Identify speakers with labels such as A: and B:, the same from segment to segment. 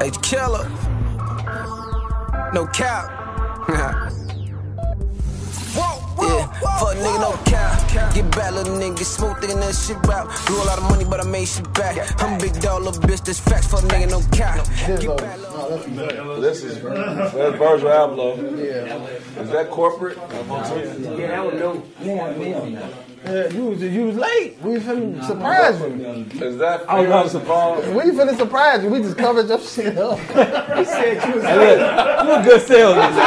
A: Hey, killer. No cap. Whoa, whoa, yeah, fuck nigga, no cap. Get back, little nigga, smoke thinking that shit rap. Blew a lot of money, but I made shit back. I'm a big dog, little bitch, that's facts. Fuck nigga, no cap. Get back, little
B: This is that's Virgil Abloh. Yeah. Is that corporate?
C: Yeah, that was dope. You want me on that.
D: Yeah, you was you was late. We finna surprise you.
B: Is that I'm not surprised.
D: We finna surprise you. We just covered your shit up.
C: He said you was
E: You a good salesman.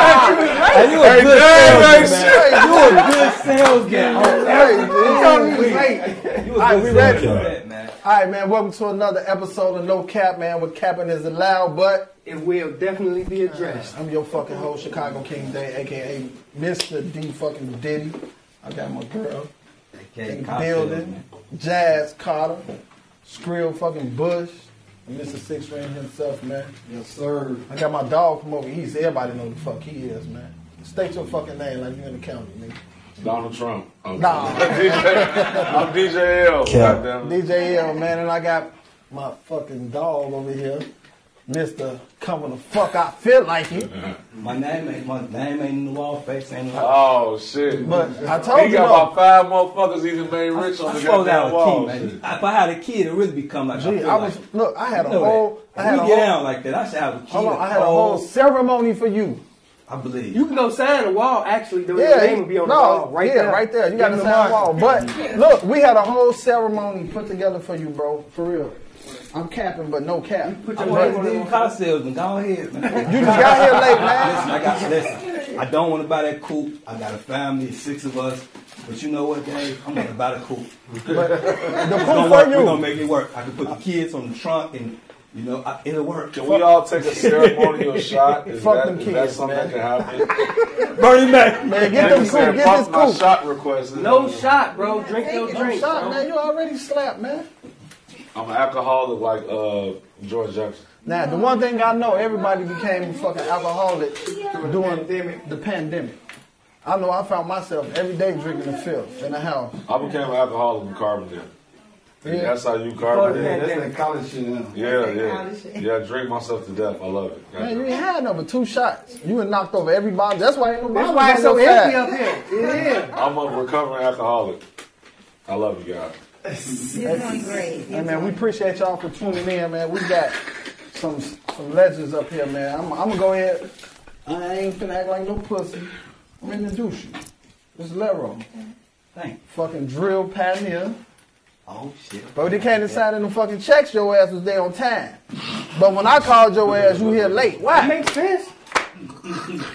E: And you a good
B: Hey,
E: salesman.
B: shit.
E: You a good salesman.
D: All
E: I
D: ready.
E: that, man.
D: right, man. Welcome to another episode of No Cap, man. Where capping is allowed, but
C: It will definitely be addressed.
D: I'm your fucking host, Chicago King Day, aka Mr. D fucking Diddy. I got my girl in the building, Jazz Carter, Skrill fucking Bush, and Mr. Six Ring himself, man.
F: Yes, sir.
D: I got my dog from over east. Everybody know who the fuck he is, man. State your fucking name like you in the county, nigga.
B: Donald Trump. I'm
D: Nah,
B: DJ, I'm DJ L. Goddamn. it.
D: DJ L, man, and I got my fucking dog over here, Mister. Coming the fuck, I feel like it.
F: My name ain't my name ain't in the wall. Face ain't in the wall.
B: Oh shit.
D: But I told
B: He
D: you,
B: got
D: no.
B: about five motherfuckers he's made rich on the
E: Suppose I
B: goddamn wall.
E: was a kid. If I had a kid, it'd really become like I
D: Gee,
E: feel
D: I
E: like.
D: was look. I had a
E: You know
D: whole.
E: that.
D: I had
E: If
D: a
E: we
D: whole.
E: get down like that, I should have a key.
D: hold on,
E: to
D: I had a
E: call.
D: whole ceremony for you.
E: I believe.
C: You can go sign the wall, actually, though.
D: Yeah,
C: Your name will be on
D: no,
C: the wall right
D: yeah,
C: there.
D: right there. You
C: Give
D: got
C: him
D: to
C: the
D: sign
C: mark.
D: wall. But look, we had a whole ceremony put together for you, bro. For real. I'm capping, but no cap.
C: Put
E: I
C: your
E: want
C: name
E: to
C: on
E: do
C: the wall.
E: car salesman. Go ahead, man.
D: You just got here late, man.
F: Listen, I got listen. I don't want to buy that coupe. I got a family, six of us. But you know what, Dave? I'm gonna buy the coupe.
D: The
F: It's gonna
D: cool
F: work.
D: for
F: We're
D: you.
F: gonna make it work. I can put the kids on the trunk, and you know I, it'll work.
B: Can we all take a ceremonial shot? Is
D: Fuck
B: that,
D: them
B: is that
D: kids,
B: something
D: man.
B: that can happen?
E: Bernie Mac.
D: Man, get them
B: Nigga
D: cool.
B: said,
D: Get
B: "Fuck
D: this
B: my
D: cool.
B: shot request.
C: No shot, bro. Drink your
D: No
C: drink.
D: shot,
C: bro.
D: man. You already slapped, man.
B: I'm an alcoholic like uh, George Jefferson.
D: Now, the one thing I know, everybody became a fucking alcoholic during the pandemic. I know I found myself every day drinking the filth in the house.
B: I became an alcoholic in Carbondale.
D: Yeah.
B: That's how you Carbondale.
C: That's that
F: college shit.
B: Yeah, yeah. Yeah, I drink myself to death. I love it.
D: Man, you
B: Goddamn.
D: ain't had no but two shots. You were knocked over every bottle. That's why ain't no
C: That's
D: bottles
C: why it's so
D: on your
C: empty
D: side.
C: up here. It
B: I'm a recovering alcoholic. I love you guys.
G: You're doing great.
D: Hey, man, we appreciate y'all for tuning in, man. We got some some legends up here, man. I'm, I'm gonna go ahead. I ain't finna act like no pussy. I'm gonna introduce you. This is Lero,
F: Thank.
D: fucking drill pioneer.
F: Oh shit.
D: But when they came to sign in the fucking checks, your ass was there on time. But when I called your ass, you here late. Why?
C: makes sense.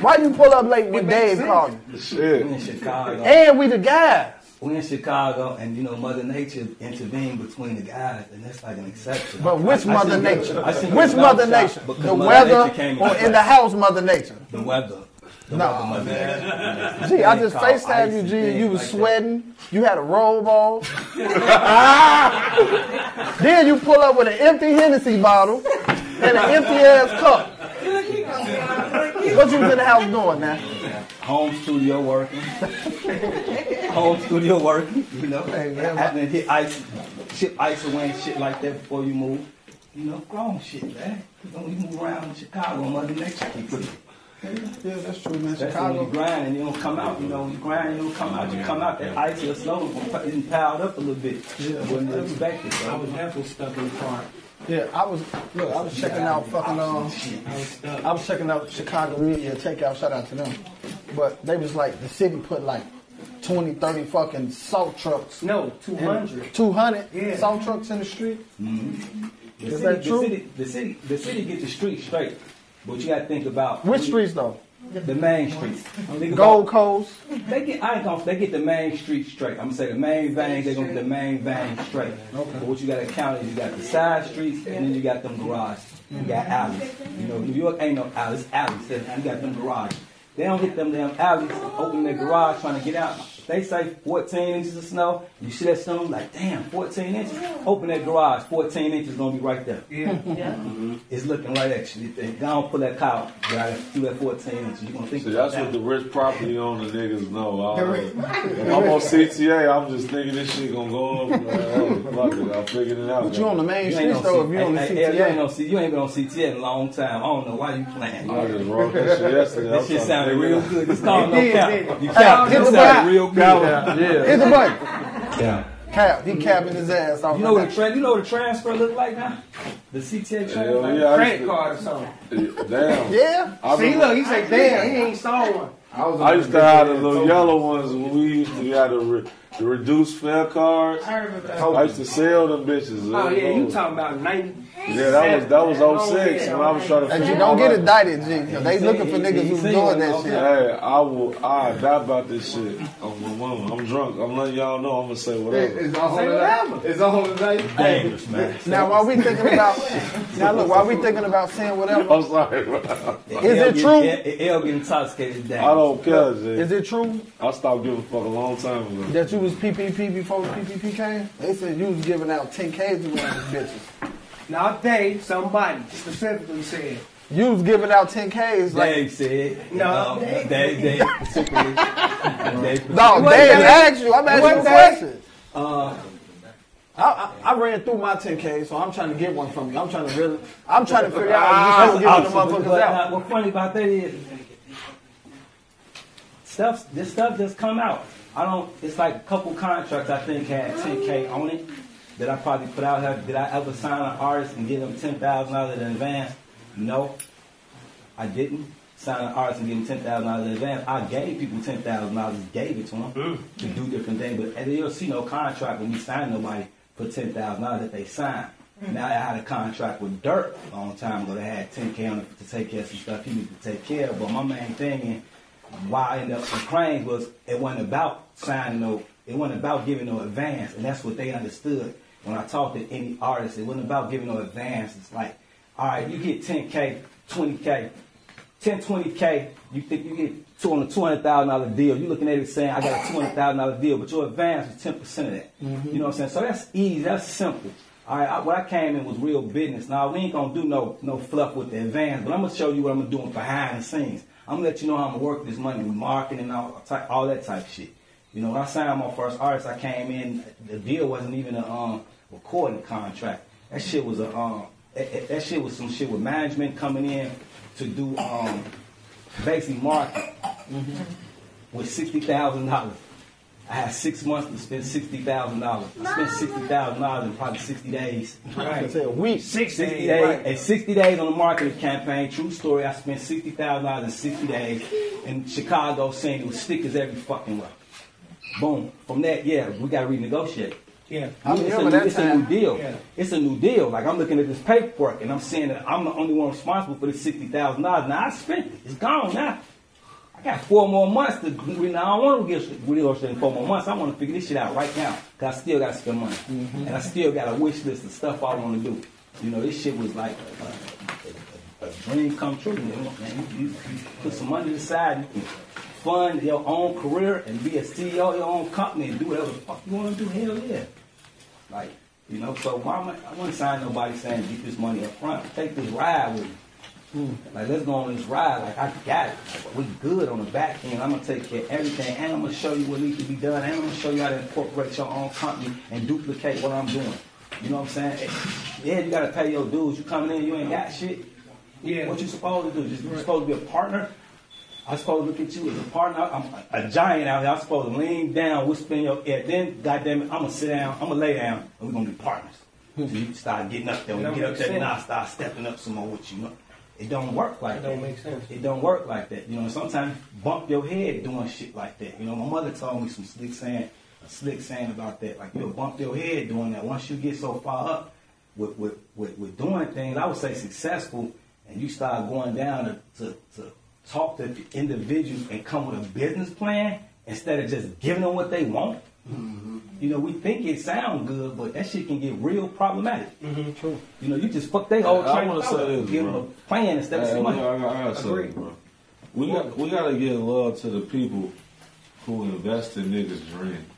D: Why you pull up late when
C: It makes
D: Dave
C: sense.
D: called you?
B: Shit.
F: We in Chicago.
D: And we the guys.
F: We in Chicago, and you know Mother Nature intervened between the guys, and that's like an exception.
D: But which
F: I- I
D: Mother
F: shouldn't get-
D: Nature?
F: I shouldn't get
D: Which
F: no
D: Mother
F: shot
D: Nature?
F: because
D: The
F: Mother
D: weather
F: Nature came
D: or
F: and-
D: in the house, Mother Nature?
F: The weather. The
D: No,
F: weather, Mother Nature.
D: Gee, I just
F: Called
D: FaceTime
F: ice
D: you,
F: and
D: G, and
F: things
D: you was
F: like that.
D: sweating. You had a robe on. then you pull up with an empty Hennessy bottle and an empty ass cup. What you was in the house doing now?
F: Home studio working. Home studio working. You know,
D: Hey, man.
F: having to hit ice, chip ice away and shit like that before you move. You know, grown shit, man. You know, you move around in Chicago, Mother Nature keep it.
D: Yeah, that's true, man.
F: That's when you grind and you don't come out. You know, when you grind, you don't come out. You come out that ice is slow, it's piled up a little bit. Yeah, wasn't expected.
H: I
F: So.
H: was definitely stuck in the park.
D: Yeah, I was look, I was checking out fucking um,
H: I was stuck.
D: I was checking out Chicago Media Takeout. Shout out to them. But they was like the city put like 20, 30 fucking salt trucks.
C: No, 200.
D: 200
C: Yeah.
D: salt trucks in the street.
F: The
D: Is
F: city,
D: that true?
F: The city, the city, the city gets the street straight, but you got to think about
D: Which streets though?
F: The main streets. Think
D: Gold Coast.
F: about- They get. I ain't gonna. They get the main street straight. I'm gonna say the main vein. They gonna get the main vein straight. But what you got to count is you got the side streets and then you got them garages. You got alleys. You know, New York ain't no alleys. Alleys. You got them garages. They don't get them damn alleys. Open their garage trying to get out. They say 14 inches of snow. You see that snow? Like, damn, 14 inches? Open that garage. 14 inches going to be right there. Mm-hmm. It's looking right at you. If I don't pull that cow, but I threw that 14 inches. You're going to think
B: See,
F: about
B: that's what the rich property owner niggas know. I,
D: The rich-
B: when I'm on CTA, I'm just thinking this shit gonna go up. Man. Fuck it, I'm figuring it out.
D: But you on the main
F: You
D: street
F: ain't,
D: though
F: on
D: if
F: C-
D: you on the
F: hey, hey, you ain't
D: CTA.
F: on C- you ain't been on CTA in a long time. I don't know why you playing.
B: I just wrote that shit yesterday. I'm
F: This
B: trying to
F: shit sounded
B: figure it
F: real
B: out.
F: good. This called no
D: did,
F: cap.
D: didn't
F: You cap.
D: Hey, hit
F: This
D: the
F: sounded
D: back.
F: real good.
D: Here's the button.
F: Yeah.
D: Cap, he capping his ass off.
F: You know what
D: like
F: a tra- you know what a transfer look like now? The CTA transfer.
B: Hell yeah, I
C: Credit
B: used
C: card or something.
B: to-
D: that. Yeah.
B: Damn. I
C: See,
F: Oh,
B: remember-
C: look, he said, damn, he ain't saw one.
B: I used to have the little yellow ones when we used to have the, re- the reduced fare cards.
H: I remember that.
B: I used to sell them bitches.
C: Oh, yeah, you talking about 90.
B: Yeah, that was that was 06 when I was trying to.
D: And you
B: figure
D: don't
B: all
D: get
B: that-
D: indicted, G. 'cause They
F: He
D: looking
F: say-
D: for
F: he-
D: niggas
F: he
D: who's
F: say
D: doing
F: it
D: that
F: all the
D: shit.
F: time.
B: Hey, I will. I die about this shit on my mama. I'm drunk. I'm letting y'all know. I'm gonna say whatever.
H: It's all
C: Say whatever.
H: It's all tonight.
F: Dangerous, man.
D: Now while we thinking about now look while we thinking about saying whatever,
B: I'm sorry. bro. I
D: Is it true?
F: L getting intoxicated. Dangerous.
B: don't care, Jay.
D: is it true
B: I stopped giving a fuck a long time ago.
D: that you was PPP before PPP came? They said you was giving out 10Ks to one of these bitches.
C: Not they, somebody specifically said.
D: You was giving out 10Ks like
F: Dave said.
C: No.
F: um, Dave. Dave. particularly. Dave.
D: dog.
C: wasn't
D: They
C: that-
D: asked you. I'm asking you
C: wasn't
D: a
C: that-
D: question.
F: Uh,
D: I, I, I ran through my 10K, so I'm trying to get one from you. I'm trying to really, I'm trying to figure out if you uh,
F: Out,
D: supposed to give
F: but-
D: the motherfuckers
F: but
D: out.
F: not- What's funny about that is stuff. This stuff just come out. I don't. It's like a couple contracts I think had 10k on it that I probably put out. Have- Did I ever sign an artist and give them 10,000 dollars in advance? No, I didn't. Sign an artist and give them ten thousand dollars in advance. I gave people ten thousand dollars, gave it to them to do different things. But and you'll see no contract when you sign nobody for ten thousand dollars that they signed. Now I had a contract with Dirt a long time ago. They had ten k on it to take care of some stuff he needed to take care of. But my main thing and why I ended up with Cranes was it wasn't about signing no, it wasn't about giving no advance, and that's what they understood when I talked to any artist. It wasn't about giving no advance. It's like, all right, you get ten k, twenty k, 10, 20K, you think you get two on a $200,000 deal. You're looking at it saying, I got a $200,000 deal, but your advance was 10% of that. You know what I'm saying? So that's easy, that's simple. All right, I, what I came in was real business. Now, we ain't going to do no, no fluff with the advance, but I'm going to show you what I'm doing behind the scenes. I'm going to let you know how I'm going to work this money with marketing and all, type, all that type of shit. You know, when I signed my first artist, I came in, the deal wasn't even a um, recording contract. That shit was a, um, that- that, that shit was some shit with management coming in to do um, basically marketing with sixty thousand dollars. I had six months to spend sixty thousand dollars. I spent sixty thousand dollars in probably sixty days.
D: I said, we.
C: 60,
F: Sixty days and sixty days on the marketing campaign. True story. I spent sixty thousand dollars in sixty days in Chicago, saying it was stickers every fucking way. Boom. From that, yeah, we got to renegotiate.
C: Yeah.
D: I
F: it's, a
D: remember
F: new,
D: that
F: it's a new
D: time.
F: deal.
C: Yeah.
F: It's a new deal. Like I'm looking at this paperwork and I'm seeing that I'm the only one responsible for this sixty thousand dollars. Now I spent it. It's gone now. I got four more months to. Now I want to get renegotiated in four more months. I want to figure this shit out right now because I still got to spend money and I still got a wish list of stuff I want to do. You know, this shit was like a, a, a, a dream come true. You, know? Man, you, you, you put some money aside, you can fund your own career and be a CEO of your own company and do whatever the fuck you want to do. Hell yeah. Like, you know, so why am I, I wouldn't sign nobody saying get this money up front. Take this ride with me. Hmm. Like, let's go on this ride. Like, I got it. Like, we good on the back end. I'm going to take care of everything. And I'm going to show you what needs to be done. And I'm going to show you how to incorporate your own company and duplicate what I'm doing. You know what I'm saying? Yeah, you got to pay your dues. You coming in, you ain't got shit.
C: Yeah.
F: What you supposed to do? Just, you supposed to be a partner. I supposed to look at you as a partner. I'm a, a giant out here. I'm supposed to lean down, whisper in your ear. Then, goddamn it, I'm gonna sit down. I'm gonna lay down, and we're gonna be partners. So you start getting up there. When you get up there, then I start stepping up some more with you. It don't work like that.
C: That don't make sense.
F: It don't work like that. You know, sometimes you bump your head doing shit like that. You know, my mother told me some slick saying, a slick saying about that. Like you'll bump your head doing that. Once you get so far up with with, with, with doing things, I would say successful, and you start going down to, to, to talk to individuals and come with a business plan instead of just giving them what they want. You know, we think it sound good, but that shit can get real problematic. True. You know, you just fuck they whole
B: Yeah, I
F: train
B: wanna
F: of thought.
B: say this,
F: Give
B: bro.
F: them a plan instead of
B: Hey, we-
F: some money.
B: I, I gotta say, bro. We got we gotta give love to the people who invest in niggas' dreams.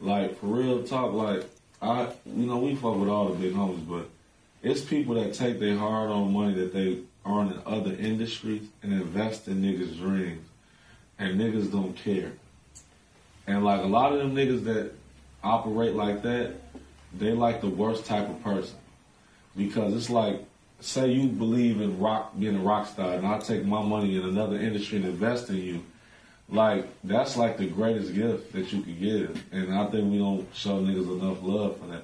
B: Like for real talk, like I, you know, we fuck with all the big homies, but it's people that take their hard-earned money that they earn in other industries and invest in niggas' dreams, and niggas don't care. And like a lot of them niggas that operate like that, they like the worst type of person because it's like say you believe in rock being a rock star and I take my money in another industry and invest in you, like that's like the greatest gift that you could give. And I think we don't show niggas enough love for that.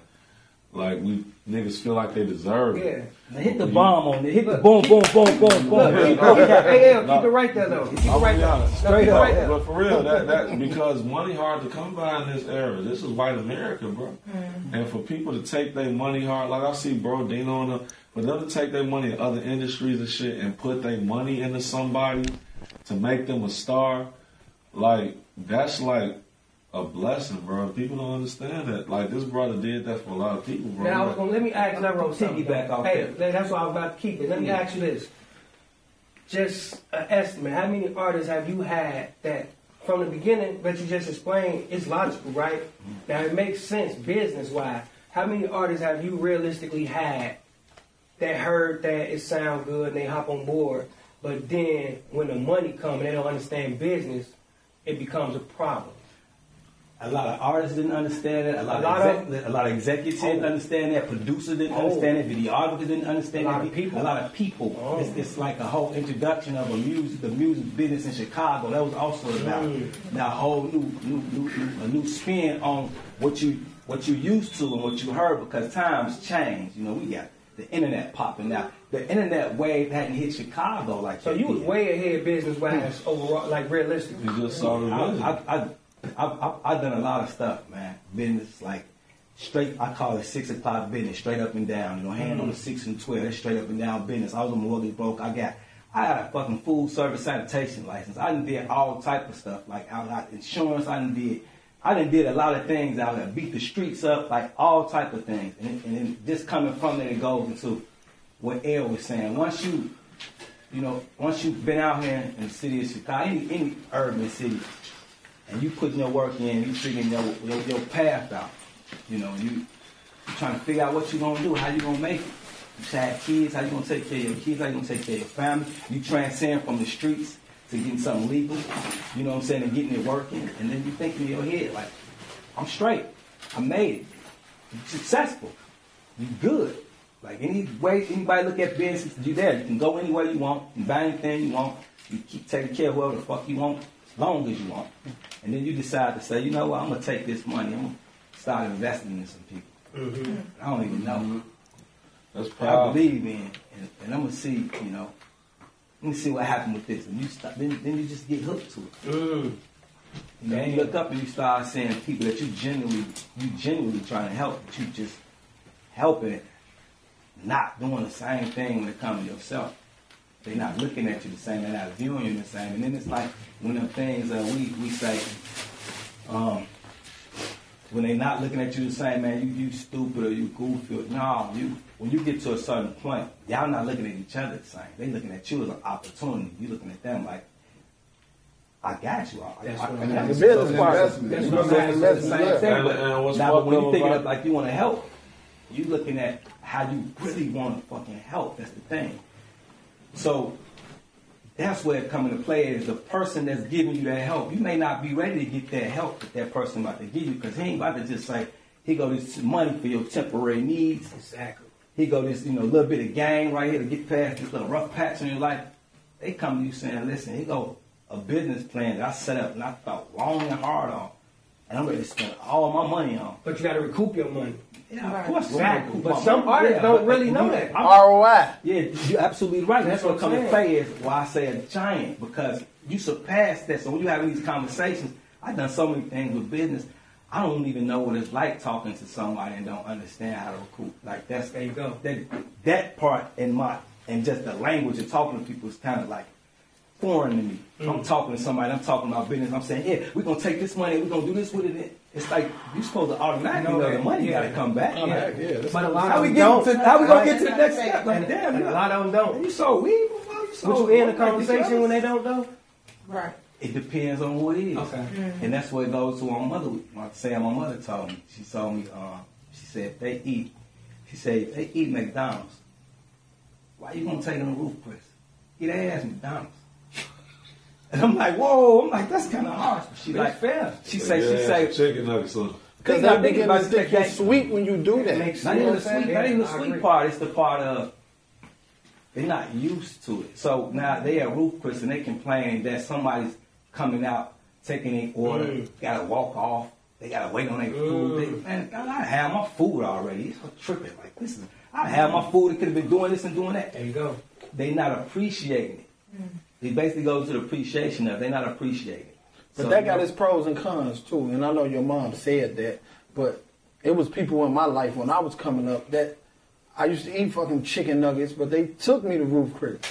B: Like we niggas feel like they deserve
C: Yeah.
B: it.
F: Now hit the bomb on it. Hit the boom, boom, boom, boom, boom.
C: Hey, L, keep it right there though. Keep it
B: I'll
C: right
B: be
C: there.
B: honest.
C: Straight
B: But-
C: up. Right there.
B: But for real, that, that because money hard to come by in this era. This is white America, bro.
C: Mm-hmm.
B: And for people to take their money hard, like I see bro Dino and them, for them to take their money in other industries and shit and put their money into somebody to make them a star, like that's like a blessing, bro. People don't understand that. Like this brother did that for a lot of people, bro.
C: Now I was gonna let me ask Nero something.
F: Piggyback off
C: hey,
F: that.
C: that- that's why I was about to keep it. Let me ask you this: just an estimate. How many artists have you had that, from the beginning, that you just explained, is logical, right? Now it makes sense business wise. How many artists have you realistically had that heard that it sound good and they hop on board, but then when the money come and they don't understand business, it becomes a problem.
F: A lot of artists didn't understand that. A lot,
C: A lot
F: of, exec- a lot of executives didn't understand that. Producers didn't
C: Oh.
F: understand it. Videographers didn't understand
C: A lot
F: it.
C: of people. Oh.
F: A lot of people. It's, it's like a whole introduction of a music, the music business in Chicago. That was also
C: Mm.
F: about now a whole new, new, new, new, a new spin on what you what you used to and what you heard because times change. You know, we got the internet popping out. The internet wave hadn't hit Chicago like
C: So
F: that
C: you was
F: did.
C: way ahead business wise overall, like realistically.
B: you just saw the vision.
F: I, I, I, I, I've done a lot of stuff, man. Business like straight, I call it six o'clock business, straight up and down. You know, hand on the six and twelve, that's straight up and down business. I was a mortgage broker. I got, I got a fucking food service sanitation license. I done did all type of stuff like I got insurance. I done did, I done did a lot of things. I done beat the streets up, like all type of things. And, and then just coming from there, it goes into what L was saying. Once you you know, once you've been out here in the city of Chicago, any, any urban city, and you putting your work in, you figuring your, your, your path out, you know, you, you trying to figure out what you're going to do, how you going to make it. You should have kids, how you going to take care of your kids, how you going to take care of your family. You transcend from the streets to getting something legal, you know what I'm saying, and getting it working. And then you thinking in your head, like, I'm straight. I made it. you successful. you good. Like any way anybody look at business, you there. You can go anywhere you want, you buy anything you want, you keep taking care of whoever the fuck you want, as long as you want. And then you decide to say, you know what, I'm gonna take this money, I'm gonna start investing in some people. I don't even know.
B: That's
F: I
B: powerful.
F: believe in, and, and I'm gonna see, you know, let me see what happened with this. And you start, then, then you just get hooked to it. You, know, you look up and you start seeing people that you genuinely, you genuinely trying to help, but you just helping, not doing the same thing when it comes to yourself. They're not looking at you the same, they're not viewing you the same. And then it's like one of the things uh, we, we say, um, when they not looking at you the same, man, you, you stupid or you goofy. Or, no, you when you get to a certain point, y'all not looking at each other the same. They looking at you as an opportunity. You looking at them like, I got you. I, I, I, got
D: The
F: you.
D: business part. investment.
F: That's
D: You
F: what I'm
D: said
F: saying. It's the
D: investment, yeah.
F: same thing.
B: And-
F: But
B: and what's
F: now, but when
B: fucked
F: you
B: up
F: thinking
B: about-
F: of like you want to help, you looking at how you really want to fucking help. That's the thing. So that's where it come into play is the person that's giving you that help. You may not be ready to get that help that that person about to give you because he ain't about to just say, he go this money for your temporary needs.
C: Exactly.
F: He go this, you know, little bit of game right here to get past this little rough patch in your life. They come to you saying, listen, here go a business plan that I set up and I thought long and hard on. And I'm ready to spend all my money on.
C: But you got to recoup your money.
F: Yeah, of course.
C: Exactly.
F: I'm
C: But
F: gonna-
C: some artists don't
F: but-
C: really know that.
F: I'm-
D: ROI.
F: yeah, you're absolutely right. That's,
C: That's
F: what
C: what
F: comes
C: I'm
F: to play is why I say a giant because you surpass that. So when you having these conversations, I've done so many things with business. I don't even know what it's like talking to somebody and don't understand how to recruit. Like that's
C: There you go.
F: That that part in my and just the language of talking to people is kind of like foreign to me. I'm
C: Mm.
F: talking to somebody. I'm talking about business. I'm saying, yeah, we're gonna take this money. We're gonna do this with it. It's like you're supposed to automatically
C: Know
F: know,
C: that.
F: the money
C: Yeah.
F: gotta come back. Yeah.
C: But a lot
F: How
C: of
F: we
C: them
F: get
C: don't.
F: to how we gonna
C: Right.
F: get to the next step? Like, damn,
C: A
F: you
C: lot of them don't.
F: you so weak? bro. You so
C: Would you end a
F: weak. Like,
C: conversation
F: you
C: when they Mm-hmm. don't know?
G: Right.
F: It depends on who it is.
H: Okay.
F: And that's what it goes to my mother. My saying my mother told me. She told me, uh, she said, if they eat, she said, if they eat McDonald's, why you gonna take them to Ruth Chris? Get their ass McDonald's. And I'm like, whoa, I'm like, that's kinda harsh. She like fair. She say,
B: Yeah,
F: she
B: some
F: say
B: chicken nuggets. Or,
F: Cause
D: Because I
F: I think
D: begin
F: about
D: to think you're
F: that-
D: sweet when you do that.
F: not even the sweet, not even the
C: I
F: sweet
C: agree.
F: part. It's the part of they're not used to it. So now they are ruthless and they complain that somebody's coming out taking an order, got to walk off. They gotta wait on their food. They, man, God, I have my food already. It's so tripping. Like this is, I have my food. It could have been doing this and doing that.
H: There you go.
F: They not appreciating it. It basically goes to the appreciation of they not appreciating. it.
D: But
F: So,
D: that
F: you
D: got
F: know,
D: its pros and cons too. And I know your mom said that, but it was people in my life when I was coming up that I used to eat fucking chicken nuggets, but they took me to Roof Creek.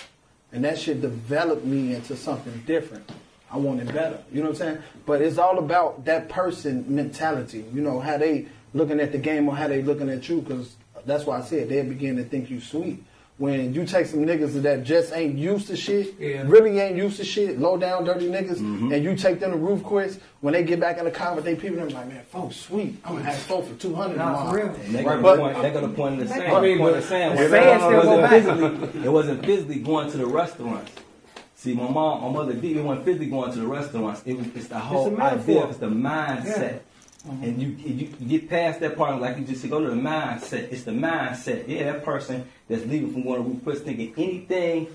D: And that shit developed me into something different. I wanted better. You know what I'm saying? But it's all about that person mentality. You know, how they looking at the game or how they looking at you, because that's why I said they begin to think you sweet. When you take some niggas that just ain't used to shit,
H: Yeah.
D: really ain't used to shit, low down dirty niggas,
F: Mm-hmm.
D: and you take them to roof quits, when they get back in the car with they people, they're like, man, folks, sweet. I'm gonna have folk for 200
C: Nah, for real.
D: tomorrow.
F: They got
D: But-
F: the point. They got the point of the sand.
H: But-
F: The point of the sand.
H: But-
F: was-
H: Sand still
F: it,
H: go
F: wasn't
H: back.
F: physically, it wasn't physically going to the restaurants. See, my mom, my mother did. It wasn't physically going to the restaurants. It was. It's the whole
C: It's a metaphor.
F: idea. It's the mindset. And you, you you get past that part, like you just said, go to the mindset. It's the mindset. Yeah, that person that's leaving from going to Ruth Chris thinking anything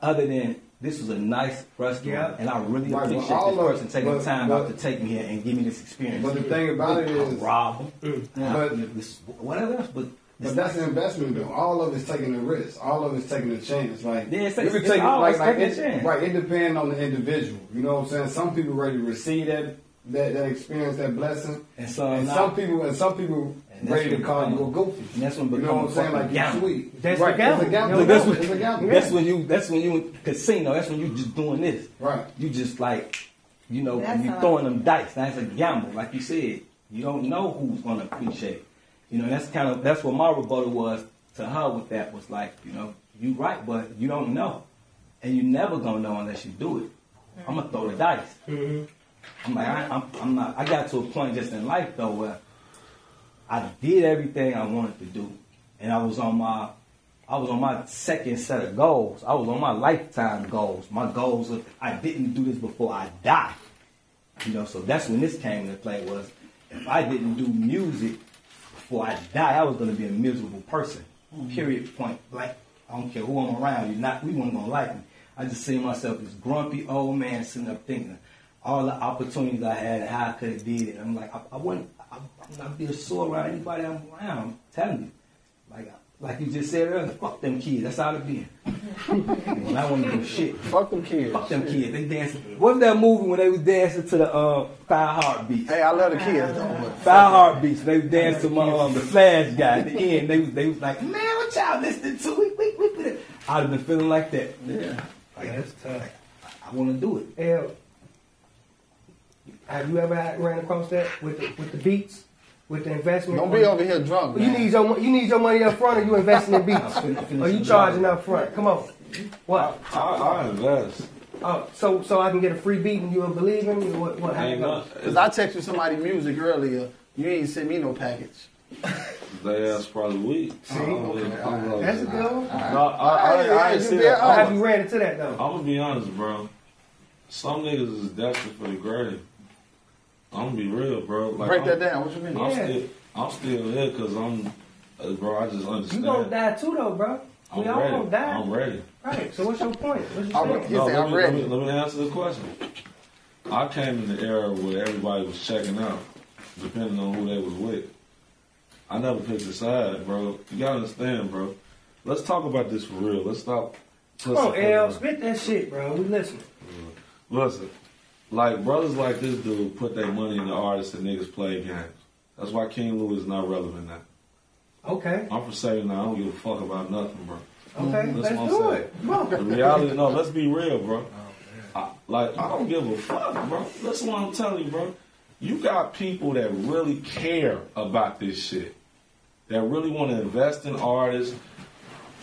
F: other than this was a nice restaurant,
C: Yeah.
F: and I really
I: Right, but
F: appreciate
I: all
F: this
I: of-
F: person taking
I: but-
F: time out
I: but-
F: to take me here and give me this experience.
I: But the thing about it
F: I
I: is-
F: rob them,
I: But-
F: whatever else. But
I: But that's an investment though. All of it's taking a risk. All of it's taking a chance. Like
F: Yeah, it's-
I: you
F: it's-
I: can
F: it's
I: take it-
F: always
I: like, like
F: taking a
I: it-
F: chance.
I: right. It depends on the individual. You know what I'm saying? Some people ready to receive that that, that experience, that blessing,
F: And some not.
I: some people and some people
F: And that's
I: ready to
F: when
I: call you a
F: become-
I: goofy.
F: and that's when
I: you know
F: become
I: what I'm saying?
F: fucking
I: Like
F: gamble.
I: you're sweet.
C: That's
I: right.
C: the gamble.
I: It's a gamble.
C: Yo,
F: that's
I: That's
F: what-
I: it's a gamble.
F: That's when you. That's when you in casino. That's when you just doing this.
I: Right.
F: You just like, you know,
G: That's
F: you
G: how-
F: throwing them dice. That's a gamble, like you said. You don't know who's gonna appreciate. it. You know, that's kind of that's what my rebuttal was to her with that was like, you know, you right, but you don't know, and you never gonna know unless you do it. I'm gonna throw the dice. I'm like, I, I'm, I'm not. I got to a point just in life though where I did everything I wanted to do, and I was on my, I was on my second set of goals. I was on my lifetime goals. My goals. Of, I didn't do this before I die. You know, so that's when this came into play. Was if I didn't do music before I die, I was going to be a miserable person. Period. Point blank. I don't care who I'm around. You not. We weren't going to like me. I just see myself as grumpy old man sitting up thinking all the opportunities I had and how I could have did it. I'm like, I, I wouldn't. I, I'm not being sore around anybody I'm around. I'm telling you, like, like you just said earlier, fuck them kids. That's how it be. when I want to do shit.
D: Fuck them kids.
F: Fuck them kids. They dancing. What was that movie when they was dancing to the uh, Five Heartbeats?
D: Hey, I love the kids though, but
F: Five Heartbeats. They was dancing to my um, the Flash guy at the end. They was they was like, man, what y'all listening to? We, we, we, we. I'd have been feeling like that. Yeah, like,
C: Yeah, that's tough.
F: I want to do it.
C: L, have you ever had- ran across that with the, with the beats, with the investment?
D: don't be over here drunk.
C: You
D: man.
C: need your you need your money up front, or you investing in beats,
F: Finish- finish
C: or you
F: the
C: charging
F: job.
C: up front? Come on, what?
B: I, I invest.
C: Oh, so so I can get a free beat, and you'll believe in me. or What what? How you
B: Ain't
C: go?
B: nothing.
D: Cause I texted somebody music earlier. You ain't sent me no package.
B: They ass probably weak. See,
C: That's a good one.
B: I, I, I, I, ain't see that.
C: Or have you ran into that though?
B: I'm gonna be honest, bro. Some niggas is destined for the grave. I'm gonna be real, bro. Like,
D: Break
B: I'm,
D: that down. What you mean?
B: I'm
C: Yeah.
B: still, I'm still here because I'm, uh, bro. I just
C: You
B: understand.
C: gonna die too though, bro.
B: I'm
C: We all
B: ready.
C: gonna die.
B: I'm ready.
C: Right. So what's your point? What's
D: I'm
C: your
D: ready.
C: thing?
D: You
B: No,
D: say,
B: let,
D: "I'm
B: me,
D: ready."
B: Let, me, let me answer the question. I came in the era where everybody was checking out, depending on who they was with. I never picked a side, bro. You gotta understand, bro. Let's talk about this for real. Let's stop.
C: Come on, L, spit that shit, bro. We listening.
B: Listen, like brothers like this dude put their money in the artists and niggas play games. That's why King Louis is not relevant now.
C: Okay.
B: I'm for saying now, I don't give a fuck about nothing, bro.
I: Mm-hmm.
C: Okay.
B: That's
C: Let's
B: what I'm
C: do
B: saying.
C: it. Come on.
B: The reality, no, let's be real, bro. I, like, I don't give a fuck, bro. Listen what I'm telling you, bro. You got people that really care about this shit, that really want to invest in artists.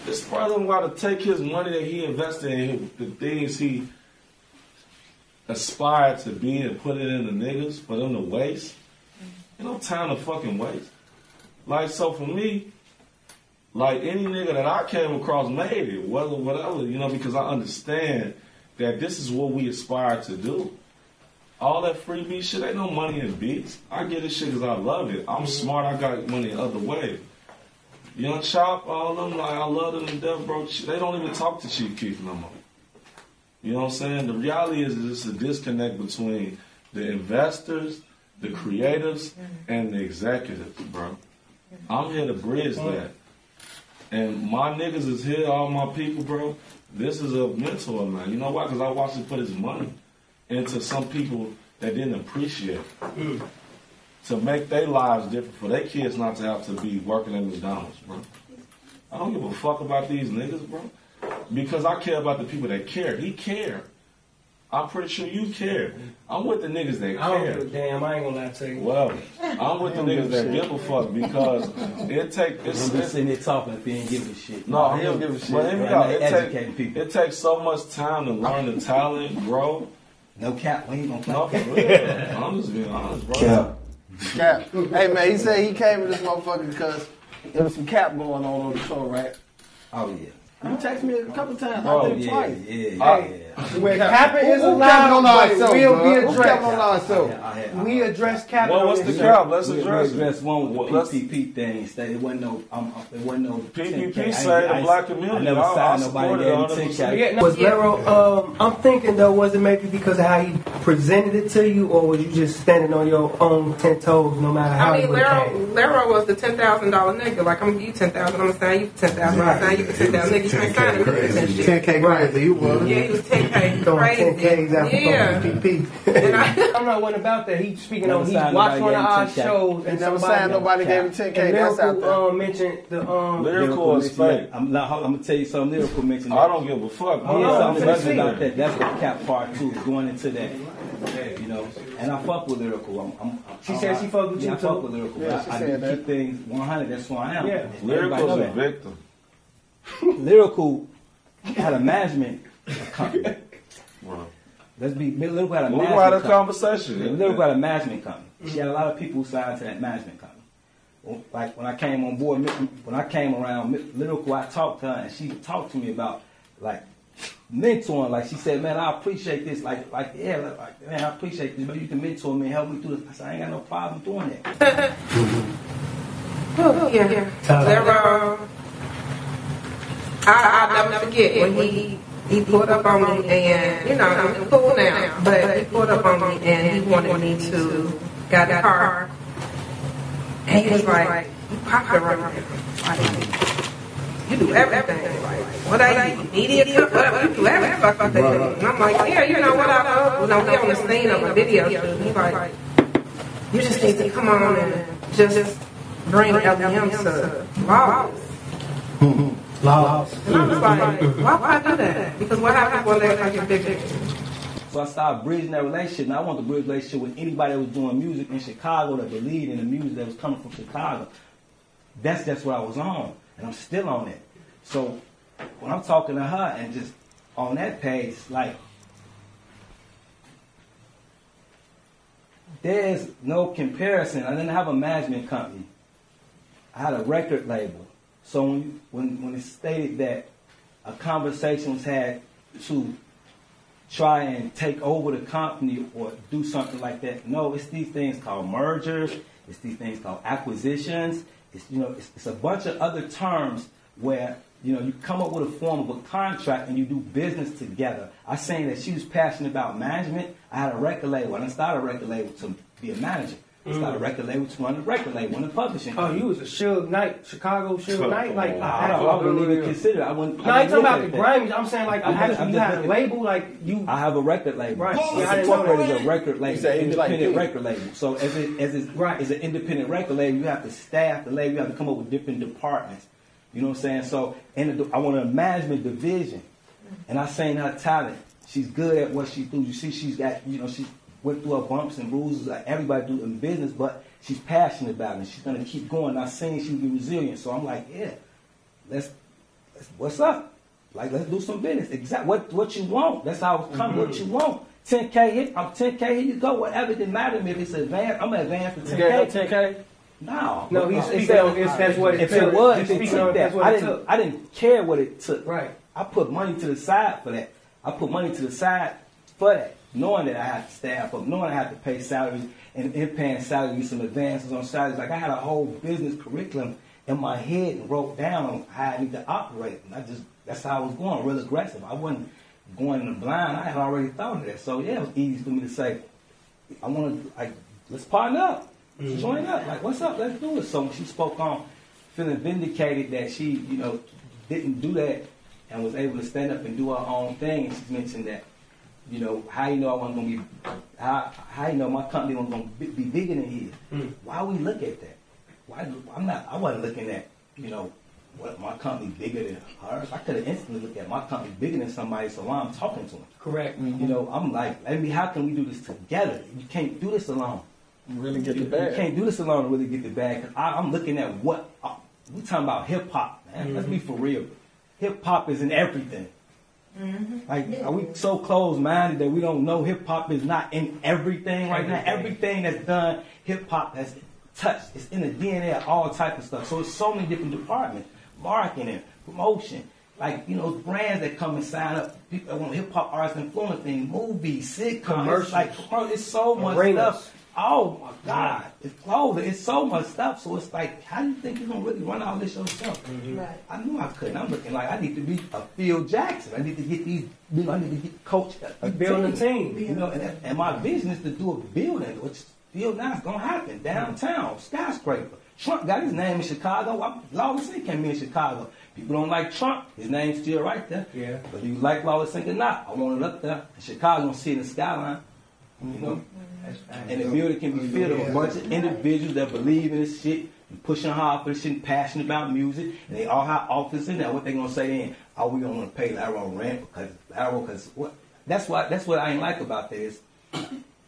B: This brother want to take his money that he invested in, the things he aspire to be and put it in the niggas for them to waste, ain't no time to fucking waste. Like so for me, like any nigga that I came across made it, whether whatever, you know, because I understand that this is what we aspire to do. All that free beat shit ain't no money in beats. I get this shit because I love it. I'm smart. I got money other way. Young Chop, all them, like I love them to death, bro. They don't even talk to Chief Keef no more. You know what I'm saying? The reality is, is it's a disconnect between the investors, the creatives, and the executives, bro. I'm here to bridge that. And my niggas is here, all my people, bro. This is a mentor, man. You know why? Because I watched him put his money into some people that didn't appreciate it.
C: Hmm.
B: to make their lives different for their kids not to have to be working at McDonald's, bro. I don't give a fuck about these niggas, bro. Because I care about the people that care. He care. I'm pretty sure you care. I'm with the niggas that
C: I don't give
B: care.
C: a damn. I ain't gonna lie to you.
B: Well, I'm with the niggas that give a fuck because it take it's,
F: I'm just
B: it's
F: sitting there talking if he ain't giving a shit.
B: no, he don't give a shit. But here we
F: Right,
B: go.
F: they
B: It,
F: educating
B: take,
F: people.
B: it takes so much time to learn the talent, bro.
F: No cap, we ain't gonna play.
B: No, for real. I'm just being honest, bro.
F: Cap.
D: Cap. Hey man, he said he came to this motherfucker because there was some cap going on on the show, right?
F: Oh yeah. Oh,
D: You text me a couple times. I
B: Bro,
D: think
F: Yeah,
D: twice.
F: yeah,
B: Uh,
F: yeah. yeah.
D: When capping is
I: Who capping
D: allowed,
I: on
D: but
I: ourselves,
D: we'll be
I: bro? Who capping
D: addressed.
I: on ourselves?
F: I had- I-
C: We address capital.
B: Well, what's
C: in
B: the
C: this-
B: cap? Let's
F: We- we
B: address it.
F: addressed one with the
B: Let's-
F: PPP thing. That it wasn't no, um, uh, it wasn't no
B: PPP
F: 10K. I ain't-
B: saved
F: I
B: the
F: ain't-
B: black community.
F: I never
B: I- I
F: signed
B: supported
F: nobody
B: all
F: that
B: them.
F: ten
C: But
F: k.
C: Yeah, no, was Lero, um, I'm thinking though, was it maybe because of how he presented it to you, or was you just standing on your own ten toes, no matter how
J: I
C: it
J: mean, Lero, Lero was the ten thousand dollar nigga. Like I'm gonna give you ten thousand, I'm gonna sign you for ten thousand, I'm gonna sign you for ten thousand. Nigga, you ain't signing me for that shit.
D: 10K crazy, you was.
J: Yeah, he was ten k
C: Throwing
J: crazy.
C: ten Ks after
J: yeah,
C: throwing PPP.
J: and I,
C: I'm not one about that. He's speaking
F: Never
C: on. He
F: signed
C: watched one
F: nobody
C: of our
F: gave him 10K.
C: shows
D: They
C: and
D: never
C: somebody-
D: signed nobody gave him
C: And
D: 10K. That's out
C: Miracle
D: there.
C: um, mentioned the um.
B: Lyrical is fake.
F: I'm, not, I'm gonna tell you something. Lyrical mentioned.
B: I don't give a fuck.
F: He
B: bro.
F: had
C: on,
F: something
C: I'm finna
F: special
C: see.
F: about that. That's the cap part two going into that. You know, and I fuck with lyrical. I'm, I'm, I'm,
C: She said she fuck with
F: yeah,
C: you
F: I fuck
C: too.
F: with lyrical.
D: Yeah,
F: but
D: she
F: I, I do
D: said that.
F: keep things 100. That's who I am.
C: Yeah.
F: Everybody
B: Lyrical's
F: know
B: a
F: that.
B: victim.
F: lyrical had a management company.
B: Bro.
F: Let's be lyrical had a
B: We
F: management
B: had a
F: company.
B: conversation.
F: Lyrical had a management company. She had a lot of people who signed to that management company. Well, Like when I came on board, when I came around, Lyrical, I talked to her and she talked to me about like mentoring. Like she said, "Man, I appreciate this. Like, like yeah, like, like, man, I appreciate this. But you can mentor me and help me through this." I said, "I ain't got no problem doing that."
J: yeah, yeah. Lero. I I never forget when he. He pulled up on me and, you know, I'm cool now, but he pulled up on me and he wanted me to, got a car, And he was like, you popular right now. Like, you do everything. Like, what are you, media cook? What you do every fucking thing. And I'm like, yeah, you know what I love? You know, we on the scene of a video shoot. And He's like, you just need to come on and just bring LDM to Lawless. And I was like, why would I do that? Because what happens when they like a big
F: So I started bridging that relationship, and I wanted to bridge relationship with anybody that was doing music in Chicago that believed in the music that was coming from Chicago. That's that's what I was on, and I'm still on it. So when I'm talking to her and just on that page, like there's no comparison. I didn't have a management company. I had a record label. So when you, when when it stated that a conversation was had to try and take over the company or do something like that. No, it's these things called mergers. It's these things called acquisitions. It's you know, it's, it's a bunch of other terms where you know you come up with a form of a contract and you do business together. I saying that she was passionate about management. I had a record label. I didn't start a record label to be a manager. I started a record label to run a record label and a publishing.
C: Oh, you was a Suge Knight, Chicago Suge Knight, like
F: I, don't, I wouldn't even consider. it. I wouldn't.
C: No, I
F: I
C: ain't talking
F: wouldn't
C: about
F: look
C: the
F: at that.
C: Grammys. I'm saying like I
F: I'm just-
C: actually
F: I'm
C: you
F: just
C: had a
F: looking-
C: label like you.
F: I have a record label.
C: Right.
F: It's
C: Yeah, I didn't know
F: incorporated
C: that.
F: as a record label.
D: You said it'd be like
F: independent
D: two.
F: record label. So as it as it's
C: Right.
F: as an independent record label, you have to staff the label. You have to come up with different departments. You know what I'm saying? So and the, I want a management division, and I seen her talent. She's good at what she do. You see, she's got you know she went through her bumps and bruises like everybody do in business, but she's passionate about it. and She's gonna keep going. I seen she be resilient. So I'm like, yeah, let's let's- what's up? Like, let's do some business. Exactly what what you want. That's how it's come. What you want. 10K, hit, I'm 10K, here you go. Whatever didn't matter to me. If it's advance, I'm gonna advance for 10K. No.
C: No, he's- he said it's- that's what it
F: if
C: took.
F: it was,
C: He's
F: then
C: speaking on
F: took
C: that's
F: that.
C: what
F: I
C: it
F: didn't,
C: took.
F: I didn't care what it took. Right. I put money to the side for that. I put money to the side for that, knowing that I had to staff up, knowing I had to pay salaries and, and paying salaries, some advances on salaries. Like I had a whole business curriculum in my head and wrote down how I need to operate. And I just that's how I was going, real aggressive. I wasn't going in the blind. I had already thought of that. So yeah, it was easy for me to say, I want to like let's partner up, join up. Like what's up? Let's do it. So when she spoke on feeling vindicated that she you know didn't do that and was able to stand up and do her own thing. She mentioned that you know how you know I wasn't gonna be how how you know my company was gonna be, be bigger than his. Why we look at that? Why do- I'm not? I wasn't looking at you know. What, my company bigger than hers? I could have instantly looked at my company bigger than somebody, so why I'm talking to him.
C: Correct.
D: Mm-hmm.
F: You know, I'm like, let me. How can we do this together? You can't do this alone.
D: Really get
F: you,
D: the bag.
F: You can't do this alone. to Really get the bag. 'Cause I, I'm looking at what uh, we talking about. Hip hop, man. Let's
D: Mm-hmm.
F: be for real. Hip hop is in everything. Like, are we so closed minded that we don't know hip hop is not in everything right now? Everything that's done, hip hop has touched. It's in the DNA of all type of stuff. So it's so many different departments: marketing, promotion. Like you know, brands that come and sign up, people that want hip hop artists influence thing, movies, sitcoms,
C: Commercials.
F: like bro, it's so much
C: Arenas.
F: stuff. Oh my God, it's clothing, it's so much stuff. So it's like, how do you think you're gonna really run all this yourself?
C: Mm-hmm.
G: Right.
F: I knew I couldn't. I'm looking like I need to be a Phil Jackson. I need to get these, you know, I need to get coach, a,
C: Building a team.
F: you know, and, and my vision is to do a building, which still now is gonna happen downtown, skyscraper. Trump got his name in Chicago. I'm, Lawless Inc. came in Chicago. People don't like Trump. His name's still right there.
C: Yeah.
F: Whether you like Lawless Inc. or not, I want it up there. In Chicago, I'm seeing the skyline. You know, and the building can be filled with a bunch of individuals that believe in this shit, and pushing hard for this shit, and passionate about music, and they all have offices in there. What they gonna say then? Are we gonna want to pay Lateral rent because Lateral? Because what? That's why. That's what I ain't like about this.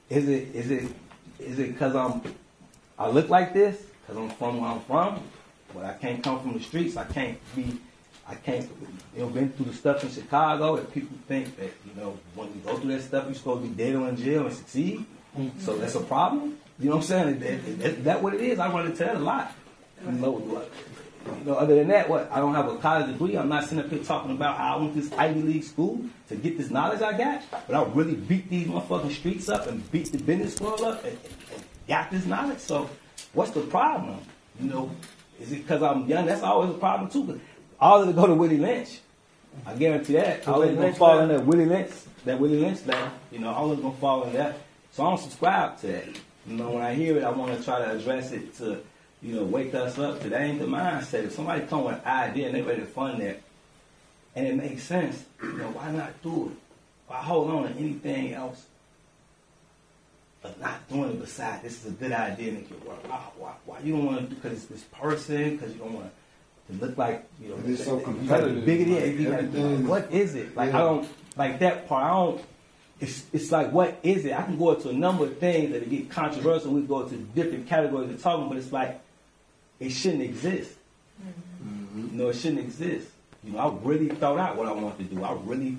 F: Is it? Is it? Is it because I'm? I look like this because I'm from where I'm from, but I can't come from the streets. I can't be. I can't. You know, been through the stuff in Chicago, and people think that you know when you go through that stuff, you're supposed to be dead or in jail and succeed. So that's a problem. You know what I'm saying? That, that, that, that what it is. I run into that a lot. You know what? You know, other than that, what? I don't have a college degree. I'm not sitting up here talking about how I went to this Ivy League school to get this knowledge I got, but I really beat these motherfucking streets up and beat the business world up and, and got this knowledge. So, what's the problem? You know, is it because I'm young? That's always a problem too. 'cause all of it go to Willie Lynch. I guarantee that. All of
C: Willie
F: it gonna
C: Lynch
F: fall
C: lab.
F: in that Willie Lynch, that Willie Lynch thing. You know, all of it gonna fall in that. So I don't subscribe to that. You know, when I hear it, I want to try to address it to, you know, wake us up. Cause that ain't the mindset. If somebody come with an idea and they ready to fund that, and it makes sense, you know, why not do it? Why hold on to anything else? But not doing it besides this is a good idea and it can work. Why, why, why you don't want to do because it's this person, because you don't want to look like, you know,
I: It is so
F: you gotta be
I: competitive.
F: Bigger than
I: Like,
F: you gotta be
I: everything
F: like,
I: is-
F: what is it? Like, I
I: Yeah.
F: don't, like that part, I don't, it's, it's like, what is it? I can go into a number of things that get controversial. We go to different categories of talking, but it's like, it shouldn't exist. You know, it shouldn't exist. You know, I really thought out what I wanted to do. I really,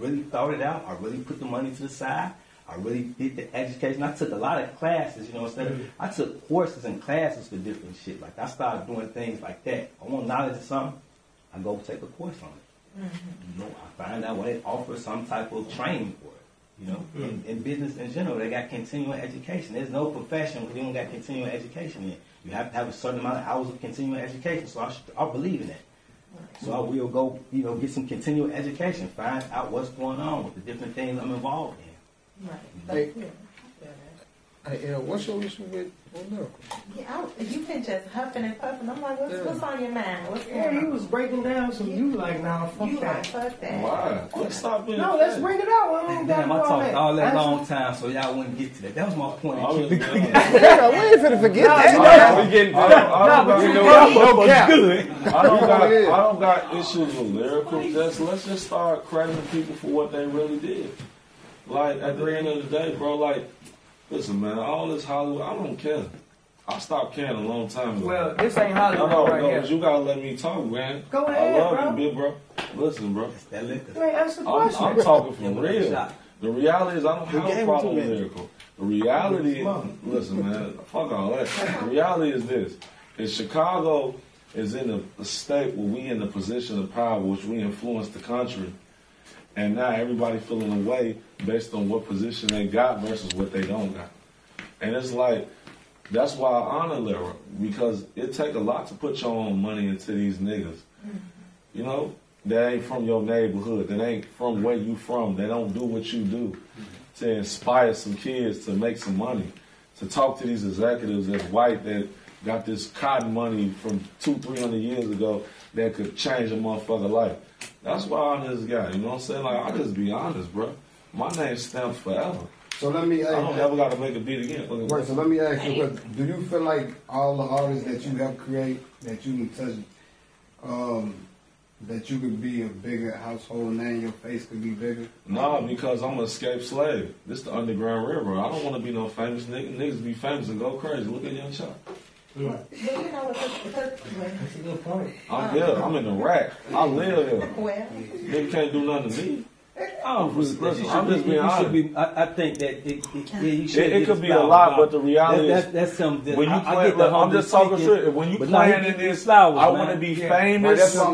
F: really thought it out. I really put the money to the side. I really did the education. I took a lot of classes, you know, instead of, I took courses and classes for different shit. Like, I started doing things like that. I want knowledge of something, I go take a course on it. You know, I find out what it offers some type of training for it. You know,
B: Mm-hmm.
F: in, in business in general, they got continuing education. There's no profession where you don't got continuing education in. You have to have a certain amount of hours of continuing education. So I, sh- I believe in that. So I will go, you know, get some continuing education, find out what's going on with the different things I'm involved in.
G: Right.
D: Hey.
G: But, yeah.
D: Hey, L, what's your issue with with Lyrical?
G: Yeah, I, you been just huffing and puffing. I'm like, what's,
D: Yeah.
G: what's on your mind? What's going
C: Yeah, he
G: on?
C: was breaking down some. You like, nah, fuck
G: You like,
C: that.
G: fuck that.
B: Why? Let's stop being.
C: No, let's
B: petty.
C: bring it out. I don't
F: Damn, I
C: gotta do all
F: talked
C: that.
F: all that
C: Actually,
F: long time, so y'all wouldn't get to that. That was my point.
B: I was-
D: Nigga, we ain't finna forget that.
E: We getting
B: I don't- I don't got-
E: no good.
B: I don't got I don't got issues with lyrical. Just let's just start crediting people for what they really did. Like at the end of the day, bro. Like, listen, man. All this Hollywood, I don't care. I stopped caring a long time ago.
C: Well, this ain't
B: no,
C: Hollywood
B: no,
C: right
B: no.
C: here.
B: but You gotta let me talk, man.
C: Go
B: I
C: ahead,
B: love
C: bro.
B: you, big bro. Listen, bro.
F: That liquor.
C: You ain't answer the
B: I'm,
C: question.
B: I'm talking for
F: Yeah, but it's
B: real.
F: shot.
B: The reality is, I don't
I: You
B: have
I: gave
B: a
I: him
B: problem
I: too
B: with
I: many.
B: lyrical. The reality, listen, man, fuck all that. The reality is this: is Chicago is in a, a state where we in the position of power, which we influence the country, and now everybody feeling a way based on what position they got versus what they don't got, and it's like. That's why I honor Lyra because it take a lot to put your own money into these niggas. You know, that ain't from your neighborhood. That ain't from where you from. They don't do what you do to inspire some kids to make some money. To talk to these executives that's white that got this cotton money from two, three hundred years ago that could change a motherfucker life. That's why I honor this guy. You know what I'm saying? Like I just be honest, bro. My name stamps forever.
I: So let me.
B: I
F: Oh,
B: don't ever got to make a beat again. Fucking-
I: Right, so let me ask you, a question. do you feel like all the artists that you help create, that you touch, um, that you could be a bigger household name, your face could be bigger?
B: Nah, because I'm an escaped slave. This the Underground Railroad. I don't want to be no famous nigga. Niggas be famous and go crazy. Look at Young Chuck.
G: Well, you know what? That's a good point.
B: I'm here. I'm in the rack. I live here.
G: Well,
B: Nigga can't do nothing to me. Oh, listen,
F: You should
B: I'm just
F: be-
B: being
F: you should
B: honest.
F: be- I, I think that it, it, yeah, you
B: It-
F: should
B: it
F: get
B: could
F: his
B: be a
F: flowers.
B: lot, but the reality
F: that,
B: is,
F: that's, that's something that
B: when you
F: I, I
B: play-
F: get the
B: look, I'm
F: humble
B: just talking
F: speaking,
B: shit. When you
F: but now he
B: playing
F: get
B: in
F: his
B: this,
F: flowers,
B: I
F: man.
B: wanna be
F: Yeah.
B: famous.
F: Right, that's what I'm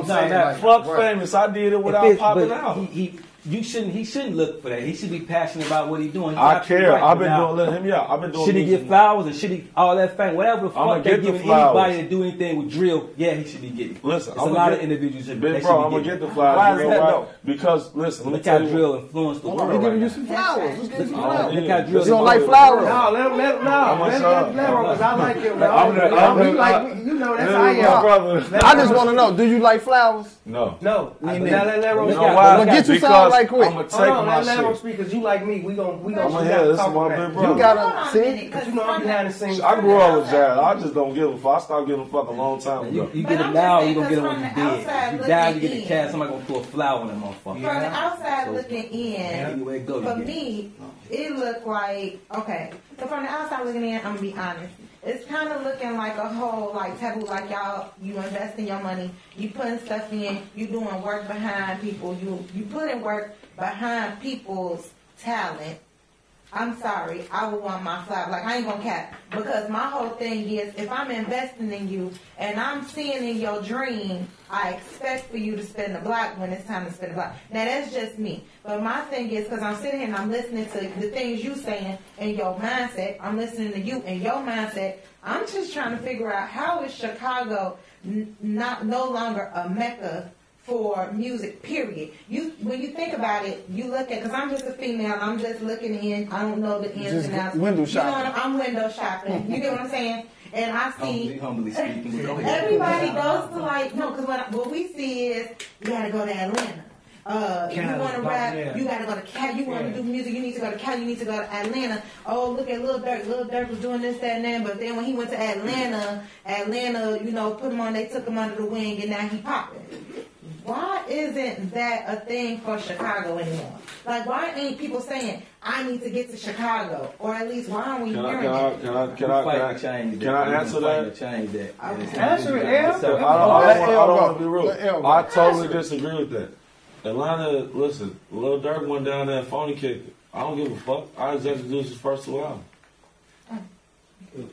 B: Fuck
F: saying. Like,
B: famous. I did it
F: If
B: without
F: it's-
B: popping
F: but
B: out.
F: He, he, you shouldn't. He shouldn't look for that. He should be passionate about what he's doing. He
B: I
F: got
B: care.
F: right
B: I've been
F: now.
B: doing. Let him. Yeah, I've been doing.
F: Should he
B: music.
F: get flowers and should he all that fame? Whatever the
B: I'ma
F: fuck they
B: get the
F: giving
B: flowers.
F: anybody to do anything with drill, yeah, he should be getting.
B: Listen,
F: it's
B: I'ma
F: a lot
B: get-
F: of individuals that
B: Big
F: that
B: bro,
F: should
B: I'm
F: be
B: gonna
F: getting.
B: get the flowers.
F: Why
B: You
F: is
B: know
F: that
B: why?
F: though?
B: Because listen, let me
F: Look
B: tell
F: how
B: you what-
F: drill influenced the
B: Hold
F: world.
B: on,
F: right
B: right
F: now.
D: some flowers. Let's get some
B: I don't
D: flowers.
B: need
F: Look how
B: it.
F: drill
D: You don't like flowers?
C: No, let him, let him, no,
B: I'm
C: let him,
B: sorry.
C: let him, let him, because I like him, bro.
B: I'm the- I'm
C: You
B: the-
C: like, you know, that's
B: Let
C: how I
B: him know,
C: am.
B: brother.
D: I just want to know, do you like flowers?
B: No.
C: No,
D: Me
C: I-
D: neither.
C: now let Lero
B: You
C: speak.
B: know why?
D: Well, get you
B: Because
D: some right quick.
B: I'm gonna take
C: Hold on,
B: my
C: let Lero
B: shit.
C: speak, because you like me, we gon' we
B: I'm
C: gon'
B: gonna
C: we
B: hear
C: gotta
B: this
C: talk
B: is my
C: about
B: big
C: it.
B: brother.
D: You gotta see.
C: But you know I'm behind the scenes.
B: I grew up with jazz. I just don't give a fuck. I stopped giving a fuck a long time
F: You,
B: ago.
F: you
G: But
F: get it
G: I'm just
F: now, you
G: saying,
F: gonna get it
G: 'cause
F: when you
G: from the outside
F: dead. You die, you
G: looking
F: get a
G: in.
F: cast. Somebody gonna throw a flower in that motherfucker.
G: From the outside looking in,
F: Anywhere it go, you
G: for
F: get it.
G: me, it looked like okay. So from the outside looking in, I'm gonna be honest. It's kind of looking like a whole like taboo. Like y'all, you investing your money, you putting stuff in, you doing work behind people, you you putting work behind people's talent. I'm sorry, I would want my flower. Like I ain't gonna cap because my whole thing is if I'm investing in you and I'm seeing in your dream, I expect for you to spend the block when it's time to spend the block. Now that's just me, but my thing is because I'm sitting here and I'm listening to the things you saying and your mindset. I'm listening to you and your mindset. I'm just trying to figure out how is Chicago n- not no longer a mecca for music period you when you think about it you look at because i'm just a female i'm just looking in i don't know the ins
D: Just
G: and outs
D: window
G: you know
D: shopping.
G: what, i'm window shopping you get what i'm saying and i see
F: Humbly, humbly speaking. Go ahead.
G: everybody goes to like no because what, I- what we see is you gotta go to atlanta uh, you
C: Cali,
G: want to
C: like,
G: rap,
C: yeah.
G: you gotta go to Cali. You want to
C: Yeah.
G: do music, you need to go to Cali. You need to go to Atlanta. Oh, look at Lil Durk. Lil Durk was doing this, that, and that. But then when he went to Atlanta, Atlanta, you know, put him on. They took him under the wing, and now he popping. Why isn't that a thing for Chicago anymore? Like, why ain't people saying, I need to get to Chicago? Or at least, why aren't we
B: Can I,
G: hearing
B: can I,
G: it?
B: can I, can
F: We
B: I,
F: fight
B: can I,
F: to change
B: can I
F: We
B: answer
F: gonna fight
B: that?
F: to change that.
C: Answer it, Al.
B: I don't,
F: So,
B: I
D: Let
B: don't,
D: L
B: want
D: go.
B: to be
D: Let L
B: real.
D: go.
B: I totally disagree with that. Atlanta, listen, Lil Durk went down there and phony kicked it. I don't give a fuck. I just introduced his first two albums.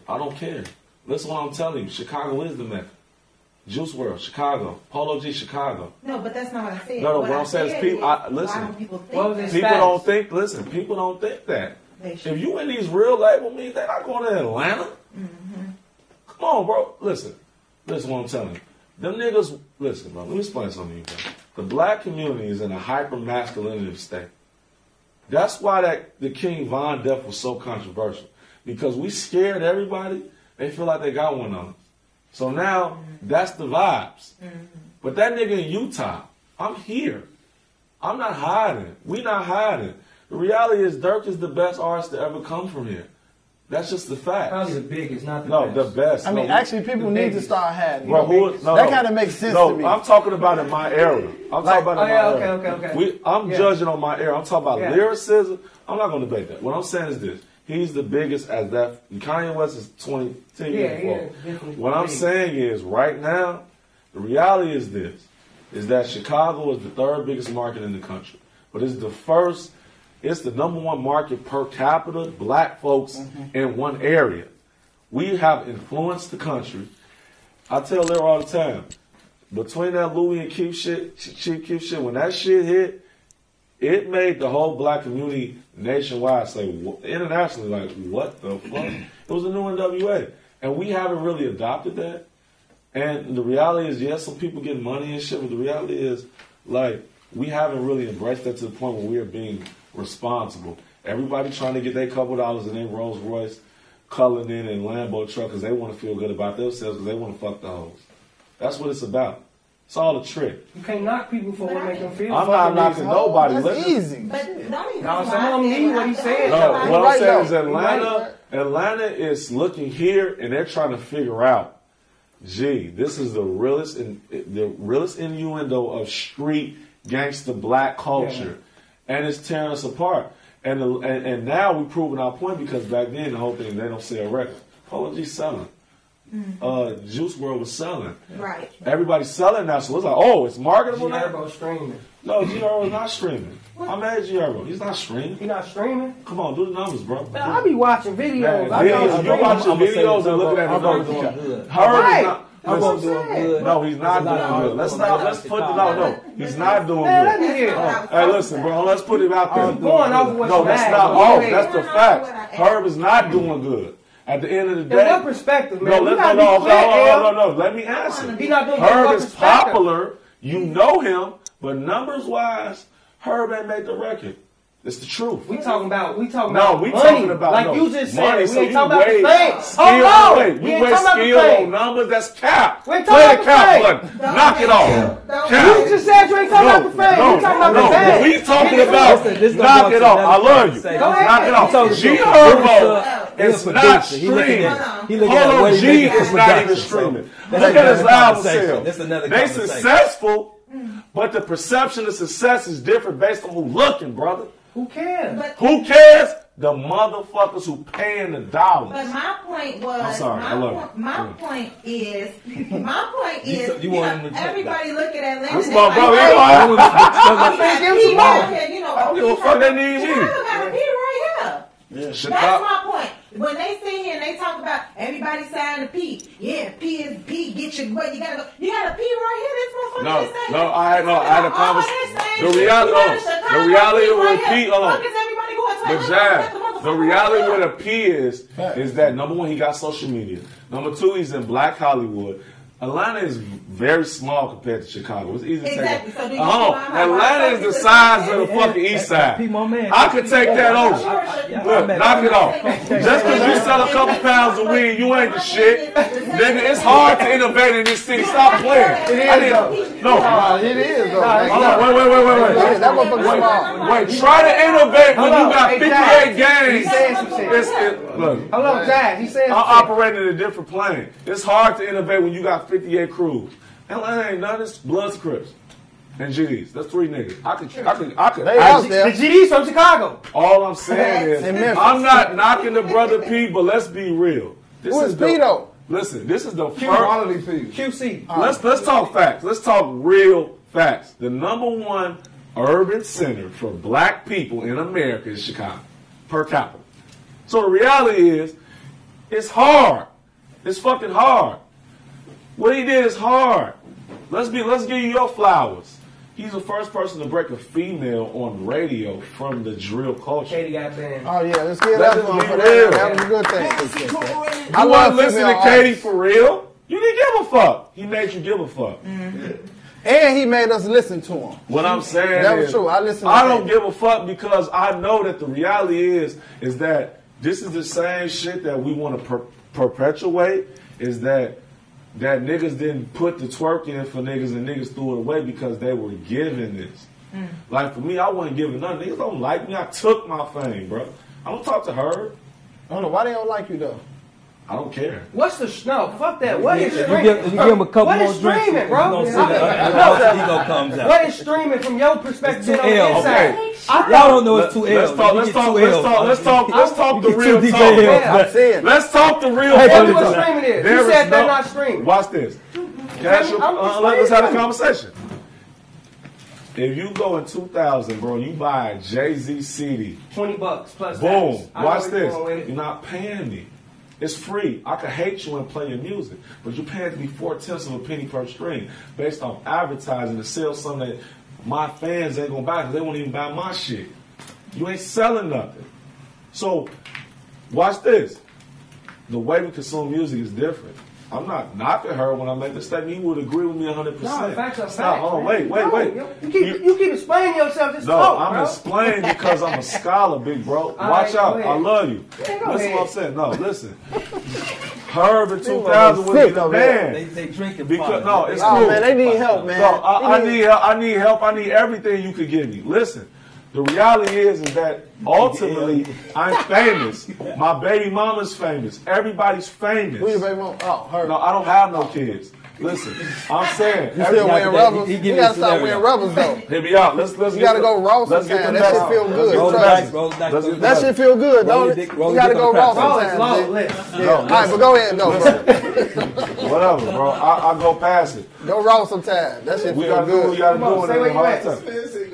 B: I don't care. Listen what I'm telling you. Chicago is the mecca. Juice World, Chicago. Polo G, Chicago.
G: No, but that's not what I said.
B: No, no,
G: what
B: what I'm
G: I
B: saying is
G: said
B: people- I-
G: Why
B: listen.
G: don't people think
C: What was
G: that?
C: It's
B: people
C: facts.
B: don't think. Listen, people don't think that.
G: They
B: If
G: should.
B: you in these real label meetings, they're not going to Atlanta.
G: Mm-hmm.
B: Come on, bro. Listen, listen. What I'm telling you, them niggas. Listen, bro. Let me explain something to you. Bro. The black community is in a hyper masculinity state. That's why that the King Von death was so controversial because we scared everybody. They feel like they got one on us. So now
H: Mm-hmm.
B: that's the vibes. But that nigga in Utah, I'm here. I'm not hiding. We not hiding. The reality is Dirk is the best artist to ever come from here. That's just the fact.
H: Probably the biggest, not the
B: no,
H: best.
B: the best.
D: I
B: No,
D: mean,
B: we-
D: actually, people
H: the
D: need to
H: biggest.
D: start having.
B: Bro, who- no,
D: that
B: no.
D: kind of makes sense
B: no,
D: to me.
B: I'm talking about in my era. I'm talking about in
C: oh,
B: my
C: yeah,
B: era.
C: okay, okay, okay.
B: We, I'm
C: Yeah.
B: judging on my era. I'm talking about
C: Yeah.
B: lyricism. I'm not going to debate that. What I'm saying is this: He's the biggest as that. Kanye West is 20, 10
C: Yeah,
B: years
C: he
B: forward.
C: is definitely
B: What I'm
C: big.
B: saying is, right now, the reality is this: is that Chicago is the third biggest market in the country, but it's the first It's the number one market per capita, black folks
C: Mm-hmm.
B: in one area. We have influenced the country. I tell her all the time, between that Louis and Keith shit, Chief Keith shit, when that shit hit, it made the whole black community nationwide say, "Wha- internationally, like, what the fuck? it was a new NWA. And we haven't really adopted that. And the reality is, yes, some people get money and shit, but the reality is, like, we haven't really embraced that to the point where we are being responsible. Everybody trying to get their couple dollars in their Rolls Royce, Cullinan, and Lambo truck because they want to feel good about themselves because they want to fuck the hoes. That's what it's about. It's all a trick.
C: You can't knock people for what make them feel.
B: I'm not knocking nobody. listen.
G: But don't even.
C: No, some of them need what he said.
B: No, Oh, what I'm saying is
C: Right.
B: Atlanta. Atlanta is looking here, and they're trying to figure out. Gee, this is the realest in, the realest innuendo of street gangster black culture, and it's tearing us apart. And, the, and and now we're proving our point because back then the whole thing they don't sell records. Polo G selling, uh, Juice World was selling.
G: Right.
B: Everybody's selling now, so it's like, oh, it's marketable now.
C: Gerbo streaming.
B: No, G.R.O. is not streaming. I'm mad at G.R.O. He's not streaming. He's
C: not streaming?
B: Come on, do the numbers, bro.
C: But I be watching videos. I
B: videos,
C: know
B: you watch the
C: streaming.
B: videos and looking at the
F: Herbo
B: numbers.
F: doing
B: Herb
F: good.
B: is not.
F: Herbo
B: listen,
F: doing good.
B: No, he's not
F: That's a lot
B: doing
F: of
B: good. Let's
F: Herbo.
B: not. Let's put it out. No, he's not doing
C: Man, let me
B: good.
C: hear it.
B: Oh, Hey, listen, bro. Let's put it out there.
C: I'm going off what's
B: No, that's
C: bad.
B: not.
C: Go
B: Oh,
C: ahead.
B: that's the fact. Herb is not doing good. At the end of the
C: In what
B: day,
C: perspective, man?
B: no,
C: We
B: let no,
C: gotta
B: no,
C: be
B: okay,
C: clear,
B: hold
C: L.
B: on, no, no, Let me answer.
C: He not doing
B: Herb
C: good
B: is
C: perspective.
B: popular. You know him, but numbers wise, Herb ain't made the record. It's the truth.
C: We talking about we talking
B: No,
C: about
B: we
C: money.
B: talking about
C: like
B: no,
C: you just said.
B: money,
C: we
B: so
C: ain't
B: you
C: talking about
B: weigh
C: the thing.
B: Skill,
C: Oh no,
B: wait,
C: we
B: you
C: ain't
B: weigh
C: talking about the
B: skill on
C: thing.
B: numbers. That's cap.
C: We
B: Play
C: ain't
B: the
C: talking about the
B: cap
C: fame.
B: button. Knock it off.
C: You just said you ain't talking about the fame.
B: No,
C: we talking about
B: no,
C: the fame.
B: we talking
C: Nigga,
B: about
C: listen,
E: this gonna
B: knock
E: go
B: it
E: to
B: off. I
E: another
B: love you.
E: conversation.
C: Go ahead.
B: Knock it off.
E: He's a
B: G
E: producer.
B: Herbo is
E: He's a
B: not
E: producer. He looking
B: streaming.
E: at- he looking at
B: Polo
E: what he
B: G
E: making for
B: is not even
E: production, so
B: streaming.
E: that's
B: Look at his
E: another
B: album
E: conversation.
B: sales.
E: That's another
B: They
E: conversation.
B: successful, but the perception of success is different based on who looking, brother.
C: Who cares?
G: But,
B: Who cares? The motherfuckers who paying the dollars.
G: but my point was.
B: I'm sorry,
G: My,
B: I love
G: point,
B: you.
G: my point is. My point
F: You
G: is.
F: t- you
G: know,
F: want him to talk
G: everybody look at Atlanta.
B: This
G: they
B: my
G: like,
B: brother.
G: "Hey,
B: That's why I-
G: we got people out here, You know,
B: I don't give a
G: we
B: fuck.
G: got-
B: They need
G: Chicago
B: me.
G: got a beat right here. That's
B: Chicago.
G: my point. When they sit here and they talk about everybody signing a P, yeah, P is P. Get your what you gotta go. You got a P right here. This motherfucker
B: No,
G: is saying.
B: no, I had- no, I had a convers- the reality- no, the reality
G: The reality
B: with
G: right
B: a
G: here.
B: P, hold on.
G: Fuck is everybody going to
B: But
G: Atlanta?
B: Jazz, the
G: Motherfucker
B: reality
G: right
B: with a
G: here.
B: P is is that number one, he got social media. Number two, he's in Black Hollywood. Atlanta is very small compared to Chicago. It's easy to
G: Exactly.
B: take.
G: So do you
B: Oh,
G: see why my
B: Atlanta
G: motherfuckers
B: is the
G: is
B: size of the
G: like
B: fucking East Side.
F: P, my man.
B: I could take that over.
G: Sure, sure.
B: Look, knock it off. Just because you sell a couple pounds of weed, you ain't the shit. Nigga, it's hard to innovate in this city. Stop playing. I didn't- No.
D: Nah, it is though.
B: Hold on, wait, wait, wait, wait,
D: That
B: wait.
D: motherfucker small.
B: Wait, try to innovate when you
C: Hello,
B: got
C: hey,
B: 58
C: He
B: games.
C: said some shit.
B: It's, it, look,
C: Hello, Jazz. He said
B: I operate in a different plane. It's hard to innovate when you got 58 crews. Atlanta ain't none. It's Bloods, Crips, and GDs. That's three niggas. I could, I could, I could.
D: They
B: I
D: out
B: just-
C: the
D: there.
C: GD's from Chicago.
B: all I'm saying is,
D: In Memphis.
B: I'm not knocking the brother P, but let's be real. This
D: Who is
B: the-
D: P, though?
B: Listen, this is the first.
I: Quality people.
C: QC.
B: Let's let's talk facts. Let's talk real facts. The number one urban center for black people in America is Chicago per capita. So the reality is, it's hard. It's fucking hard. What he did is hard. Let's be let's give you your flowers. He's the first person to break a female on radio from the drill culture.
C: Katie got banned.
D: Oh yeah, let's get
B: Let's
D: that one
B: be
D: for that.
B: real.
D: That was a good thing. I
B: I
D: love
B: wasn't listening
D: female
B: to Katie
D: artists.
B: for real. You didn't give a fuck. He made you give a fuck.
D: And he made us listen to him.
B: What I'm saying
D: That was
B: is,
D: true. I listened to
B: I don't
D: that.
B: give a fuck because I know that the reality is is that this is the same shit that we want to per- perpetuate. Is that that niggas didn't put the twerk in for niggas and niggas threw it away because they were given this. Like for me, I wasn't giving nothing. Niggas don't like me. I took my fame, bro. I don't talk to her.
D: I don't know why they don't like you though.
B: I don't care.
C: What's the sh- no? Fuck that. What is
F: If you
C: streaming?
F: give, if you give him a couple
C: What
F: more
C: is
F: drinks,
C: streaming,
F: you
C: bro?
F: gonna see
C: I
F: the
C: mean,
F: other
C: no,
F: alter ego comes out.
C: What is streaming from your perspective
F: It's two
C: on the
F: L's.
C: inside?
B: Okay.
C: I
F: Y'all
C: thought
F: don't know it's two
B: Let's
F: L's.
B: talk.
F: You
B: Let's
F: get
B: talk.
F: two
B: Let's
F: L's.
B: talk. Let's talk. Let's talk the
F: You get two
B: real
F: DJ
B: talk.
F: L's.
C: Yeah.
D: I'm saying.
B: Let's talk the real
C: Tell me
B: fucking
C: what
B: talk.
C: streaming is.
B: There
C: You
B: is
C: said they're
B: no-
C: not streaming.
B: Watch this. Cash,
C: I'm-
B: your-
C: I'm
B: uh,
C: just
B: let- let's have a
C: saying.
B: conversation. If you go in 2000, bro, you buy Jay Z CD.
C: 20 bucks plus
B: Boom.
C: tax. I
B: Watch
C: already
B: this.
C: going with it.
B: You're not paying me. It's free. I could hate you and play your music, but you're paying me four tenths of a penny per stream based on advertising to sell something that my fans ain't gonna buy because they won't even buy my shit. You ain't selling nothing. So, watch this. The way we consume music is different. I'm not knocking her when I make the statement. You would agree with me 100%.
C: No, facts are
B: Stop.
C: facts,
B: Hold on. Wait,
C: man.
B: wait,
C: No,
B: wait.
C: You, you keep, you, keep explaining yourself. Just
B: No,
C: talk,
B: I'm
C: bro.
B: explaining because I'm a scholar, big bro.
C: right,
B: Watch
C: go
B: out.
C: ahead.
B: I love you.
C: Yeah,
B: listen
C: go
B: to what I'm
C: ahead.
B: saying. No, listen. Herb in
D: They were
B: 2000 was
D: sick
B: the
D: over
B: man.
D: there.
F: They, they drinking
B: because,
F: fun.
B: no, it's
D: Oh,
B: cool.
D: man, they need help, man.
B: No, I, I
D: They
B: need help. I need help. I need everything you could give me. Listen, the reality is, is that ultimately I'm famous. My baby mama's famous. Everybody's famous.
D: Who your baby mom? Oh, her.
B: No, I don't have no kids. Listen, I'm saying.
D: You still
B: everybody-
D: wearing rubbers? you gotta stop wearing rubbers though.
B: Hit me out. Let's let's.
D: You
B: get
D: gotta
B: the-
D: go raw
B: Let's get the
D: sometime. That shit
B: message.
D: feel good.
B: Let's get
D: Roll
B: the
D: the
B: message.
D: dice,
F: roll the dice,
B: Let's
F: roll
B: get
F: the
B: the
D: That shit feel good,
F: Roll
D: don't
F: your
D: it?
F: dick- roll
D: You
F: your
D: gotta
F: dick
D: go
F: on the
D: raw
F: crack.
C: Bro, it's low.
D: sometimes. Dick.
C: Listen.
D: Yeah. All right, but go ahead though, bro.
B: message. Whatever, bro. I, I go past it.
D: Go raw sometimes. That shit
B: We
D: feel
B: gotta do what we
D: good.
B: gotta
C: Come on,
B: do in
C: say where
B: the
C: you
B: hard
C: at.
B: time.
C: Hell,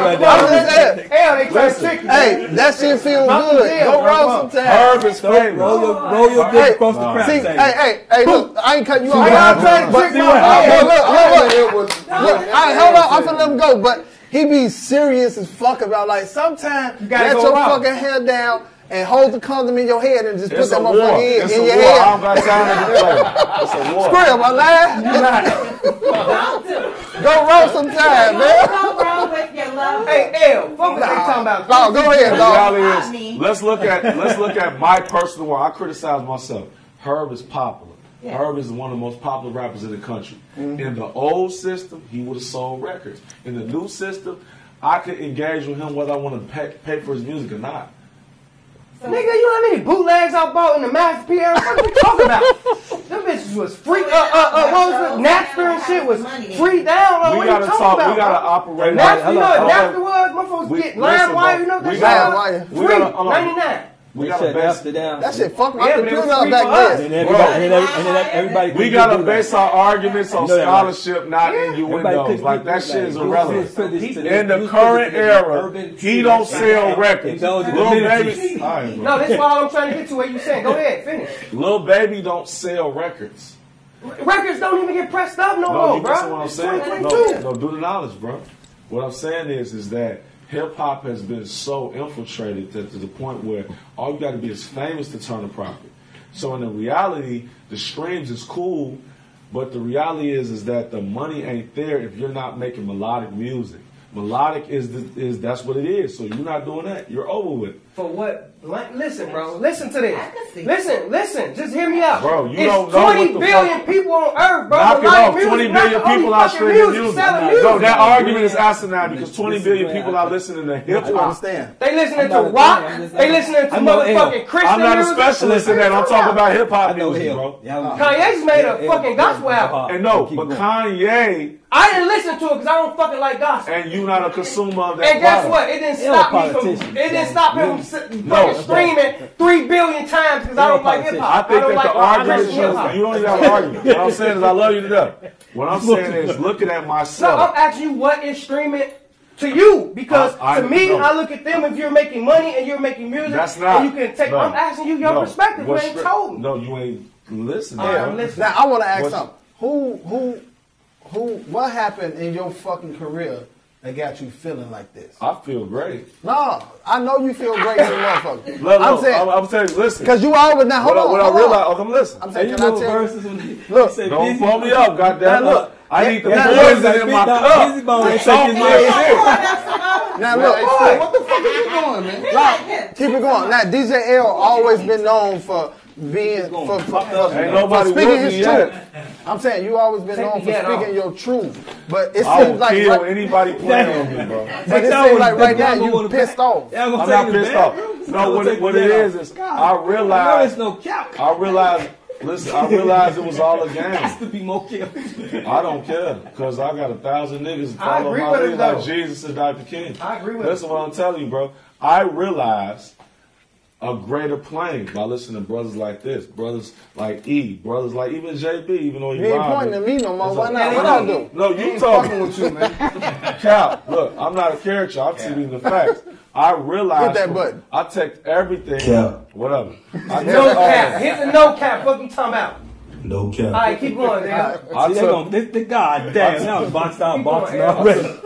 D: I'm just
C: no,
D: saying,
C: hell, they trying to
B: Listen.
C: trick you.
D: Hey, that shit feel good. Go raw sometimes.
B: Herb is famous.
F: Roll your, roll your
D: Hey,
F: dick across the crowd.
D: See, hey, hey, hey, look, I ain't cutting you off.
C: Hey, I'm trying to
D: But-
C: trick my
D: Hey,
C: man.
D: look, look, look. Look, I, hold on, I'm finna let him go, but he be serious as fuck about like sometimes
C: You gotta
D: let
C: go
D: your
C: raw.
D: fucking hair down and hold the condom in your head and just put
B: It's
D: that
B: a war.
D: motherfucker in,
B: It's a
D: in
B: war.
D: your
B: I don't
D: head.
B: got time to be playing. It's a war.
D: Scrim, I lied. go raw sometime, man.
G: Don't go wrong with your love.
C: Hey, L, fuck what they talking about.
D: No, go ahead,
B: The
D: dog.
G: Not
B: reality
G: me.
B: is, let's look at let's look at my personal one. I criticize myself. Herb is popular.
G: Yeah.
B: Herb is one of the most popular rappers in the country.
C: Mm-hmm.
B: In the old system, he would have sold records. In the new system, I could engage with him whether I want to pay, pay for his music or not.
C: Nigga, you know how many bootlegs I bought in the Max Pierre? What are you talking about? Them bitches was free. Uh, uh, uh, what was it? Napster and shit was free down. Uh,
B: we
C: what are
B: gotta
C: you talking
B: talk.
C: about?
B: we gotta
C: bro?
B: operate.
C: Napster, you know what
B: Hold on.
C: Napster was? My folks
B: We-
C: get
B: listen,
C: lime wire, you know
B: bro.
C: what
B: We
C: that
D: gotta-
C: shit
B: we
C: was? Free,
B: gotta- hold on.
C: 99.
B: We
F: They
B: got a
F: shut
B: base.
F: after down.
D: That shit fucked my
C: Yeah, but it was
D: computer
C: free
D: up
C: for us.
D: back
F: And
D: then.
F: then
B: Bro.
F: everybody, and every- and then everybody
B: We
F: think
B: gotta
F: do that.
B: base our arguments on
F: You know that, right?
B: scholarship, not
C: Yeah.
F: Everybody
B: innuendos.
F: think
B: Like
F: people
B: that shit is
F: like,
B: irrelevant.
F: you fit this to
B: In
F: this-
B: the
F: you fit
B: current
F: this to this
B: era,
F: urban
B: he
F: scene.
B: don't sell records.
F: those are the
B: Little
F: minutes.
B: baby, All right, bro.
C: No, that's why I'm trying to get to where you saying. Go ahead, finish.
B: Lil Baby don't sell records.
C: Records don't even get pressed up no,
B: No,
C: more,
B: you
C: bro.
B: that's what I'm
C: It's
B: saying. No,
C: 2022.
B: no, do the knowledge, bro. What I'm saying is, is that hip hop has been so infiltrated that to the point where all you got to be is famous to turn a profit. So in the reality, the streams is cool, but the reality is, is that the money ain't there if you're not making melodic music. Melodic is the, is that's what it is. So you're not doing that. You're over with. it.
C: For what? Like, listen, bro. Listen to this.
G: I can see.
C: Listen, listen. Just hear me out.
B: Bro, you
C: it's
B: don't know what the
C: 20 billion
B: fuck-
C: people on earth, bro.
B: Knock it
C: Melodic
B: off.
C: music
B: 20
C: not
B: billion
C: the only
B: people out
C: fucking
B: streaming
C: music,
B: music.
C: selling
F: No,
C: music.
B: No, that
F: Yeah.
B: argument is asinine because
F: This-
B: 20
F: this
B: billion
F: is where
B: people
F: I-
B: are listening to hip
D: You
B: hop.
D: understand?
C: They listening
F: I'm not
C: to
F: a-
C: rock.
F: I'm just-
C: they listening to
F: I know L.
C: motherfucking Christian
B: I'm not a
C: music.
B: specialist in that. I'm talking about hip
F: I
B: hop
F: know
B: music,
F: hell.
B: bro.
F: Y'all-
C: Kanye's made a
F: Yeah,
C: fucking
F: yeah,
C: gospel
F: yeah,
C: album.
F: yeah.
B: And no,
F: Keep
B: but
F: going.
B: Kanye
C: I didn't listen to it because I don't fucking like gospel.
B: and you not a consumer of that
C: And guess
B: product.
C: what? It didn't
F: Ill
C: stop me from.
F: politician.
C: It didn't stop him from si-
B: No.
C: fucking screaming three billion times because I
F: Ill
C: don't like hip
F: politician.
B: I
C: hop.
B: think
C: don't
B: that
C: like
B: the
C: rock. I
B: argument
C: listen to hip hop.
B: is you don't even have an argument. What I'm saying is I love you to death. What I'm saying is looking at
C: No, I'm
B: myself.
C: asking you what is streaming to you because
B: I- I-
C: to me,
B: no.
C: I look at them. If you're making money and you're making music,
B: That's not.
C: and you can take.
B: no,
C: I'm asking you your
B: no.
C: perspective. You
B: What's
C: ain't
B: stri-
C: told me.
B: No, you ain't listening.
C: All right,
B: bro.
C: I'm listening.
D: Now I want to ask
B: What's-
D: something. Who who who? What happened in your fucking career that got you feeling like this?
B: I feel great.
D: No, I know you feel great as a motherfucker.
B: Look,
D: I'm
B: look,
D: saying
B: I'm, I'm telling you, listen.
D: because you always now hold on.
B: what I, what
D: hold
B: I
D: on.
B: realized, okay, I'm listening.
D: I'm
F: And
D: saying,
F: you
D: can I
F: know
D: tell you?
F: verses when they
D: Look,
F: say
B: Don't
F: busy-
B: blow me up, goddamn.
F: Now look,
B: Look, I need the
F: now
B: poison
F: look,
B: in my
F: Big Dog
B: cup.
F: Busy Bone ain't
B: Take
F: taking
B: off
F: this
B: my
F: shit.
B: shit.
D: Now look,
I: What the fuck are you doing, man?
D: look, keep it going. Now DJ L always been known for being for, for, for,
B: Ain't nobody
D: for speaking
B: with
D: his
B: me
D: truth.
B: yet.
D: I'm saying you always been
C: Take
D: known
C: the
D: for
C: head off.
D: speaking your truth, but it
B: I will
D: seems like
B: kill
D: right,
B: anybody playing on me, bro.
D: but it
F: Y'all
D: seems
F: was-
D: like right now
F: y'all
D: you
F: wanna-
D: pissed off.
F: Y'all gonna
B: I'm
F: take
B: not
F: it
B: pissed
F: back?
B: off.
F: Y'all
B: No,
F: gonna
B: what it,
F: take
B: what
F: it
B: it
F: back?
B: is is I
F: I know it's
B: realized
F: no cap.
B: I realized listen, I realized it was all a
F: Has
B: game.
F: to be more cap.
B: I don't care because I got a thousand niggas
C: I
B: follow
C: agree
B: my
C: with
B: lead
C: it,
B: like
C: though.
B: Jesus and Dr. King.
C: I agree with
B: Listen what I'm telling you, bro. I realized a greater plane by listening to brothers like this, brothers like E, brothers like even JB, even though he
D: You ain't
B: rhyming.
D: pointing at me no more.
B: It's
D: Why
B: a-
D: not? What I do?
B: No,
D: He
B: you
D: ain't
B: talking
D: fucking with you, man.
B: Cap, look, I'm not a character. I'm speaking the facts. I realize
D: Hit that button.
B: I take everything.
K: Cap.
B: Whatever. I take
C: No
B: all
C: cap.
B: that.
C: Here's a no cap. Fuck you talking about.
K: No cap.
C: All right, keep going, nigga.
B: I
F: See, they
B: took-
F: gonna- this- this- God damn, now I'm boxed out, boxed
C: going,
F: out already.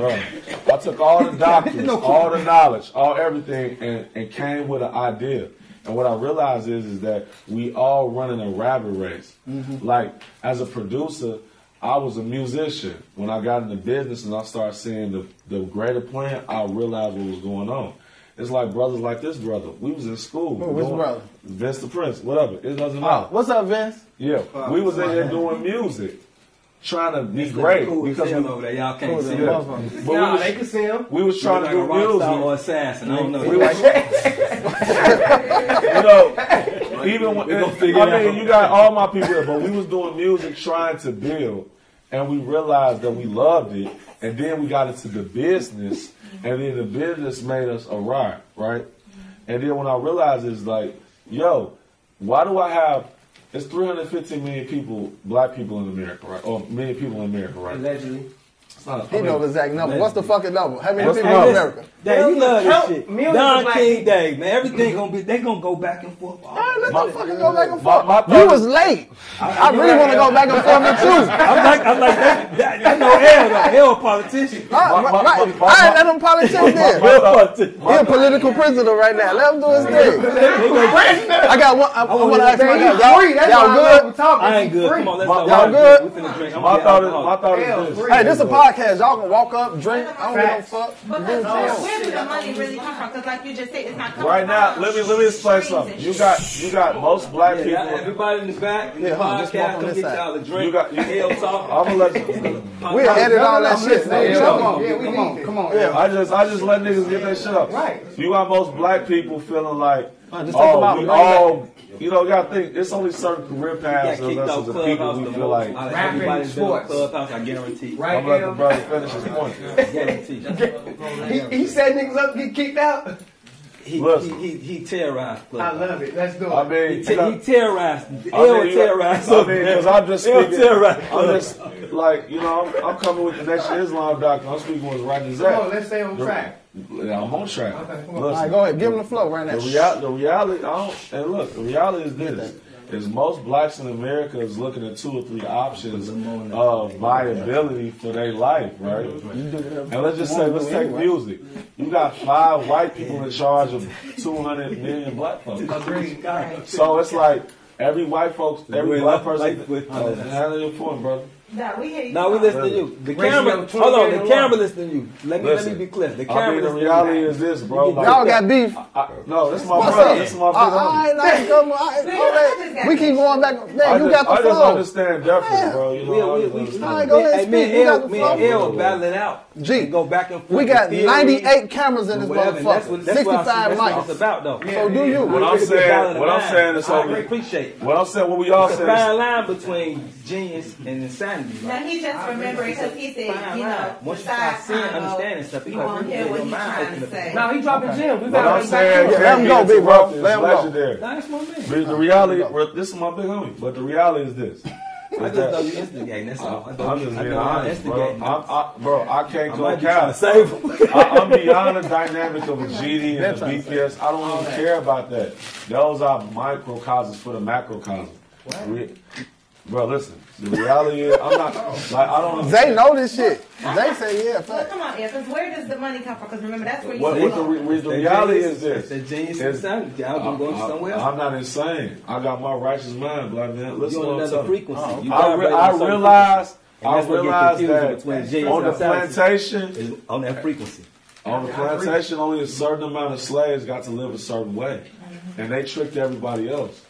B: Right. I took all the doctors, all the knowledge, all everything, and, and came with an idea. And what I realized is, is that we all running a rabbit race.
F: Mm-hmm.
B: Like as a producer, I was a musician. When I got into business and I started seeing the, the greater plan, I realized what was going on. It's like brothers like this brother. We was in school.
D: Who, which
B: doing-
D: brother?
B: Vince the Prince, whatever. It doesn't matter.
F: Oh.
D: What's up, Vince?
B: Yeah, we was in here doing music, trying to be great
F: Cool as
B: because
F: hell
B: we-
F: over there, y'all
D: Cool
F: can't
D: as
F: see
D: a
F: me.
B: Yeah.
D: motherfucker.
B: But
C: Nah,
B: we was-
C: they can see him.
B: we was trying to
F: like a
B: do
F: rock
B: music.
F: star or assassin. I don't know.
B: We was, you know, even when,
F: We gonna figure
B: I
F: it out.
B: mean, you got all my people here, but we was doing music trying to build, and we realized that we loved it, and then we got into the business, and then the business made us a ride, right? And then when I realized it's like, yo, why do I have? It's 315 million people, black people in America, right? Or million people in America, right?
C: Allegedly.
B: It's not. I
D: He
B: mean,
D: know the exact number. What's the fucking number? How many
B: What's the
D: people in
B: number?
D: America?
F: Dang, you love this
C: Count
F: shit.
C: millions of
F: Don
C: black
F: King
C: people.
F: Day, man. Everything gonna be. They gonna go back and forth. All right,
D: Let
B: My-
D: the fucking go back and
B: my-
D: forth.
B: my
D: you
B: thought-
D: was late. I really want to go back and forth with you.
F: I'm like, I'm like that. that I know L, though. L a politician.
D: My,
B: my-
D: my,
B: my- my-
D: I ain't let him politics
F: L
D: there.
F: a politician.
D: He a political prisoner right now. Let him do his thing. I got one. I, I want to ask my guys. Y'all, y'all good?
F: I ain't good. Come on, let's
B: My-
F: go.
B: y'all
D: good?
F: We finna drink. I'm
B: My
F: gonna
B: thought is,
F: get
B: my thought
C: Hell,
B: is this.
C: free.
D: Hey, this is a podcast. Y'all can walk up, drink. I don't give a
C: Facts.
D: fuck.
G: But
D: Do
G: look,
D: what
G: where,
D: you want.
G: where do the money really come from? Because like you just said, it's not coming
B: Right now,
G: from
B: let me let me explain
G: streams and
B: something. You
G: shit.
B: got you got most black
F: alcohol. Yeah,
B: people.
F: everybody in the back, in
D: Yeah,
F: the
D: hold on, just walk
F: podcast,
D: on
F: come
D: this
F: get
D: side.
F: y'all a drink.
B: You got- you-
F: L talk.
B: I'm gonna let you.
D: We'll edit all that shit. man. Come on.
I: Yeah, come on, come on.
B: I just I just let niggas get that shit up.
C: Right.
B: You got most black people feeling like
D: Uh, just take them out,
B: oh we
D: bring 'em
B: all you know you gotta think it's only certain career
F: Got
B: paths of
F: kicked
B: us
F: out
B: as a people
F: clubhouse.
B: we
F: the
B: feel
F: most-
B: like.
F: out of
C: Rapping,
F: everybody that's been on
C: sports.
F: clubhouse. I guarantee.
B: I'm
C: Right
B: gonna let the
C: now.
B: brother finish his point.
F: Guarantee.
C: He, he set niggas up to get kicked out.
F: He,
B: Listen.
F: he, he, he terrorized.
C: I
F: clubhouse.
C: love it. Let's do it.
B: I mean,
F: He,
B: you know-
F: te- he terrorized.
B: I
F: L
B: mean, you-
F: terrorized.
B: I mean, because I'm just
F: L
B: speaking.
F: terrorized.
B: I'm just like you know I'm, I'm coming with the Nation Islam doctrine. I'm speaking with right as
C: Come on,
B: that.
C: let's stay on track.
B: Yeah, I'm on track.
C: Okay, come on.
D: All right,
B: Listen,
D: go ahead. Give him the flow right now.
B: The, real, the reality, I don't, and look, the reality is this: is most blacks in America is looking at two or three options of viability for their life, right? And let's just say, let's take music. You got five white people in charge of two hundred million black folks. So it's like every white folks, every
F: Wait,
B: black
F: like-
B: person.
F: like-
B: Oh, handle your point, brother.
G: That we hear you.
F: Now we listen to you. The
C: Raise
F: camera,
C: your tune
F: hold on.
C: in
F: The
C: and
F: camera
C: one.
F: listen to you. Let me
B: Listen.
F: let me be clear. The
B: I
F: camera
B: mean, the
F: listen to
B: reality
F: you.
B: is this, bro. Like,
D: Y'all got beef.
B: I, no, this is my
D: What's
B: brother.
D: up?
B: This is my
D: I,
B: brother.
D: I ain't like, come on, I ain't- all that. We keep going back.
B: I
D: Man, you
B: just,
D: got
B: I
D: the
B: just
D: flow.
B: understand deference,
D: Yeah.
B: bro. You know,
F: We,
B: I
F: we,
B: just
F: we,
B: understand.
D: All right, go ahead,
F: Hey, me
D: speak.
F: and
D: You got
F: L,
D: the
F: me and
D: flow.
F: L battle it out.
D: G.
F: We go back and forth.
D: We
F: with
D: got
F: theory,
D: 98 cameras in this
F: whatever. That's
D: motherfucker.
F: what, that's what I,
D: 65
F: that's what it's
D: mics.
F: about, though.
D: So do you.
B: What I'm
F: It's a
B: saying-
F: battle of
B: what I'm
F: minds.
B: saying is
F: I
B: over-
F: appreciate.
B: What I'm saying, what we all
F: It's a
B: saying
F: fine
B: is,
F: line between genius and insanity. right?
G: Now he just remembered because he said,
F: Fine
G: you
F: line.
G: know,
F: Once you
G: besides
F: start seeing,
G: Congo,
F: understanding stuff, you
G: you
F: gotta
G: won't
F: really
G: hear
F: get
G: what
F: your
G: he's
F: mind
G: trying
F: open
G: to
F: a
G: say.
F: bit.
C: Now he dropping gems. We
B: what
C: got
B: I'm
C: to
B: saying,
D: Yeah, let
B: can't
D: him
B: be
D: go, big bro.
B: interrupted. It's
D: Let him go.
B: legendary.
F: Nah, That's my man.
B: But the reality, well, this is my big homie. But the reality is this.
F: I
B: Is
F: just know
B: that,
F: you instigating. That's all. I know
B: I'm
F: you-
B: just
F: I
B: being
F: know I'm
B: honest, bro.
F: instigating.
B: I'm, I, bro, I can't
F: I
B: go
F: might be trying to
B: count.
F: save him.
B: I, I'm beyond the dynamic of a GD and a BPS. I don't even care about that. Those are microcosms for the macrocosm. Re- bro, listen. The reality is, I'm not like I don't.
D: They know this shit. They say, yeah,
G: Well,
D: fuck.
G: come on, yeah, because where does the money come from? Because remember, that's where you
B: What, what the,
G: belong.
B: re- re- the
F: That
B: reality
F: genius-
B: is this.
F: That genius
B: Is-
F: insanity. I'll be going somewhere else.
B: I'm not insane. I got my righteous mind, black man. Listen
F: You're
B: to what
F: on
B: I'm
F: another
B: telling you.
F: frequency. You
B: Uh-huh. I, re-
F: vibrate on
B: I
F: certain
B: realized,
F: And
B: I
F: that's what get
B: realized
F: confusing
B: that
F: between genius
B: on the
F: and insanity.
B: plantation,
F: frequency. It's on that frequency.
B: on the plantation, only a certain amount of slaves got to live a certain way, and they tricked everybody else.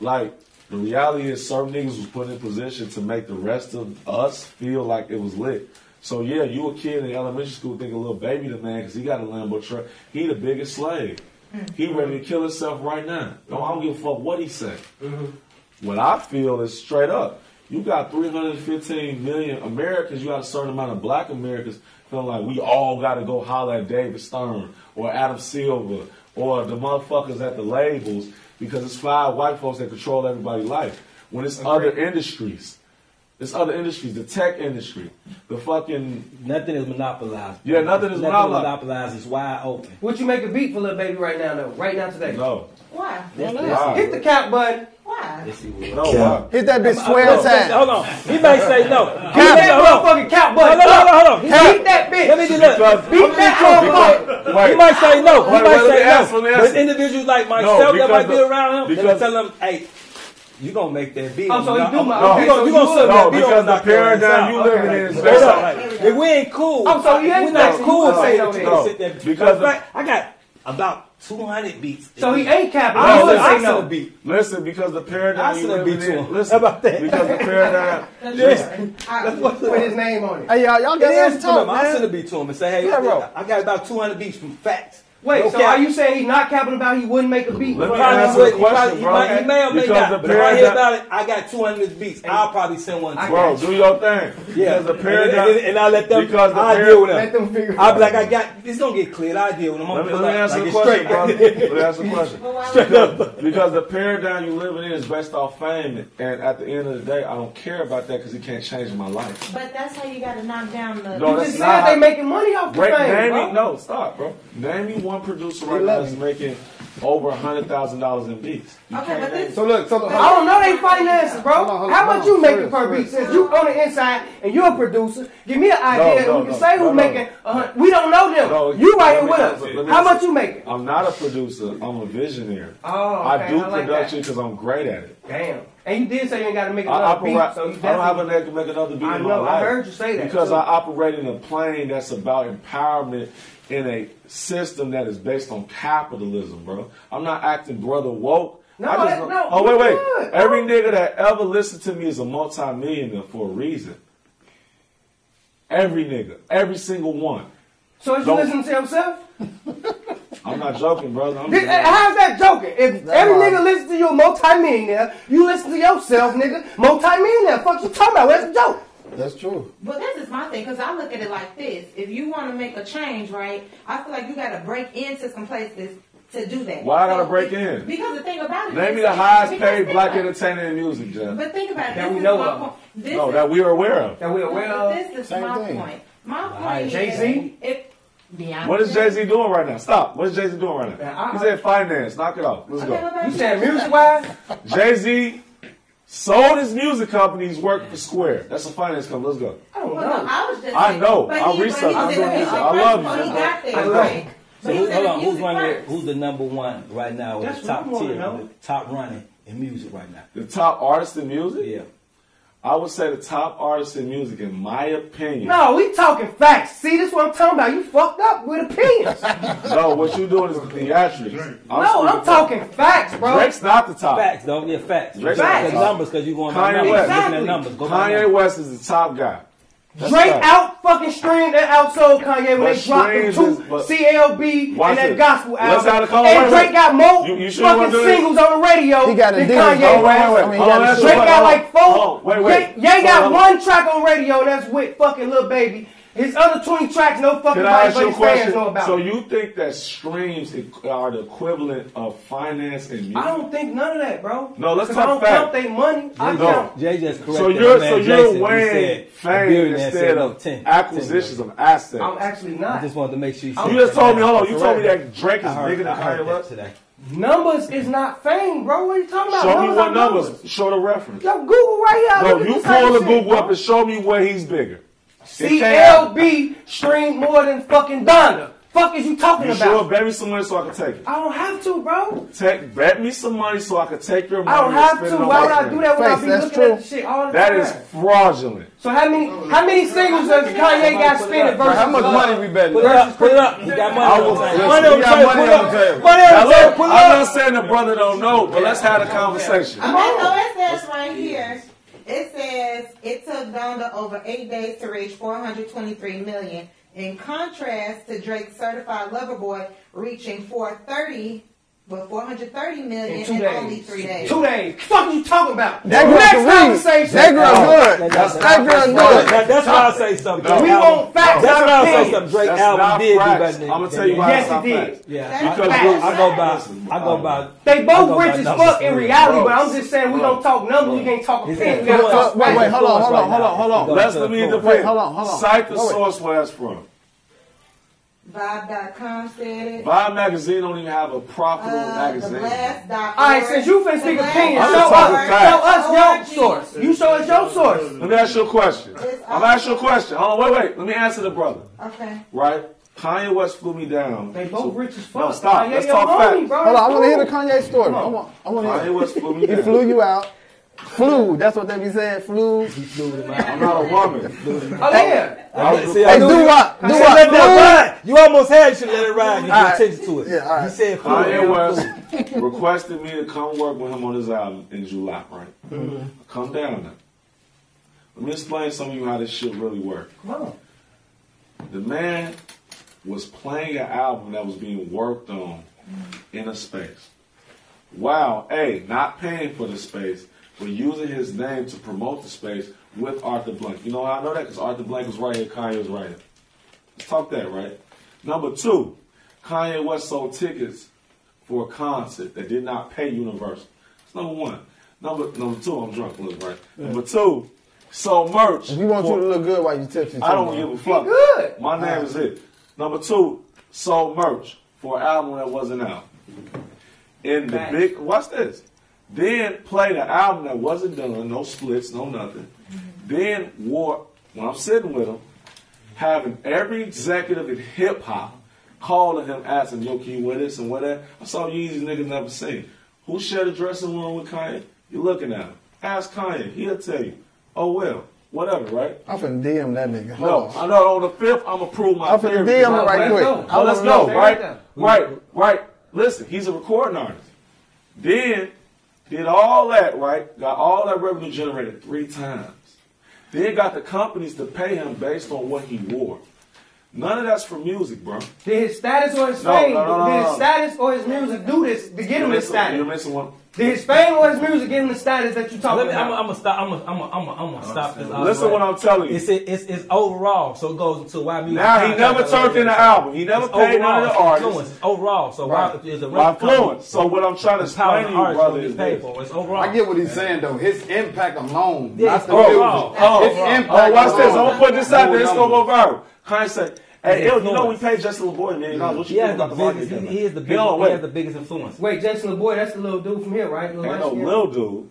B: Like the reality is, certain niggas was put in position to make the rest of us feel like it was lit. So yeah, you a kid in elementary school thinking little baby the man because he got a Lambo truck. He the biggest slave. He ready to kill himself right now. Don't- I don't give a fuck what he say. What I feel is straight up. You got 315 million Americans. You got a certain amount of black Americans feeling like we all got to go holler at David Stern or Adam Silver or the motherfuckers at the labels because it's five white folks that control everybody's life. When it's other industries, it's other industries, the tech industry, the fucking.
F: Nothing is monopolized.
B: Yeah, nothing is
F: Nothing
B: monopolized.
F: monopolized. It's wide open.
C: Would you make a beat for Lil Baby right now, though? Right now, today?
B: No.
G: Why?
F: That's-
B: Why?
C: Hit the cap button.
B: No, why?
D: Hit that bitch swear time.
E: Hold on. He may say no. Cap.
C: Hit that motherfucking cap
E: No, no,
C: button.
E: no, no, hold on.
C: Beat that bitch.
E: Let me do that.
C: Beat that motherfucker.
E: He might say no. He
B: Wait,
E: might
B: wait, let me ask,
E: say
B: let me
E: no.
B: ask
E: But
B: you.
E: individuals like myself that
B: because
E: might be
B: the-
E: around him, they
B: because-
E: tell him, "Hey, you gonna make that beat?
C: Oh, so he
E: You
C: do
E: gonna-
C: my-
E: you gonna-
C: okay, so
E: you
C: you-
E: gonna sell
B: No,
E: that beat?
B: because
E: on
B: the
E: knock your ass
B: paradigm
E: out.
B: you
E: Okay.
B: living in is
E: Straight
B: based
E: up,
B: on-
E: like, If we ain't cool,
C: Oh, so he ain't
E: we're not
C: cool.
E: cool.
C: Okay,
E: saying
C: no,
E: that
B: no.
E: shit that-
B: Because-
E: matter of fact, I got about 200 beats.
C: So he ain't capping.
E: I
C: I
E: would
C: wouldn't
E: say
C: say
E: no
C: no.
E: beat.
B: Listen, because the
E: I
B: paradigm you
E: said
B: living
E: be
B: in.
E: too.
B: Listen,
E: How about that?
B: Because the paradigm.
C: Put his name on it.
D: Hey y'all, y'all
E: It
D: get
E: is
D: to
E: to
D: talk,
E: him. I send a
D: man.
E: beat to him and say, "Hey,
D: Yeah, bro.
E: I got about 200 beats from Facts."
C: Wait,
E: No
C: so
E: cap.
C: are you saying he's not capping about he wouldn't make a beat?
B: Let me
C: Right now?
B: ask
E: Probably
B: you a
E: would. He, probably,
B: question,
E: he,
B: bro.
E: might, he may or may not.
B: Because the
E: But if I hear
B: paradigm-
E: about it, I got 200 beats. I'll probably send one. to him.
B: Bro, do your thing. Because
E: And-
B: the
E: and, and,
B: paradigm.
E: I let them.
B: because the
E: I
B: par-
E: deal with
I: Let
E: them.
I: them figure it
E: I
I: out.
E: be like, I got. It's gonna get cleared. I deal with them. I'm
B: Let me,
E: gonna
B: let me
E: like,
B: answer the
E: it's
B: question,
E: straight.
B: bro. Let me answer the question.
G: Straight
B: Because, because the paradigm you living in is based off fame, and at the end of the day, I don't care about that because it can't change my life.
G: But that's how you gotta knock down the.
B: No,
C: You
B: that's
C: just
B: not
C: said they
B: how-
C: making money off the
B: Wait, name
C: fame,
B: me,
C: bro.
B: no, stop, bro. Name me one producer right now that's making over a hundred thousand dollars in beats. You
G: okay,
B: can't
G: but
B: name-
G: this.
I: So look, so look,
C: I don't know they finances, bro.
I: Hold on, hold on,
C: How
I: hold
C: much
I: on.
C: you making
I: Serious,
C: per beat?
I: serious.
C: Since you on the inside and you're a producer, give me an idea
B: no,
C: and we
B: no,
C: can say
B: no,
C: who's
B: no.
C: making. A hundred. We don't know them.
B: No,
C: you right
B: let
C: here
B: me
C: with
B: answer, let
C: us.
B: me
C: How
B: answer.
C: much you making?
B: I'm not a producer. I'm a visionary.
C: Oh,
B: I
C: okay,
B: do
C: I like
B: production because I'm great at it.
C: Damn. And you did say you ain't got to make
B: I,
C: another
B: operate,
C: beat, so you
B: I don't have
C: definitely.
B: a neck to make another beat
C: I
B: in my
C: know, I
B: life.
C: heard you say that,
B: Because
C: too.
B: I operate in a plane that's about empowerment in a system that is based on capitalism, bro. I'm not acting brother woke.
C: No,
B: I
C: that- no,
B: oh, wait,
C: you
B: wait.
C: good.
B: Every nigga that ever listened to me is a multimillionaire for a reason. Every nigga. Every single one.
C: So is you
B: Don't-
C: listening to himself?
B: I'm not joking, brother. I'm
C: This-
B: just-
C: How's that joking? If
D: That
C: every
D: line.
C: nigga listens to you a multi-millionaire, you listen to yourself, nigga, multi-millionaire. Fuck you talking about? Where's the joke?
D: That's true.
G: But this is my thing, because I look at it like this. If you want to make a change, right, I feel like you got to break into some places to do that.
B: Why I gotta
G: So,
B: break
G: be-
B: in?
G: Because the thing about it
B: Name me
G: is-
B: the highest
G: because
B: paid
G: think
B: black
G: about it.
B: entertainer in music, Jeff.
G: But think about it.
C: That
G: this
C: we
G: is
C: know
G: my
C: of.
G: point. This
B: No,
G: is-
B: that we are aware of.
C: That we aware
G: but
C: of.
G: This is
D: Same
G: my
D: thing.
G: point. My point
C: Jay-Z?
G: is, if Beyonce.
B: What is Jay Z doing right now? Stop. What is Jay Z doing right
C: Man,
B: now?
C: I-
B: He said finance. Knock it off. Let's
G: Okay,
B: go.
G: what about
C: You saying music-wise?
B: Jay Z sold his music company. He's working for Square. That's a finance company. Let's go.
C: I don't
G: Well,
C: know.
G: no, I was just.
B: I
G: saying-
B: know.
G: but
B: I
G: he- but
B: researched.
G: he
B: I'm
G: was
B: doing
G: in the
B: research.
G: music
B: I love you,
G: first, so He
B: bro.
G: got there,
B: I know.
G: right?
F: So
G: But he
F: who,
G: was in
F: hold
G: the
F: on, who's
G: music
F: running?
G: first.
F: Who's the number one right now?
C: That's
F: the
C: what I
F: top
C: wanna
F: tier,
C: know.
F: the top running in music right now.
B: The top artist in music?
F: Yeah.
B: I would say the top artist in music, in my opinion.
C: No, we talking facts. See, this what I'm talking about. You fucked up with opinions.
B: No, what you doing is theatrics.
C: no, I'm talking facts, bro.
B: Drake's not the top.
F: Facts, though. Yeah, facts.
B: Facts.
F: The numbers, because you going by
B: Kanye
F: numbers.
B: West.
F: Looking at
C: Exactly.
F: numbers. Go by
B: Kanye
F: numbers.
B: West is the top guy. That's
C: Drake
B: fact.
C: out fucking streamed and outsold Kanye
B: But
C: when they dropped them
B: streams
C: two
B: is- but-
C: CLB and
B: Watch
C: that
B: it.
C: gospel
B: Let's have the
C: album.
B: call.
C: And
B: Wait, wait.
C: Drake got more
B: You- you sure you wanna
C: fucking
B: do this?
C: singles on the radio
D: He got a
C: than
D: deal.
C: Kanye
D: Oh, wait,
C: West.
D: wait, wait.
B: Hold on, that's
C: Drake
B: your-
C: got
B: hold on.
C: like four.
B: Hold on, wait, wait.
C: Ye, Ye got
B: Hold on.
C: one track on radio, and that's with fucking Lil Baby. His other 20 tracks, no fucking
B: Can I
C: body,
B: ask
C: but
B: you a
C: his fans know
B: question?
C: about.
B: So
C: it.
B: you think that streams are the equivalent of finance and music?
C: I don't think none of that, bro.
B: No, let's
C: 'Cause
B: talk
C: I don't
B: fact.
C: count they money. I
B: No.
C: count.
F: Jay just corrected
B: So
F: my
B: you're
F: man
B: so you're
F: Jason. He
B: weighing
F: said a
B: fame
F: billionaire said
B: instead of
F: 10, 10
B: acquisitions
F: million.
B: of assets.
C: I'm actually
F: I
C: not.
F: just wanted to make sure you
B: you just told me, hold on, you told me that Drake is bigger than Kanye West.
F: today.
C: Numbers is not fame, bro. What are you talking about?
B: Show me
C: are
B: what numbers. Show the reference.
C: Yo, Google right here.
B: Bro,
C: Look at
B: you
C: the same
B: pull the
C: shit,
B: Google
C: bro.
B: up and show me where he's bigger. It can't-
C: CLB streamed more than fucking Donna. Fuck is you talking
B: You
C: about?
B: sure bet me some money so I can take it.
C: I don't have to, bro.
B: Take bet me some money so I can take your money.
C: I don't
B: and
C: have
B: spend
C: to.
B: it on
C: Why would
B: my
C: I do that when I
D: Facts,
C: be
D: that's
C: looking
D: true.
C: at the shit all the
B: That
C: time?
B: is fraudulent.
C: so how many how many singles does Kanye got spent
I: bro,
C: versus
I: how much
C: uh,
I: money we betting?
F: Put it up, put it up. He got
B: I
F: money
B: will
F: on the
B: listen,
F: table. Money on
B: we
F: the
B: got
F: table,
B: money
F: put it
B: on
F: up.
B: the table.
F: Money
B: Now,
F: on the table,
B: look,
F: put it
B: I'm
F: up.
B: not saying the brother don't know, but let's have a conversation.
G: Okay, so
B: Oh.
G: it
C: Oh,
G: says right here, it says it took Donda over eight days to reach 423 million. In contrast to Drake's certified lover boy reaching 430 But 430 million
C: In
G: in,
C: two
G: only
C: days.
G: three days.
C: Two days. Fuck you talking about?
D: That girl
C: Next
D: can read.
C: conversation.
D: That girl good. That's- that girl good.
E: That- that's why I say something.
C: We
E: Drake
C: want
E: album-
C: facts.
E: That's
C: not
E: why I say
C: opinions.
E: something. Drake
B: That's
E: album
B: not
E: did do
B: facts.
E: better than
B: I'ma tell you why
E: Yeah.
B: Yes, it's not
C: it
B: facts.
C: did.
E: Yeah,
C: That's
E: because
C: facts.
E: look, I go by, I go by.
C: They
E: I go
C: both
E: by
C: rich as
E: numbers.
C: fuck in reality, but I'm
E: Bro.
C: just saying we don't talk numbers. We can't talk
E: He's
C: opinions. We
E: influenced.
C: gotta talk
D: Wait, wait,
C: facts.
D: hold on, hold on, hold on, hold on.
B: That's the mean the
D: Wait, hold on, hold on.
B: Cite the
D: Wait.
B: source where that's from.
G: Vibe.com said it.
B: Vibe magazine don't even have a profitable
G: Uh, the
B: magazine.
G: blast dot
C: All right,
G: org.
C: since you finna
G: The
C: speak
G: blast
C: opinion,
B: I'm
C: show
B: just talking
C: us,
B: facts.
C: show us
G: ORG.
C: your source. You show us your source.
B: Let me ask you a question. I'm ask you a question. Hold on, wait, wait. Let me answer the brother.
G: Okay.
B: Right? Kanye West flew me down.
C: They both rich as fuck.
B: No, stop.
C: Kanye
B: Let's
C: your
B: talk
C: homie,
B: facts.
C: bro.
D: Hold on, I want
C: That's
D: to hear
C: cool.
D: the Kanye story. I want, I want to
B: Kanye
D: hear.
B: West flew me
D: it. He
B: down.
D: flew you out. Flew. That's what they be saying. Flew. Hey,
B: I'm not a woman.
C: Oh yeah.
B: I was
E: See,
B: a-
E: I knew
D: do
E: you-
D: what?
E: You
D: Do
E: should let
D: what?
E: that ride. You almost had you let it ride. You
D: Alright.
E: didn't attention to it.
D: Yeah, alright.
E: You said fool.
B: Kanye West requested me to come work with him on his album in July, right?
C: Mm-hmm.
B: Come down now. Let me explain some of you how this shit really works.
C: Come on.
B: The man was playing an album that was being worked on in a space. Wow, A, not paying for the space, but using his name to promote the space with Arthur Blank. You know how I know that? Because Arthur Blank was right here, Kanye was right here. Let's talk that, right? Number two, Kanye West sold tickets for a concert that did not pay Universal. That's number one. Number number two, I'm drunk, look, right? Number two, sold merch.
D: We want
B: for-
D: you to look good while you tipsy.
B: I don't
D: too,
B: give
D: man.
B: a fuck.
C: good.
B: My name is it. Number two, sold merch for an album that wasn't out. And the
C: Facts.
B: big, watch this. Then played an album that wasn't done, no splits, no nothing.
C: Mm-hmm.
B: Then wore, when I'm sitting with him, having every executive in hip hop calling him, asking, yo, can you wear this and wear that? I saw Yeezy niggas never seen. Who shared a dressing room with Kanye? You're looking at him. Ask Kanye. He'll tell you. Oh, well, whatever, right?
D: I'm finna DM that nigga.
B: No,
D: Hold
B: I
D: on.
B: know on the fifth I'm gonna prove my
D: I'm
B: theory.
D: finna DM it right
B: Let's
D: quick.
B: go.
D: I
B: let's
D: wanna
B: go.
D: know.
B: Right, right, right. Listen, he's a recording artist. Then did all that right, got all that revenue generated three times. Then got the companies to pay him based on what he wore. None of that's for music, bro.
C: Did his status or his
B: No,
C: fame?
B: no, no, no,
C: Did his
B: no.
C: status or his music do this to get him
B: You're
C: this
B: missing- You're
C: status?
B: missing one.
C: Did his fame or his music get him the status that you
E: Let
C: talking
E: me, I'm
C: about?
E: gonna stop. I'm gonna I'm gonna I'm gonna I'm gonna stop this.
B: Listen to what I'm telling you.
E: Uh, It's it's it's overall. So it goes to why music.
B: Now he never turned in an album. He never
E: It's
B: paid none of the
E: overall. It's
B: artists.
E: influence. It's overall. So why if there's a
B: My
E: record company,
B: influence. So what I'm trying to
E: the power
B: explain
E: of
B: to
E: the
B: you,
E: artist
B: brother,
E: gonna
B: is
E: get paid
B: this.
E: for. It's overall.
I: I get what he's saying though. His impact alone,
E: Yeah,
I: not the
E: oh,
I: music.
E: oh,
G: oh,
I: His
G: oh.
I: impact.
B: Oh, watch this. I'm
I: alone.
B: gonna put this out there. It's
I: No
B: gonna go viral. Kanye said, "Hey,
E: His
B: yo, you know we
E: influence.
B: paid Justin LaBoy a million dollars. What you
E: He
B: think
E: has the
B: about the market?"
E: biggest. He, he is the
B: He
E: biggest.
B: don't
E: He has the
B: wait.
E: biggest influence.
C: Wait, Jason LeBoy, that's the little dude from here, right? Little
B: Ain't no
C: light skin.
B: little dude.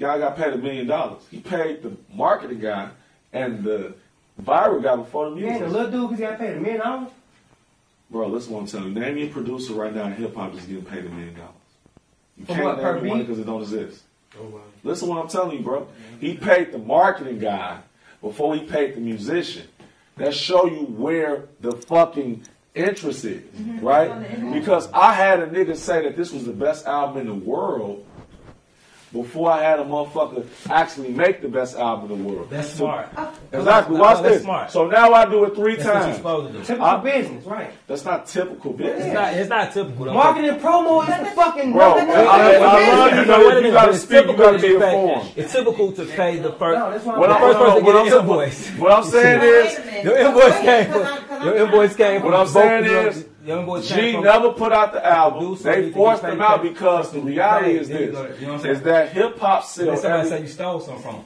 B: Guy got paid a million dollars. He paid the marketing guy and the viral guy before the
C: He ain't a
B: music.
C: little dude because he got paid a million dollars.
B: Bro, listen what I'm telling you. Name your producer right now in hip hop is getting paid a million dollars. You
C: For
B: can't
C: what, per
B: name me one
C: beat?
B: because it don't exist.
E: Oh,
B: Listen what I'm telling you, bro. He paid the marketing guy before he paid the musician. That show you where the fucking interest is,
C: Mm-hmm.
B: right? Because I had a nigga say that this was the best album in the world before I had a motherfucker actually make the best album in the world.
E: That's
B: So-
E: smart.
B: Exactly.
E: No,
B: Watch
E: Oh, that's
B: this.
E: smart.
B: So now I do it three
E: That's what you're
B: times.
E: supposed to do.
C: Typical
B: I-
C: business, right?
B: That's not typical
E: It's
B: business.
E: not. It's not typical. though.
C: Marketing and promo is the fucking
B: Bro,
C: number
B: I- I-
C: one.
B: I love you, though.
E: Wait a
B: You
E: minute,
B: gotta
E: but it's
B: speak, you
E: typical
B: gotta
E: to
B: be
E: pay-
B: informed.
E: It's typical to pay the
C: No,
E: first.
C: that's why
B: What
E: The
B: I'm-
C: I'm
E: first
B: no,
E: person
B: what
E: get an
B: I'm saying-
E: invoice.
B: What I'm saying is,
E: Your invoice came from your invoice came from
B: What I'm
E: both
B: saying
E: your-
B: is,
E: your invoice came
B: G
E: from-
B: never put out the album.
E: Producer, you
B: They
E: can
B: forced
E: pay
B: him out
E: tax.
B: because the reality
E: You
B: is
E: pay, you know, you know what
B: this:
E: I'm saying?
B: is that hip hop
E: Then
B: sell.
E: somebody said
B: every-
E: you stole something from. 'em.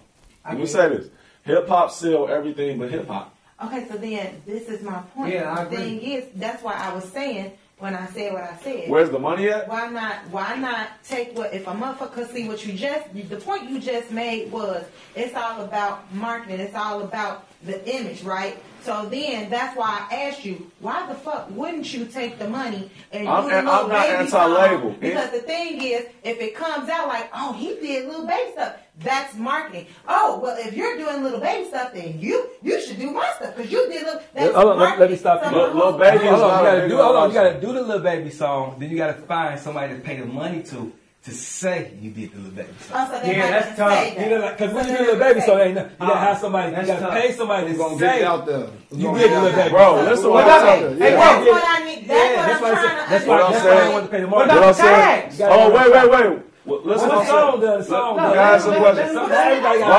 B: Let me say this: hip hop sell everything but hip hop.
G: Okay, so then this is my point.
C: Yeah, I
G: the
C: agree.
G: thing is, that's why I was saying when I said what I said.
B: Where's the money at?
G: why not? Why not take what if a motherfucker see what you just the point you just made was it's all about marketing. It's all about the image, right? So then that's why I asked you, why the fuck wouldn't you take the money and
B: I'm-
G: do the
B: and
G: little
B: I'm not
G: baby
B: anti-label,
G: song?
B: bitch.
G: Because the thing is, if it comes out like, oh, he did little baby stuff, that's marketing. Oh, well, if you're doing little baby stuff, then you you should do my stuff because you did little. That's
E: Hold on, let- let me
G: marketing.
E: stop you.
G: So my
B: Lil- Lil
G: whole
B: Baby
G: point
B: is
E: Hold on,
B: not
E: you
B: a
E: gotta
B: big
E: do. Hold on,
B: artist.
E: you gotta do the little baby song. Then you gotta find somebody to pay the money to
K: to say you did the little baby song.
G: Oh, so they
K: yeah,
G: might
K: that's
G: not say
K: tough.
G: that.
K: You know, like, cause when
G: So
K: you do
G: they
K: little
G: might
K: baby song,
G: say-
K: ain't nothing. You
B: Ah,
K: gotta have somebody. You gotta pay somebody to
I: gonna
K: say
I: get it out there. We
K: You
I: gonna
K: did the
I: get it
K: little
I: out
K: baby
I: there.
K: song.
I: Bro, that's
K: You
I: what
K: gotta
I: I'm
K: pay-
I: saying.
K: Yeah,
I: Hey,
K: yeah,
I: bro.
K: yeah.
G: What I need, that's what I'm
K: why I said- That's why.
G: trying to
K: That's
G: understand.
K: why I want to pay the market.
B: What I'm saying?
K: You gotta
B: Oh,
K: have
B: wait, wait, wait. Well, Listen,
K: What
B: what I'm
K: song
B: saying.
K: does song?
B: Let- let me ask you a question. Why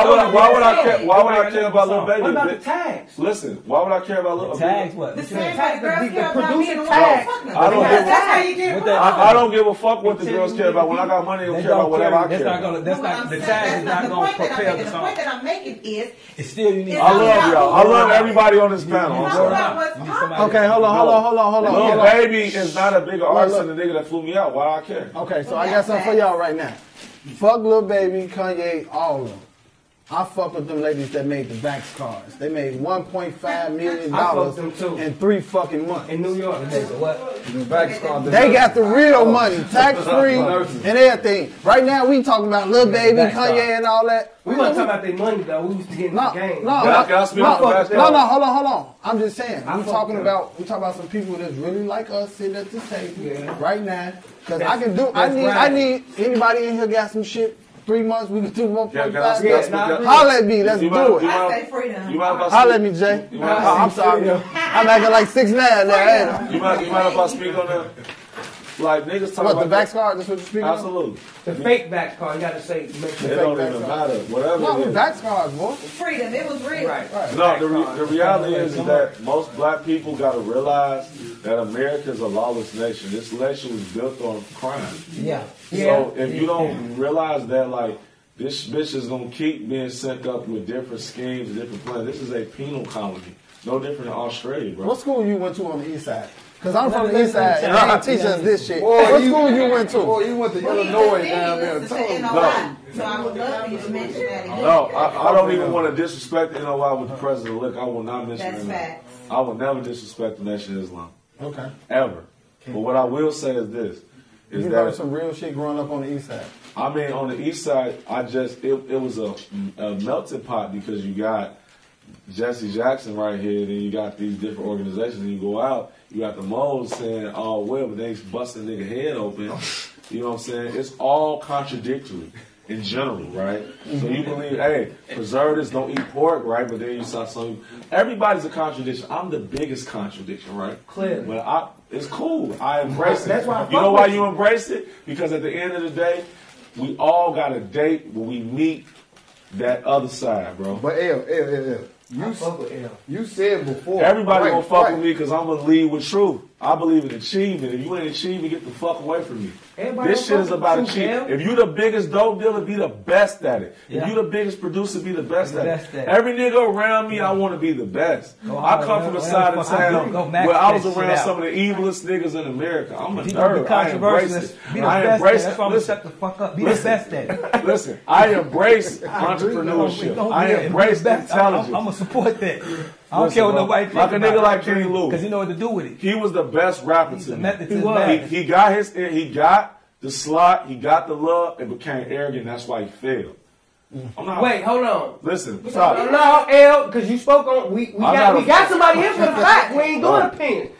B: would I, why would I care? Why would I care about little baby?
C: What about the tags?
B: Listen, why would I care about little
F: tags? What?
G: The same type of girls care about being the one
B: tags.
G: fucking them.
B: I don't
G: Because
B: give a-
G: that's how you get put
B: I, I
G: on.
B: don't give a fuck what the girls care about. When I got money, they don't care about whatever I
F: That's
B: care.
F: not
B: about.
F: gonna. That's
G: What I'm
F: not. The
G: saying,
F: tag is
G: that's
F: not
G: the
F: gonna
G: point that I'm
F: propel
G: making.
F: the
G: The point
F: song.
G: that I'm making is
F: It's still you need.
G: It's
B: I love y'all. I love everybody on this panel. I'm
G: That's
B: sorry.
G: about what's popular.
D: Okay, hold on, hold on, hold on, hold on.
B: Lil
D: hold on.
B: Baby is not a bigger artist
D: look.
B: than the nigga that flew me out. Why I care?
D: Okay, so I got something for y'all right now. Fuck Lil Baby, Kanye, all of them. I fuck with them ladies that made the Vax cards. They made $1.5 million
C: I fucked them too.
D: in three fucking months.
C: In New York.
F: What?
I: The back scar, the
D: They
I: nurse.
D: got the real money, tax free,
I: Nurses.
D: and everything. Right now, we talking about Lil Baby,
F: Vax card.
D: Kanye, and all that.
C: We wasn't talking about their money though. We was getting
D: No,
C: the game.
D: no,
B: Can I-
D: no,
B: can I speak
D: no,
B: on the basketball?
D: no, no, hold on, hold on. I'm just saying.
C: I
D: I'm
C: fuck
D: talking
C: with
D: about we talking about some people that's really like us sitting at this table
C: Yeah.
D: right now. Cause I
C: That's-
D: can do. I
C: that's
D: need. I
C: right.
D: need anybody in here got some shit. Three months we can do one
B: Yeah,
D: point
B: can I
D: five.
B: speak?
C: Yeah,
B: Can I speak?
C: nah,
B: Can I-
D: Holla at me. Let's
B: You
D: do
B: mind-
D: it.
G: I
B: mind-
G: say freedom.
B: You mind if I
D: Holla at
B: speak?
D: me, Jay.
B: You mind if
D: Oh,
B: I
D: I'm
B: speak?
D: sorry. I'm acting like six nine now. ain't I?
B: You mind, you mind if I speak on that? Like niggas talking
D: What the
B: about
D: vax card? That's what you're speaking. of?
B: Absolutely.
C: The fake back card. You gotta say. Make
B: It
C: sure.
B: don't
D: vax
B: even
D: card.
B: matter. Whatever.
D: No,
B: it
D: we
B: is.
D: vax cards, boy.
G: Freedom. It was real.
C: Right.
B: No, the, re- the reality is, is that most black people got to realize that America is a lawless nation. This nation was built on crime.
F: Yeah.
B: So if you don't realize that, like, this bitch is going to keep being set up with different schemes, different plans. This is a penal colony. No different than Australia, bro.
D: What school you went to on the east side? Cause I'm from the east side and they ain't teach us this shit.
I: Boy,
D: What school you went to?
I: Boy, you went to
G: Well, he
I: Illinois
G: just
I: down
G: said
I: there.
G: he listens to
I: Tell 'em.
G: NOI. So I would love for you to mention that again.
B: No, I, I don't even want to disrespect the NOI with the president elect. I will not mention
G: That's
B: that.
G: facts.
B: I will never disrespect the Nation of Islam.
D: Okay.
B: Ever. But what I will say is this. Is
D: You
B: that
D: learned some real shit growing up on the east side.
B: I mean, on the east side, I just it, it was a, a melting pot because you got Jesse Jackson right here, then you got these different organizations, and you go out, you got the moles saying, "Oh well," but they busting nigga head open. You know what I'm saying? It's all contradictory in general, right? So you believe, hey, preservatives don't eat pork, right? But then you saw some. Everybody's a contradiction. I'm the biggest contradiction, right?
C: Clearly.
B: But I, it's cool. I embrace it.
C: That's why I
B: you
C: fuck
B: know why
C: with
B: you embrace it? Because at the end of the day, we all got a date when we meet that other side, bro.
I: But L, L, L, L. You,
C: I
I: s-
C: fuck with L.
I: you said before.
B: Everybody
I: right,
B: gonna fuck
I: right.
B: with me because I'm gonna lead with truth. I believe in achievement. If you ain't achieving, get the fuck away from me.
C: Everybody
B: this
C: don't
B: shit
C: fuck
B: is
C: with
B: about
C: truth,
B: achievement.
C: Cam.
B: If you the biggest dope dealer, be the best at it.
F: Yeah.
B: If you the biggest producer, be the best,
F: Be the
B: at,
F: best
B: it.
F: at it.
B: Every nigga around me, I want to be the best.
F: Go
B: I
F: hard,
B: come from
F: man.
B: the side of
F: Fuck, I
B: town
F: agree. Go max
B: where I was
F: that shit
B: around
F: out.
B: some of the evilest niggas in America. I'm a
F: If you gonna be
B: nerd. I embrace
F: controversial,
B: it.
F: be the
B: I
F: best at it.
B: embrace.
F: That's why I'm gonna
B: listen,
F: shut the fuck up. Be the
B: Listen.
F: best at it.
B: Listen, I embrace entrepreneurship. I embrace intelligence.
F: I'm, gonna support that. I don't
B: Listen,
F: care what
B: bro,
F: nobody
B: like a nigga like Kenny Lou.
F: because you know what to do with it.
B: He was the best rapper
F: He's
B: to
F: a
B: me.
F: method to
B: He,
F: his
B: was.
F: madness.
B: He, he got his he got the slot, he got the love, and became arrogant. That's why he failed. I'm not
C: Wait, hold on.
B: Listen,
C: No,
B: stop.
C: no, L, because you spoke on. We, we
B: I'm not
C: got we
B: a-
C: got somebody here for the fact. We ain't doing
B: Right.
C: opinions.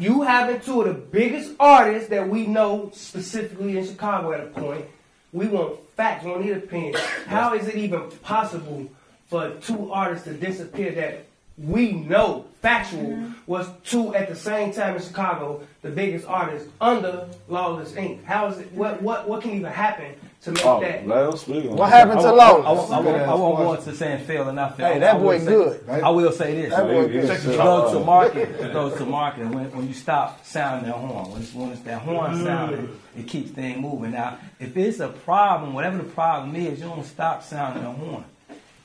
C: You having two of the biggest artists that we know specifically in Chicago at a point. We want facts. We don't need opinions. How is it even possible for two artists to disappear that we know factual was two at the same time in Chicago, the biggest artists under Lawless Inc. How is it? What what what can even happen to make
B: Oh,
C: that?
B: let him speak on
D: What
B: that.
D: happened to
F: I
D: Lola?
F: won't, I won't, I won't go into saying fail and not fail.
D: Hey, that
F: I will
D: boy
F: say-
D: good.
F: I will say this.
D: That boy
B: He- he
D: good.
B: took the
F: It
B: top
F: goes
B: off.
F: to market. It goes to market. When, when you stop sounding that horn, when it's, when it's that horn sounding, it keeps things moving. Now, if it's a problem, whatever the problem is, you don't stop sounding the horn.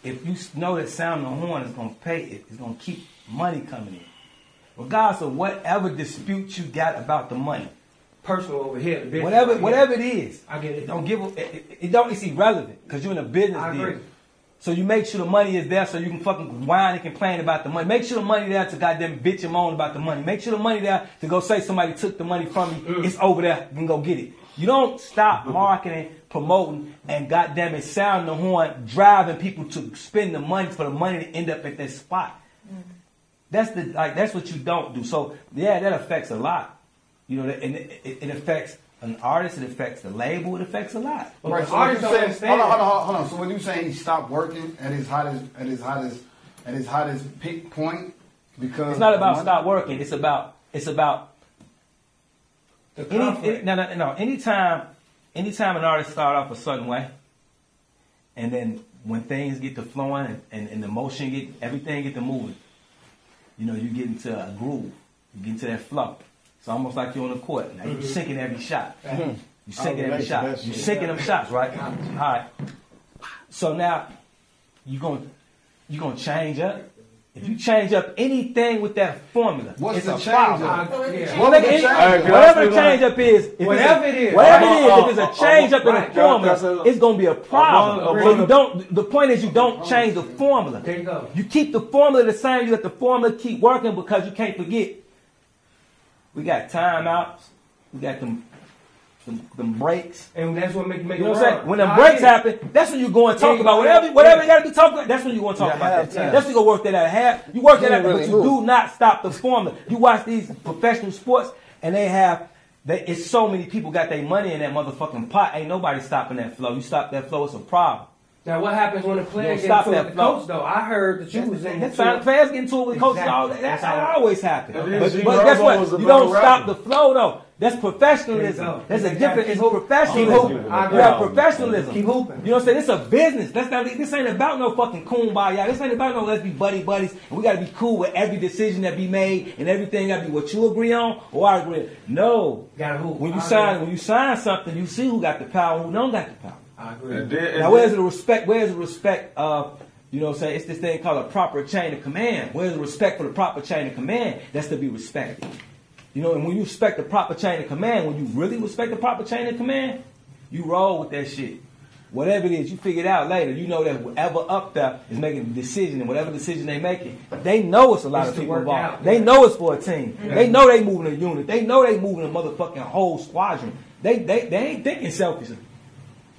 F: If you s- know that sounding the horn is going to pay, it, it's going to keep money coming in. Regardless of whatever dispute you got about the money,
C: Personal over here, the business
F: whatever
C: over here.
F: whatever it is,
C: I get it.
F: Don't give a, it, it- it don't it's irrelevant because you're in a business
C: I
F: deal.
C: agree.
F: So you make sure the money is there so you can fucking whine and complain about the money. Make sure the money there to goddamn bitch and moan about the money. Make sure the money there to go say somebody took the money from you.
C: Mm.
F: It's over there. You can go get it. You don't stop
C: Mm-hmm.
F: marketing, promoting, and goddamn it, sounding the horn, driving people to spend the money for the money to end up at that spot. That's the like that's what you don't do. So yeah, that affects a lot. You know, and it, it, it affects an artist, it affects the label, it affects a lot.
I: Right. So what you saying? Hold on, hold on, hold on, hold on. So when you saying he stopped working at his hottest, at his hottest, at his hottest pick point,
K: Uh,
I: because
F: It's not about
I: money-
F: stop working. It's about it's about any, any, no, no, no. Anytime, anytime an artist start off a certain way, and then when things get to flowing and, and, and the motion get everything get to moving, you know you get into a groove, you get into that flow. It's almost like you're on the court. Now you're
K: Mhm.
F: sinking every shot.
K: Mhm.
F: You're
K: I
F: sinking
K: relate
F: every
K: to
F: shot.
K: that
F: You're
K: shit.
F: sinking them shots, right? All right. So now you're gonna you're gonna change up. If you change up anything with that formula,
I: What's
F: it's
I: the
F: a
I: change up?
F: problem.
I: Yeah.
F: Well,
I: What's the
F: nigga,
I: change
F: it-
I: up?
F: Whatever the change up is, if it's a-
I: Whatever it is.
F: whatever it
I: Uh,
F: is, if
I: uh,
F: it's a change up in
I: right.
F: the formula, it's gonna be a problem.
I: agree.
F: So you don't. The point is, you don't change the formula. There you go. You keep the formula the same. You let the formula keep working because you can't forget. We got timeouts. We got them. Them, them breaks,
C: and that's what make make
F: you know
C: it
F: what I'm saying.
C: wrong.
F: When the
C: Nah,
F: breaks
C: yeah.
F: happen, that's when you go and talk
C: Yeah,
F: about
C: you-
F: whatever whatever
C: yeah.
F: you got to be talking about. That's when you going to talk
C: Yeah,
F: about that.
C: halftime.
F: That's when you gonna work that out. at Half you work that
C: Yeah,
F: out,
C: really,
F: but you
C: who?
F: do not stop the formula. You watch these professional sports, and they have they, it's so many people got their money in that motherfucking pot. Ain't nobody stopping that flow. You stop that flow, it's a problem.
C: Now what happens when the player
F: don't
C: gets
F: stop
C: into it
F: that
C: with the
F: flow.
C: coach though? I heard that you was in
F: That's how the players get into it with coaches.
C: Exactly.
F: All that. That's
C: That's
F: how it
C: how-
F: always happens.
C: And then
F: But,
C: Gene
F: but guess
C: Rocco was
F: what?
C: a
F: You don't
C: rapper.
F: stop the flow though. That's professionalism.
C: go.
F: That's a
C: Exactly.
F: different. It's
C: Keep hooping. Keep
F: professionalism.
C: hooping.
F: You
C: I agree.
F: have professionalism.
C: Keep hooping.
F: You know what I'm saying? This is a business. That's not. This ain't about no fucking kumbaya. This ain't about no let's be buddy buddies. And we gotta be cool with every decision that be made and everything gotta be what you agree on or I agree. on. No.
C: Gotta hoop.
F: When you
C: I
F: sign,
C: agree.
F: when you sign something, you see who got the power and who don't got the power.
C: I
B: And then- and
F: Now, where's
B: then-
F: the respect? Where's the respect of, you know what I'm saying? It's this thing called a proper chain of command. Where's the respect for the proper chain of command? That's to be respected. You know, and when you respect the proper chain of command, when you really respect the proper chain of command, you roll with that shit. Whatever it is, you figure it out later. You know that whatever up there is making the decision, and whatever decision they making, they know it's a lot
C: It's
F: of
C: to
F: people
C: work
F: involved.
C: out. Mm-hmm.
F: They know it's for a team.
C: Yeah.
F: They know they moving a unit. They know they moving a motherfucking whole squadron. They they, they ain't thinking selfishly.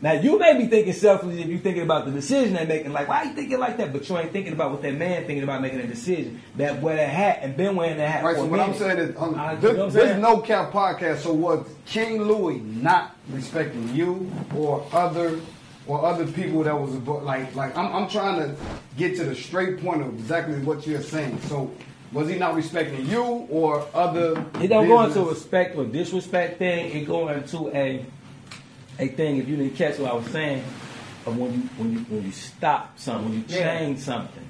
F: Now you may be thinking selfishly if you're thinking about the decision they're making. Like, why you thinking like that? But you ain't thinking about what that man thinking about making a decision. That wear that hat and been wearing that hat.
I: Right,
F: for
I: so
F: a
I: what I'm
F: minute.
I: saying is, um,
F: I- you know
I: this,
F: what I'm
I: this
F: saying?
I: no cap podcast. So what King Louis not respecting you or other or other people that was abo- like like I'm I'm trying to get to the straight point of exactly what you're saying. So was he not respecting you or other?
F: It don't go into
I: business-
F: a respect or disrespect thing. It go into a a thing. If you didn't catch what I was saying, of when you when you when you stop something, when you
C: Yeah. Mm-hmm.
F: change something.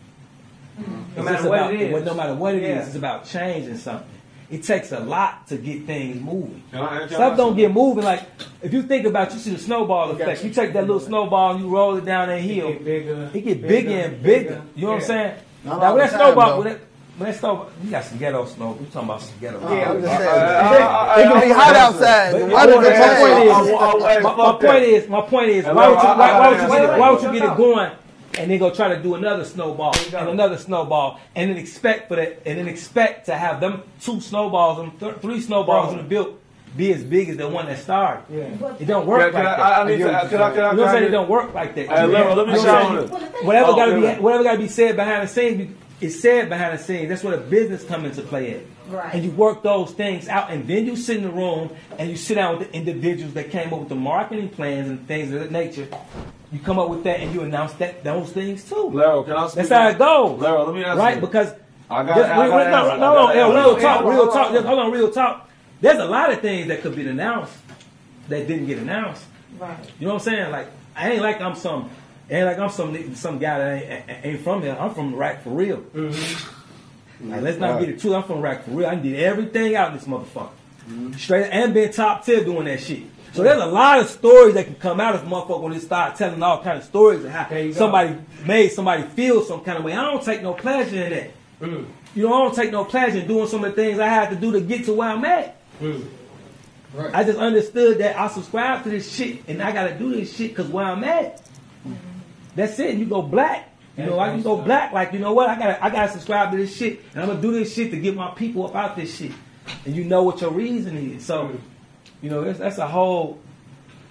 C: No
F: It's
C: matter
F: just
C: what
F: about-
C: it is.
F: well, no matter what it is,
C: Yeah.
F: it's about changing something. It takes a lot to get things moving.
B: Can I- can I
F: Stuff
B: ask
F: don't get moving. Like if you think about, you see the snowball effect. You take that little snowball and you roll it down that hill. It get bigger,
C: bigger,
F: and bigger.
C: bigger.
F: You know what I'm
C: Yeah.
F: saying?
C: Not
F: now
C: all the
F: when that
C: time,
F: snowball,
C: though.
F: when that, when that snowball, you got some ghetto snow. We talking about some ghetto.
D: Yeah, I'm just saying. It can be hot outside.
F: But
D: The
F: my
D: weather
F: point-
D: can
F: my point
D: change.
F: is-
D: I- I- I-
F: my- My
D: fuck
F: point
D: that.
F: is, my point is,
D: And
F: why
D: I-
F: would you,
D: I-
F: why, why
D: I-
F: would you,
D: I-
F: get, it,
D: I-
F: why would you
D: I-
F: get it going? And then go try to do another snowball and another snowball, and then expect for that, and then expect to have them two snowballs, them th- three snowballs in the build, be as big as the one that started. It don't
E: Yeah,
F: work
E: can
F: like
E: I- I- I
F: that.
E: need
F: You
E: to-
F: know
E: can I- can I-
F: what I'm
E: can I
F: saying? It
E: get-
F: don't work like that.
E: Hey, let me- let me
F: You know
E: shine
F: what I'm
E: on
F: saying?
E: it.
F: Whatever
E: Oh,
F: got to
E: yeah.
F: be, whatever got to be said behind the scenes is said behind the scenes. That's where the business come into play at.
G: Right.
F: And you work those things out, and then you sit in the room and you sit down with the individuals that came up with the marketing plans and things of that nature. You come up with that and you announce that those things too.
B: Laro, can I speak
F: That's how
B: on-
F: it goes.
B: Laro, let me ask
F: Right?
B: you.
F: Because
B: I got-
F: Just-
B: I
F: wait,
B: got
F: wait,
B: to
F: no,
B: ask- I got to
F: no, no,
B: ask-
F: real
B: Hey,
F: talk,
B: hold on,
F: real
B: hold
F: talk.
B: on.
F: Just hold on, real talk. There's a lot of things that could be announced that didn't get announced.
G: Right.
F: You know what I'm saying? Like I ain't like I'm some, ain't like I'm some some guy that ain't, ain't from here. I'm from Iraq for real. Like, let's not
K: Right.
F: get it twisted. I'm from Iraq for real. I did everything out in this motherfucker, straight and been top tier doing that shit. So there's a lot of stories that can come out of motherfucker when they start telling all kind of stories of how
C: go.
F: somebody made somebody feel some kind of way. I don't take no pleasure in that. You know, I don't take no pleasure in doing some of the things I had to do to get to where I'm at. I just understood that I subscribe to this shit and I gotta do this shit because where I'm at. That's it. You go black. You know, I can go black. Like you know what? I gotta I gotta subscribe to this shit and I'm gonna do this shit to get my people up out this shit. And you know what your reason is. So you know that's, that's a whole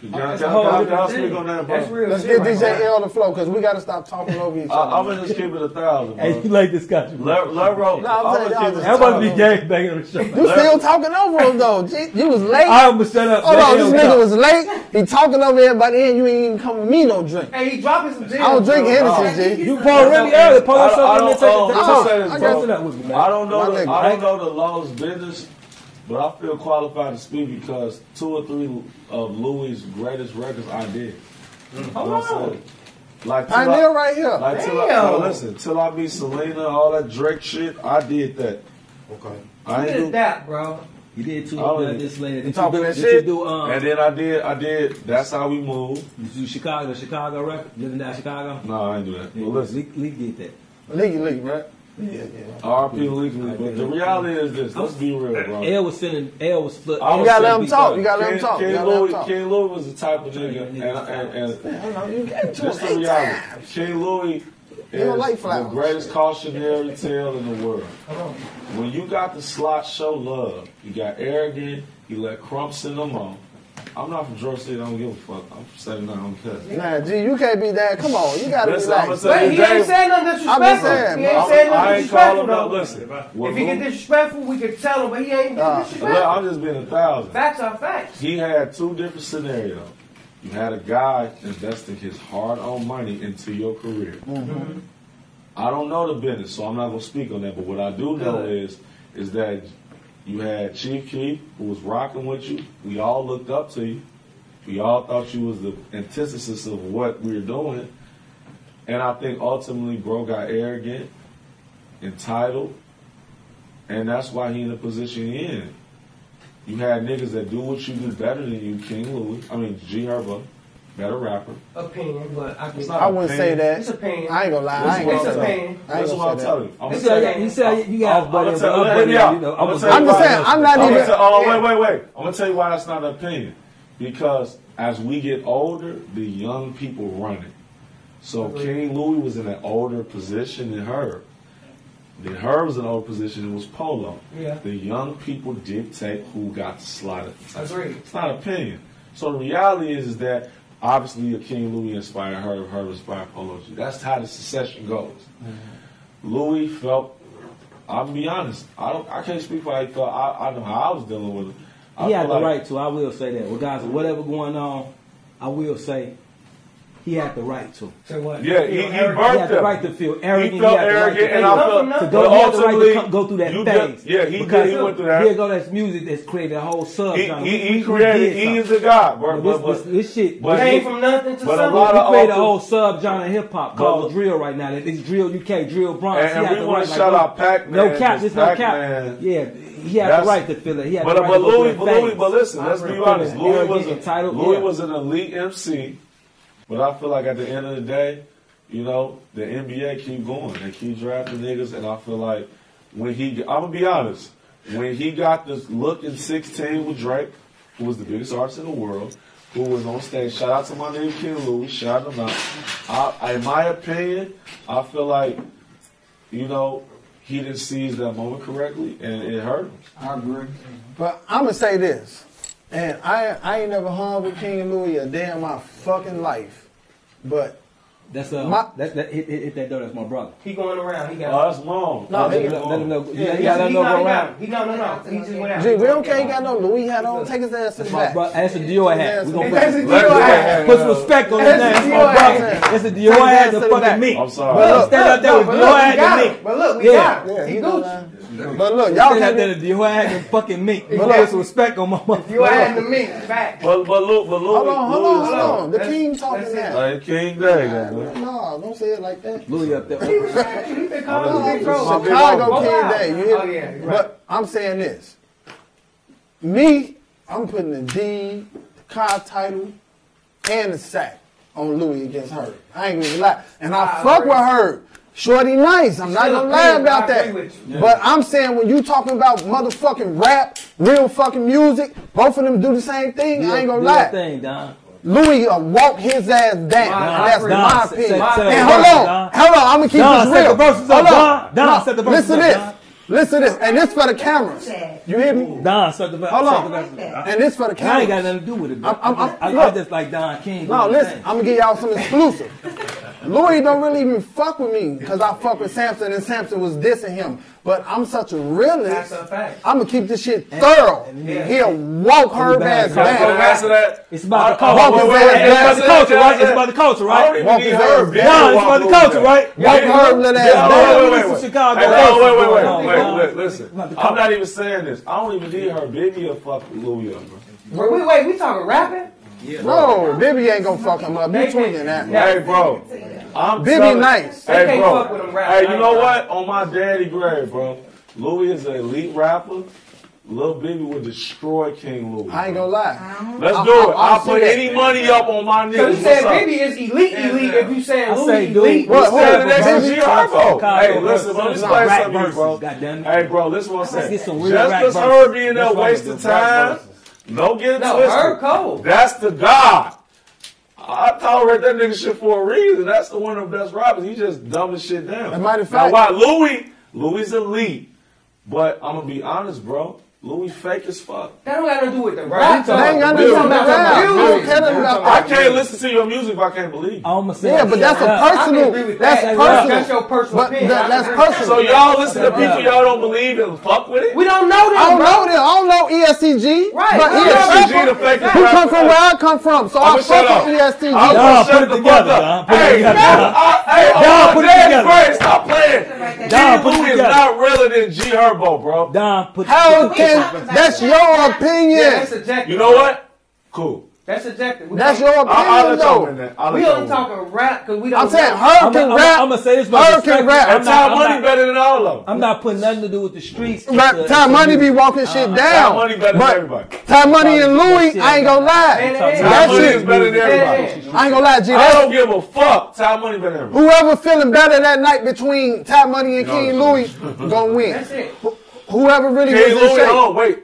B: Y'all-
D: That's
B: y'all-
D: a whole
B: y'all-
D: different
B: y'all
D: thing.
B: speak on that, bro.
D: That's real
B: Let's
D: shit
B: get
D: right
B: DJ
D: there. L the flow because we got to stop talking over each
B: I,
D: other.
B: I'm gonna just keep it a thousand, bro.
E: Hey, you like this guy?
B: Let, let roll.
D: Nah, I'm saying y'all just
E: That must be gang banging on the show.
D: You still talking over him though. Gee, You was late.
E: I'm gonna shut up.
D: Hold
E: Let
D: on,
E: him
D: this
E: talk.
D: nigga was late. He talking over everybody, and you ain't even come with me no drink.
C: Hey, he dropping some gin.
D: I don't drink
C: bro.
D: Hennessy, G.
E: You poured really early. Pour
B: I,
E: yourself in
B: don't,
E: there.
B: I, don't,
E: Take
B: oh,
E: it. Take it.
B: I,
E: Take it. up with me, man.
B: I don't know.
E: My
B: The,
E: nigga.
B: I don't know the law's business, but I feel qualified to speak because two or three of Louis' greatest records I did. You know what I'm saying? Like till
D: Pioneer right here.
B: Like till I,
D: Damn.
B: no, listen, till I meet Selena, all that Drake shit, I did that. Okay. I
C: You
B: ain't
C: did
B: do
C: that, bro.
B: You did
C: too,
B: I
C: uh,
B: did.
C: this later. Did
B: You
C: you
B: talking
C: do-
B: that
C: did you
B: shit.
C: do, um,
B: and then I did. I did. That's how we move.
H: You Chicago, Chicago record? Living down Chicago?
B: No, I ain't do that. Well, listen,
H: Leak, Leak did that.
D: Leaky, leaky, right?
H: Yeah,
B: R.P. Lincoln. But the reality is this. Let's be real, bro.
H: L Uh, was sending, L was flipping.
B: I was
D: gotta let
B: saying
D: him talk.
B: because
D: Oh, You gotta let him
B: Ken-
D: talk. You
B: Ken
D: gotta let him
B: Louis-
D: talk.
B: Ken Louis was the type of nigga, and, and, and,
D: I know you gave it to
B: This
D: him
B: the
D: eight
B: reality.
D: times.
B: King Louis
D: He don't
B: is
D: like
B: the
D: flowers.
B: greatest cautionary tale in the world. When you got the slot show love, you got arrogant, you let Crump send them on. I'm not from Georgia City, I don't give a fuck. I'm from 79, I don't care.
D: Nah, G, you can't be that. Come on, you gotta
B: Listen, I'ma
D: relax.
B: say Wait, he this, ain't Dave.
C: saying nothing
D: I'm just
C: disrespectful.
D: saying,
C: He ain't
D: bro.
C: saying nothing
B: I ain't calling
C: disrespectful,
B: no,
C: though.
B: listen.
C: If he get disrespectful, we can tell him, but he ain't getting
B: Nah, look,
C: disrespectful.
B: I'm just being a thousand.
C: Facts are facts.
B: He had two different scenarios. You had a guy investing his hard-earned money into your career. I don't know the business, so I'm not gonna speak on that. But what I do know is, is that you had Chief Keef, who was rocking with you. We all looked up to you. We all thought you was the antithesis of what we were doing. And I think ultimately, bro got arrogant, entitled, and that's why he in the position he in. You had niggas that do what you do better than you, King Louis. I mean, G Herbo, better rapper.
C: Opinion, but I
B: It's
C: can.
B: not
D: I wouldn't
B: opinion.
D: say that.
C: It's opinion.
D: I ain't gonna lie. I ain't gonna
C: It's
D: say
C: opinion.
D: that. I ain't
B: That's what
D: gonna
B: I'm
D: say
B: telling you.
D: that.
B: I'm
E: You said you said you got
B: I'm
E: buddy,
B: gonna tell
E: but
B: you,
E: buddy,
B: let me
E: you
B: out.
E: know,
B: I'm
E: I'm
B: gonna tell you
D: I'm
B: why
D: just saying,
B: that's-
D: I'm not
B: gonna
D: even-
B: tell- Oh, wait, wait, wait. I'm gonna tell you why that's not an opinion. Because as we get older, the young people run it. So King Louis was in an older position than her. Then her was in an older position. It was Polo.
C: Yeah.
B: The young people dictate who got the slot at the time.
C: Agreed.
B: It's not opinion. So the reality is, is that obviously a King Louis inspired her, her inspired Polo. G. That's how the succession goes.
H: Mm-hmm.
B: Louis felt. I'm gonna be honest. I don't. I can't speak for how he felt. I, I know how I was dealing with him. I
H: He had
B: feel
H: the
B: like-
H: right to. I will say that. Regardless of whatever going on, I will say he had the right to.
C: Say what?
B: Yeah, he, he
H: He had
B: birthed
H: the
B: him.
H: right to feel arrogant.
B: He felt
H: had the right
B: arrogant,
H: to
B: and
H: feel-
B: I felt.
H: to
B: but
H: go, he had the right
B: ultimately,
H: to come, go through that
B: you
H: phase.
B: did- yeah, he
H: because
B: did. He went through that.
H: Here go that music that's created a whole sub.
B: He, he, he created. He is a god, bro.
H: This,
B: But, but,
H: this, this shit
B: but
H: came
B: he-
H: from
C: nothing to
B: but
H: something.
B: a lot
H: we
B: of
H: create a
B: authors-
H: whole sub genre of hip hop called
B: But-
H: drill right now. It's drill UK, drill Bronx.
B: And-
H: He
B: and
H: had
B: we
H: the
B: wanna
H: right, like,
B: shout
H: no-
B: out Pac-Man,
H: No cap,
B: because
H: there's no cap.
B: Pac-Man-
H: Yeah, he had
B: That's-
H: the right to feel it. He had
B: but,
H: the right
B: but
H: to go through
B: Louis,
H: that
B: but
H: phase.
B: Louis, but listen, let's be
H: Arrogant,
B: honest. Louis
H: arrogant,
B: was a,
H: entitled.
B: Louis
H: yeah.
B: was an elite MC, but I feel like at the end of the day, you know, the NBA keep going. They keep drafting niggas, and I feel like when he, I'm gonna be honest, when he got this look in 16 with Drake, who was the biggest artist in the world, who was on stage. Shout out to my nigga King Louis. Shout him out. I, I- in my opinion, I feel like, you know, he didn't seize that moment correctly, and it hurt him.
I: I agree.
D: But I'm gonna say this, and I I ain't never hung with King Louis a day in my fucking life, but
H: That's uh,
D: My-
H: that's that hit, hit, hit that door. That's my brother.
C: He going around. He got.
B: Oh, that's long.
D: No,
H: let,
D: he-
H: him, know- let him know.
C: Yeah,
H: Yeah,
C: he
H: you gotta let
C: got.
H: him
C: He
H: know go
C: got.
H: around.
C: He got. No, no, no. He just went out.
D: G, we don't care. He got no Louis hat on. Take his ass to the
H: My
D: back.
H: brother, that's a DOI hat. We're gonna put
D: That's
H: some-
D: a DOI hat.
H: Put some respect on his
D: That's
H: name. That's
D: a DOI
H: my
D: hat.
H: brother. That's a DOI
D: Take
H: hat
D: his ass
H: to
D: to the
H: fucking
D: back.
H: me.
B: I'm sorry.
D: But look,
H: Stand out there with
C: But look,
H: DOI
C: we got
H: hat to
C: him.
H: me.
C: But look, we
H: Yeah.
C: got
D: Yeah,
C: him.
D: he
C: He
D: know
C: Gucci.
D: that. But look, y'all
H: Stand out
D: can't.
H: there
D: be-
H: with DOI hat and fucking me.
D: But
H: Put
D: look-
H: some respect on my motherfucker.
C: You had to meet back.
B: But but look, but Louis,
D: Hold on, hold
B: Louis
D: on,
B: is
D: hold
B: tough.
D: on. The
C: That's-
D: king talking
C: that's
D: now.
B: Like King Dagger, man.
D: No, don't say it like that.
H: Louis up there.
C: He been calling
B: Oh,
C: him big bro.
B: so-
D: Chicago
B: Oh,
D: King
C: wow.
D: Day. You hear
C: Oh,
D: me?
C: yeah, you're right.
D: But I'm saying this. Me, I'm putting the D, the car title, and the sack on Louis against her. I ain't gonna lie. And I,
C: I
D: fuck
C: agree.
D: with her. Shorty nice. I'm not
C: Still
D: gonna lie
C: opinion,
D: about
C: but I
D: that.
C: agree with you.
D: But I'm saying when you talking about motherfucking rap, real fucking music, both of them do the same thing. I ain't gonna
H: Do
D: lie.
H: your thing, Don.
D: Louis uh, walk his ass down.
H: Nah,
D: That's
H: Don,
D: my
H: set-
D: opinion.
H: set- set
D: and
H: the
D: hold
H: verses,
D: on,
H: Don.
D: hold on. I'm gonna keep
H: Don,
D: this
H: set
D: real.
H: the verses
D: hold
H: up,
D: on.
H: Don. Don,
D: No,
H: set the verses
D: listen
H: up,
D: this.
H: Don.
D: Listen to this, and this for the cameras. You hear me?
F: Don, shut the back.
D: Hold
F: shut the
D: on.
F: back- I-
D: And this for the cameras.
F: I ain't got nothing to do with it. though.
D: I'm- I'm-
F: I-
D: I'm-
F: I
D: look.
F: just like Don King.
D: No, listen, I'm gonna give y'all some exclusive. Louis don't really even fuck with me because I fuck with Samson and Samson was dissing him. But I'm such a realist. I'm gonna keep this shit thorough. He'll walk her ass back.
F: It's about the
D: Oh,
F: culture.
D: wait, wait, wait, wait,
F: It's about the
D: wait,
F: culture,
D: wait,
F: right?
D: wait,
F: It's about the culture,
D: I don't
F: right?
D: even Walk need his her ass back.
F: Don, it's about the culture, right?
D: Walk her little ass
B: Yeah,
D: back.
B: wait, wait, wait, wait.
D: This is Chicago.
B: Hey,
D: That's
B: wait, wait,
D: what's
B: wait,
D: going
B: wait,
D: on,
B: wait,
D: dog.
B: listen. I'm not even saying this. I don't even need her Bibby or fuck Louis up, bro.
D: Wait, wait, wait, we talking rapping? No, Bibby ain't gonna fuck him up. You tweaking that.
B: Hey, bro. I'm
D: Bibby
B: telling-
D: nice. They
B: Hey,
D: can't
B: bro.
D: fuck with them rappers.
B: Hey, you know what? On my daddy grave, bro. Louis is an elite rapper. Lil Bibby would destroy King Louis.
D: I ain't gonna lie.
B: Let's
D: I-
B: do it.
D: I- I
B: I'll
D: see
B: put
D: that.
B: any money up on my niggas.
C: So you said
B: What's up?
C: Bibby is elite, elite. If you saying
B: I
C: Louis
B: say, dude,
C: elite,
B: what-
C: you said
B: who- Bibby?
C: it next to
B: Chicago.
C: Chicago.
B: Hey, listen, bro, let's play
F: Rap
B: something, bro.
F: verses, goddamn it.
B: Hey, bro, listen what I'm
F: Let's
B: saying.
F: get
B: Just
F: some real rap
B: because
F: verses.
B: her being there
F: That's why
B: wasting
F: it's a rap
B: time,
F: verses.
B: no getting
F: No,
B: twisted.
F: her cold.
B: That's the God. I tolerate that nigga shit for a reason. That's the one of the best rappers. He just dumbing shit down.
D: As a matter of
B: now,
D: fact-
B: why Louis? Louis elite, but I'm gonna be honest, bro. Louis fake as fuck.
C: That don't got nothing to do with the
B: Right.
C: rap.
B: They ain't got nothing to do with the rap.
C: Music.
B: I don't care nothing
C: about
B: I can't listen to your music if I can't believe.
F: I'm gonna
B: say
D: Yeah, but that's a personal. That's personal. But that- that's personal.
B: So y'all listen to people y'all don't believe and fuck with it.
D: We don't know
B: them,
D: I don't
B: bro.
D: know them. I don't know E ESCG.
B: Right.
D: But E
B: Right.
D: he a
B: ESCG
D: trapper.
B: the fakest
D: He
B: rapper.
D: come from where I come from, so
B: I'ma
D: I
B: shut up.
D: fuck with E ESCG.
B: I'ma Nah, shut put it the fuck together, up.
F: eh?
B: nah. Put it Hey, together, nah. nah. Hey, oh,
F: Don,
B: my
F: put it
B: daddy
F: together.
B: first, stop uh, playing.
F: Don,
B: Don,
F: eh? put it
B: Louis is
F: together.
B: not realer than G Herbo, bro.
F: Don, put
D: How can that's your opinion?
C: Yeah, that's subjective.
B: You know what? Cool.
C: That's subjective. We
D: That's
C: don't-
D: your opinion, I- I'll let y'all though. win that. I'll
C: We
D: let y'all
C: only
D: win.
C: talking rap because we don't.
D: I'm saying
C: know.
D: her can rap.
F: I'm gonna say this
D: Her
F: about
D: can
F: respect.
D: rap.
F: I'm
D: And
F: not-
D: Ty
F: I'm
D: Money
F: not-
B: better than all of them.
F: I'm not putting nothing to do with the streets.
D: But Ty Money be walking shit down.
F: Money better than
D: but
F: everybody.
D: Ty Money and Louis, I ain't gonna lie.
B: Ty
D: That
B: Money
D: shit-
B: is better than everybody.
D: I ain't gonna lie, G.
B: I
D: That's
B: don't give a fuck. Ty Money better than everybody.
D: Whoever feeling better that night between Ty Money and King
B: No.
D: Louis gonna win.
B: That's it.
D: Wh- Whoever really
B: King
D: was in
B: Louis,
D: shape.
B: oh, wait.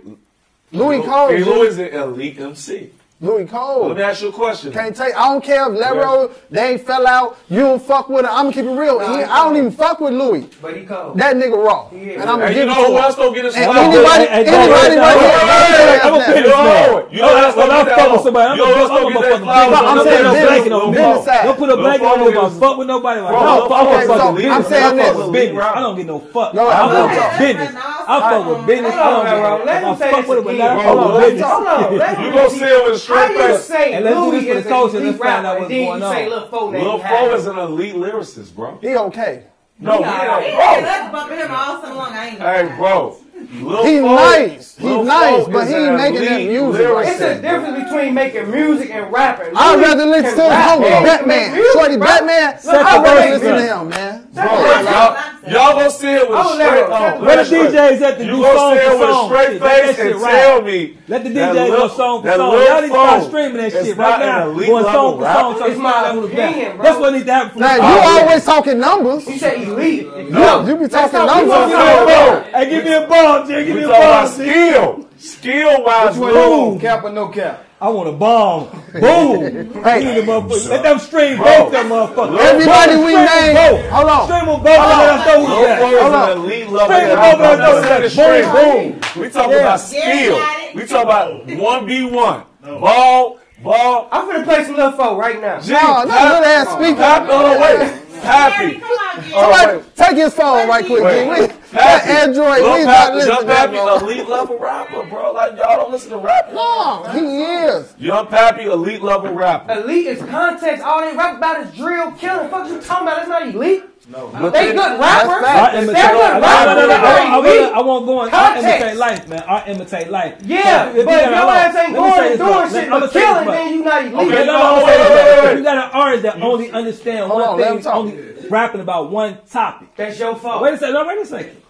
D: Louis
B: King
D: Cole.
B: Louis is an elite MC.
D: Louis Cole.
B: Let me ask you a question.
D: Can't take. I don't care if Lero they ain't fell out. You don't fuck with him. I'm gonna keep it real. He- I don't even fuck with Louis.
C: But he cold.
D: That nigga raw. And I'm gonna
B: Hey,
D: give
B: you
D: it
B: know
D: to
B: who
D: him.
B: else gonna get his
D: And
B: flowers?
D: anybody,
B: Hey, hey,
D: anybody
B: hey,
D: right here. I'm gonna
B: hey, hey, hey, I'm a business man. You know that's what I'm
F: fuck with
B: telling
F: somebody. I'm
B: you.
F: gonna
B: Yo,
F: fuck
B: that's gonna
F: with motherfucking
B: get
F: business.
B: that
F: I'm saying
B: flower.
F: no blanket
B: Lil
F: on
B: Fo.
F: business. Don't put a
B: Lil
F: blanket
B: Fo
F: on me.
B: is-
F: I fuck with nobody. Like,
B: Bro,
F: no,
B: Lil
F: fuck
B: Fo is
F: with fucking
B: the
F: business.
B: leader.
F: I'm saying
B: Lil
F: I
B: Fo
F: fuck
B: is
F: with
B: the
F: business.
B: leader.
F: I don't get no fuck.
B: No,
F: I
B: I'm not.
F: fuck with business. I fuck with business. I
C: Hold on, bro. Let
F: don't get.
C: him
F: I
C: say
F: fuck
C: this
F: with it, but
C: again.
F: I
C: Hold
F: fuck
C: on,
F: with business.
C: hold on. Let him
B: You gonna say it with a straight
C: How
B: face.
C: do you say
F: And let's do
C: Louis
F: this for
C: is
F: the
C: an
F: coach and
C: elite
F: let's find
C: rapper,
F: out
C: and
F: what's
C: then you
F: going
C: say
F: on.
C: Lil Fo that
B: Lil
C: he had
B: Fo
C: it?
B: is an elite lyricist, bro.
D: He okay.
B: No, he ain't a bro.
G: Let's bump him all summer long. I ain't gonna
B: Hey, bro. Lil
D: He
B: Fo-
D: nice. He
B: Lil Fo
D: nice, but
B: is
D: he
B: an
D: ain't making that
B: elite
D: music. right
C: It's a
D: there.
C: difference between making music and rapping.
D: I'd
C: Louis
D: rather listen
C: can
D: to his
C: rap.
D: homie
C: He can
D: Batman.
C: make music,
D: Shorty
C: bro.
D: Batman. I'd
C: Look, I'd
D: rather
C: rather
D: listen
C: listen
D: to him, man.
B: Bro, y'all, y'all gonna say it with
F: I
B: a
F: would
B: straight
F: let-
B: oh,
F: let the
B: straight-
F: DJs at the
B: You
F: do
B: gonna
F: song
B: say
F: for
B: it with a
F: song.
B: straight
F: Shit, let that
B: face
F: shit
B: and
F: rap.
B: tell me.
F: Let the
B: that
F: DJs go
B: Lil-
F: song for
B: that
F: song.
B: Lil
F: Y'all need to start
B: Fo
F: streaming that
B: is
F: shit
B: not
F: right
B: an
F: now.
B: elite
F: Going
B: level
F: song for
B: rapper.
F: song. So
C: It's
F: it's
C: my
F: not level of
C: opinion,
F: bad.
C: bro.
F: That's what needs to happen. from
D: Now
F: the
D: you
F: start.
D: always talking numbers. You
C: say elite.
D: No, you be talking
F: how we
D: numbers.
F: gonna get on. Hey, give me a bomb, Jay. Give
B: We
F: me a
B: talking
F: bomb.
B: about skill. Skill wise,
F: Which one?
B: Lil.
I: Cap or no cap?
F: I want a bomb. Boom.
D: Hey.
F: Give me the motherfucker. Let them stream both them motherfuckers.
D: Everybody we
F: Stream them
D: name-
F: both.
D: Hold on.
F: Stream them both. and Let them throw
B: Lil
F: with
B: Fo is
F: that.
B: an elite level.
F: Straight
B: rapper.
F: up,
B: I'm
F: bro,
B: not saying
F: bro,
B: it's straight.
F: boom.
B: We talking
F: Yeah.
B: about skill. We talking about 1v1. Ball, ball.
C: I'm finna play some Lil Fo right now.
B: G,
D: No, no,
B: pop-
D: little ass speaker.
B: Pop, oh, wait. Happy.
D: Somebody take his phone right quick.
B: Wait.
D: G. We- That Android,
B: Lil
D: we
B: Pappy-
D: not listening to
B: Young Pappy,
D: that. bro.
B: elite level rapper, bro. Like y'all don't listen to rap.
D: No, he is.
B: Young Pappy, elite level rapper.
C: Elite is context. All they rap about is drill, killing. Fuck you talking about? That's not elite.
B: But
C: they
B: they-
C: good rappers.
F: I
C: They're
F: imitate
C: good
F: life. No, no, no, no, I
C: rappers.
F: won't-
C: They're elite.
F: I won't go on. I
C: Context.
F: imitate life, man. I imitate life.
C: Yeah,
F: if you
C: but
F: got
C: if
F: an
C: your
F: artist-
C: ass ain't
F: let me
C: going
F: say
C: and
F: this
C: doing
F: much.
C: shit,
F: Let- I'ma
C: but
F: say this
C: killing,
F: much.
C: then you not elite.
F: Okay,
C: You
F: no,
C: know
F: no,
C: what I'm
F: wait,
C: saying?
F: wait, wait, wait. You got an artist that only understand
D: Hold
F: one
D: on, let him
F: thing,
D: talk.
F: only rapping about one topic.
C: That's your fault.
F: Wait a second. No, wait a second.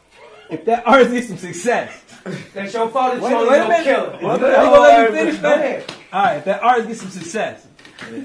F: If that artist needs some success,
C: That's your fault that
F: wait,
C: you
F: wait,
C: only
F: a
C: no
F: minute.
C: killer.
F: You gonna let me finish,
C: Go
F: man?
C: ahead.
F: All right, if that artist gets some success,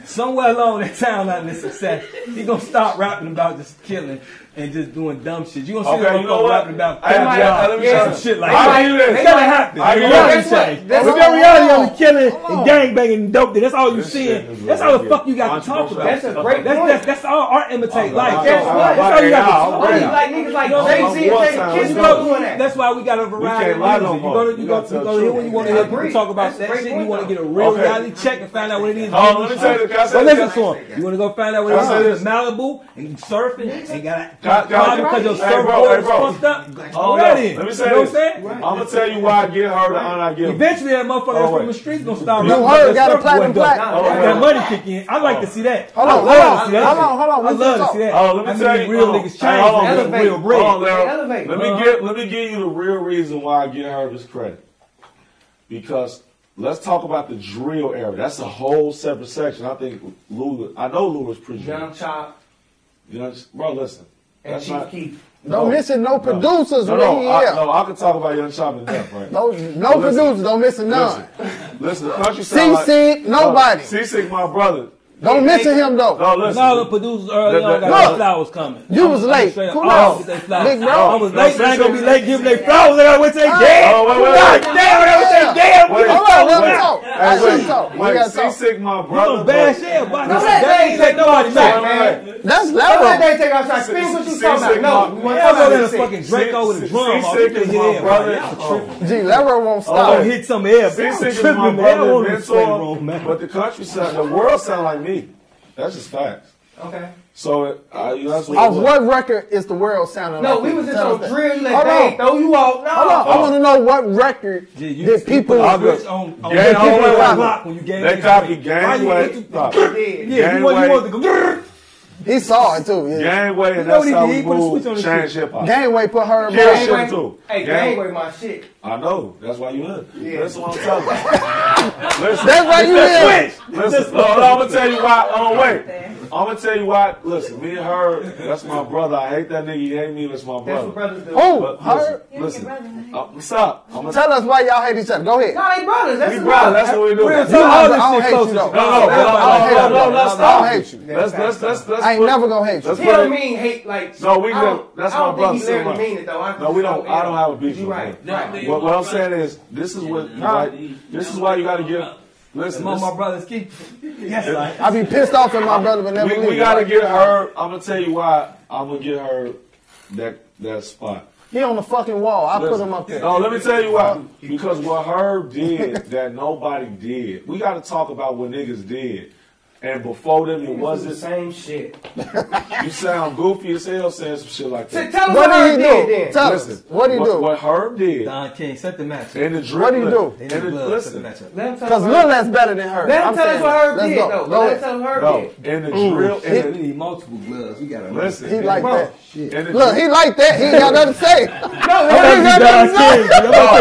F: somewhere along that timeline, this success, he gonna stop rapping about just killing and just doing dumb shit. You gonna see
B: Okay,
F: them
B: you know
F: motherfuckers
B: what?
F: rapping about
B: I might-
F: fat
B: let
F: jobs
B: me
F: and
B: try-
F: shit like
B: I
F: that.
B: hear this.
F: It's gonna happen.
B: I hear
F: It's gonna
B: this.
F: happen.
B: That's
F: With
B: all-
F: that reality on the killing
B: on.
F: and gangbanging and dope, that's all you
B: shit is
F: seeing. That's all the
B: weird.
F: fuck you got to talk about.
B: That's a great
F: That's,
B: point.
F: that's, that's all art imitates
B: Oh,
F: life.
B: wow.
F: That's
B: Wow.
F: what- that's all you got to
B: Wow.
F: talk about.
B: Like niggas like
F: You know,
B: Jay-Z and
F: one
B: Jay-Z
F: time,
B: Kiss
F: you
B: was
F: know,
B: doing that.
F: That's why we got a variety
B: can't
F: of
B: lie
F: music.
B: no
F: You
B: more.
F: go to you
B: You
F: go
B: gotta
F: to you
B: tell
F: go to
B: the
F: here
B: truth.
F: when you want to
B: I
F: hear people
B: agree.
F: talk about
B: That's a
F: that
B: great
F: shit. You
B: point,
F: want to
B: though.
F: get a real
B: Okay.
F: reality check and find out what it is.
B: Hold on, let me tell you- can I say
F: But
B: this?
F: listen to him. You want to go find out what
B: Can I say
F: it
B: this?
F: is. Malibu and surfing and got
B: Y'all- y'all-
F: Why? because your
B: Hey, bro,
F: surfboard
B: hey,
F: is
B: bro.
F: fucked up.
B: Hold up.
F: Already.
B: Let me
F: You
B: say
F: know what I'm
B: this.
F: saying?
B: I'm gonna tell you why I get hurt and I get.
F: Eventually, that motherfucker that's
B: Oh,
F: from the streets gonna start.
B: You
F: rapping
B: heard,
F: about
B: got a
F: that
B: platinum
F: surfboard dope.
B: plaque.
F: Now,
B: Hold
F: That
B: on.
F: money kick in. I like to see that.
B: Hold
F: I
B: on,
F: love
B: hold
F: to
B: on,
F: see that
B: hold
F: shit.
B: on, hold on.
F: I
B: Let's
F: love
B: talk.
F: to see that.
B: Oh, let me
F: How
B: tell
F: many
B: you,
F: real
B: oh,
F: niggas change.
B: hey, hold on,
F: That's
B: Larry.
F: real bread.
B: Hold on, Larry.
F: Elevate.
B: Let me
F: Uh-huh.
B: give let me give you the real reason why I get Herbert's credit. Because let's talk about the drill era. That's a whole separate section. I think Lula. I know Lula's pretty. Young
C: Chop.
B: You know, bro, listen.
C: And
B: That's
C: Chief
B: not-
C: Keef.
D: Don't listen no producers
B: no,
D: when
B: no,
D: he
B: I,
D: here.
B: no, I can talk about Young Chop and Death, right?
D: No, no
B: But listen,
D: producers, don't listen none.
B: Listen, listen the country sound like-
D: C-Sig,
B: No,
D: nobody.
B: C-Sig, my brother.
D: Don't listen him though.
B: No, listen.
F: All the producers early
B: Look,
F: on got
B: look.
F: their flowers coming.
D: You was
F: I'm
D: late.
F: straight up,
D: Cool
F: I
D: off.
F: was with they flowers.
D: Big bro.
F: I was late. but I ain't gonna be late giving they flowers. I gotta wait till they
B: Oh,
F: dead.
B: wait, wait, wait.
F: God damn, I gotta wait till they
B: Wait,
F: dead. We
B: hold
F: gonna
B: on, let me
F: talk
B: talk.
F: now.
B: Hey,
F: Hey,
B: wait, wait, C-Sig, my brother.
F: some bad
B: bro.
F: shit, boy.
B: No,
F: That
B: that
F: ain't
B: ain't
F: take nobody
B: no
F: back.
B: man.
D: That's
C: Don't let
D: level.
C: they take outside. Spin what you talking about. No, we want to talk
F: Y'all go
C: about
F: let a
C: this shit.
F: fucking Draco with a drum. off.
B: C-Sig
F: You
B: is
F: can
B: my
F: hear
B: brother. Oh,
F: everybody. Y'all tripping.
D: Gee, level won't
F: I'm gonna
D: stop.
F: hit some air. bro.
B: C-Sig is
F: I'm
B: my
F: tripping, man. I
B: brother
F: want
B: and
F: to be playing
B: mentor,
F: wrong, man.
B: but the country sound, the world sound like me. That's just facts.
C: Okay.
B: So it, I, you know, that's what it
D: Off
B: was.
D: what record is the world sounding
C: No,
D: like?
C: we
D: this?
C: was in
D: Tell
C: some
D: us that.
C: drill. You
D: Hold
C: let
D: on.
C: they throw you off. No.
D: Hold on. I want to know what record
F: Yeah, you- you
D: did people.
F: put
B: I'll
F: the
B: go-
F: switch on, on
B: Gang
F: the people
B: Wei.
F: on the block when you gang
B: They
F: gang.
B: copy
F: Why you
B: Gangway.
F: get
B: Stop.
F: Yeah, you want, you want the grrrr.
D: He saw it too. Yeah.
B: Gangway,
F: You
B: and
F: know
B: that's
F: what he
B: how
F: did?
B: we
F: He put a switch on
B: move
F: his
B: change
F: shit.
B: hip hop.
D: Gangway put her. in
B: Kill
D: my-
B: shit too.
C: Hey,
B: Gang-
C: Gangway, my shit.
B: I know. That's why you in. That's what I'm telling you. listen,
D: That's why you here.
B: listen. No, I'm gonna tell you why. Oh wait. I'm gonna tell you why. Listen, me and her. That's my brother. I hate that nigga. He hate me. That's my
C: That's what
B: brother.
C: brothers do.
D: Who?
B: But
D: Her?
B: listen, listen. Uh, what's up? I'm gonna
D: Tell us why y'all hate each other. Go ahead.
C: No, they brothers. That's
B: we
C: the
B: brother. That's what we do. No,
F: Real talk, all this
D: I don't
F: shit
D: hate
F: close
D: you,
F: to
D: though.
F: shit.
B: no, no,
D: I
B: no,
D: don't
B: no,
D: hate
B: no.
D: you.
B: Let's
D: I
B: stop.
D: don't hate you.
B: Let's let's let's let's.
D: I ain't
B: put
D: never
B: it-
D: gonna hate you.
B: Let's
C: He
B: put
C: don't
B: it-
C: mean hate like.
B: No, we
C: I don't-
B: good. That's
C: I don't
B: my brother.
C: think he literally
B: Silver.
C: mean it though. I
B: No, we don't.
C: know
B: I don't have a beef.
C: You
B: with
C: right.
B: him.
C: You right.
B: What, what I'm saying is, this is what you like. This is why you got to give. Listen,
F: Among
B: this,
F: my brothers keep. Yes, I.
D: I be pissed off at my brother, but never
B: we,
D: leave.
B: we got to get her. I'm gonna tell you why. I'm gonna get her that that spot.
D: He on the fucking wall. I put
B: Listen,
D: him up there.
B: No, let me tell you why. Because what Herb did that nobody did. We got to talk about what niggas did. And before them, it
C: Was the
B: wasn't.
C: same shit.
B: You sound goofy as hell saying some shit like
C: So
B: that.
C: tell us
D: What
C: what I
D: did he
C: did
D: do?
C: then.
D: Tell us.
B: Listen,
D: What did he do?
B: What Herb did.
F: Don King set the match.
B: And the drip.
D: What do you do?
F: They
B: And
F: need
B: the,
F: blood set the
B: listen.
F: match up.
C: Let him tell
D: Because
C: us.
D: Lil
C: what-
D: Nas better than her.
C: Let
D: I'm
C: him tell us
D: saying
C: what
D: that.
C: Herb
D: Let's
C: did
D: go.
C: though.
D: Go
C: Let him
D: ahead.
C: tell us what Herb
B: No,
C: did.
B: and the drill.
F: We
B: And the,
F: need Mm. multiple gloves. We got to
B: listen.
D: He like
C: Bro.
D: that.
B: And the
D: Look, he like that. He ain't got nothing to say.
C: No,
F: I'm
C: Herb-
F: gonna Don King. I'm gonna take that.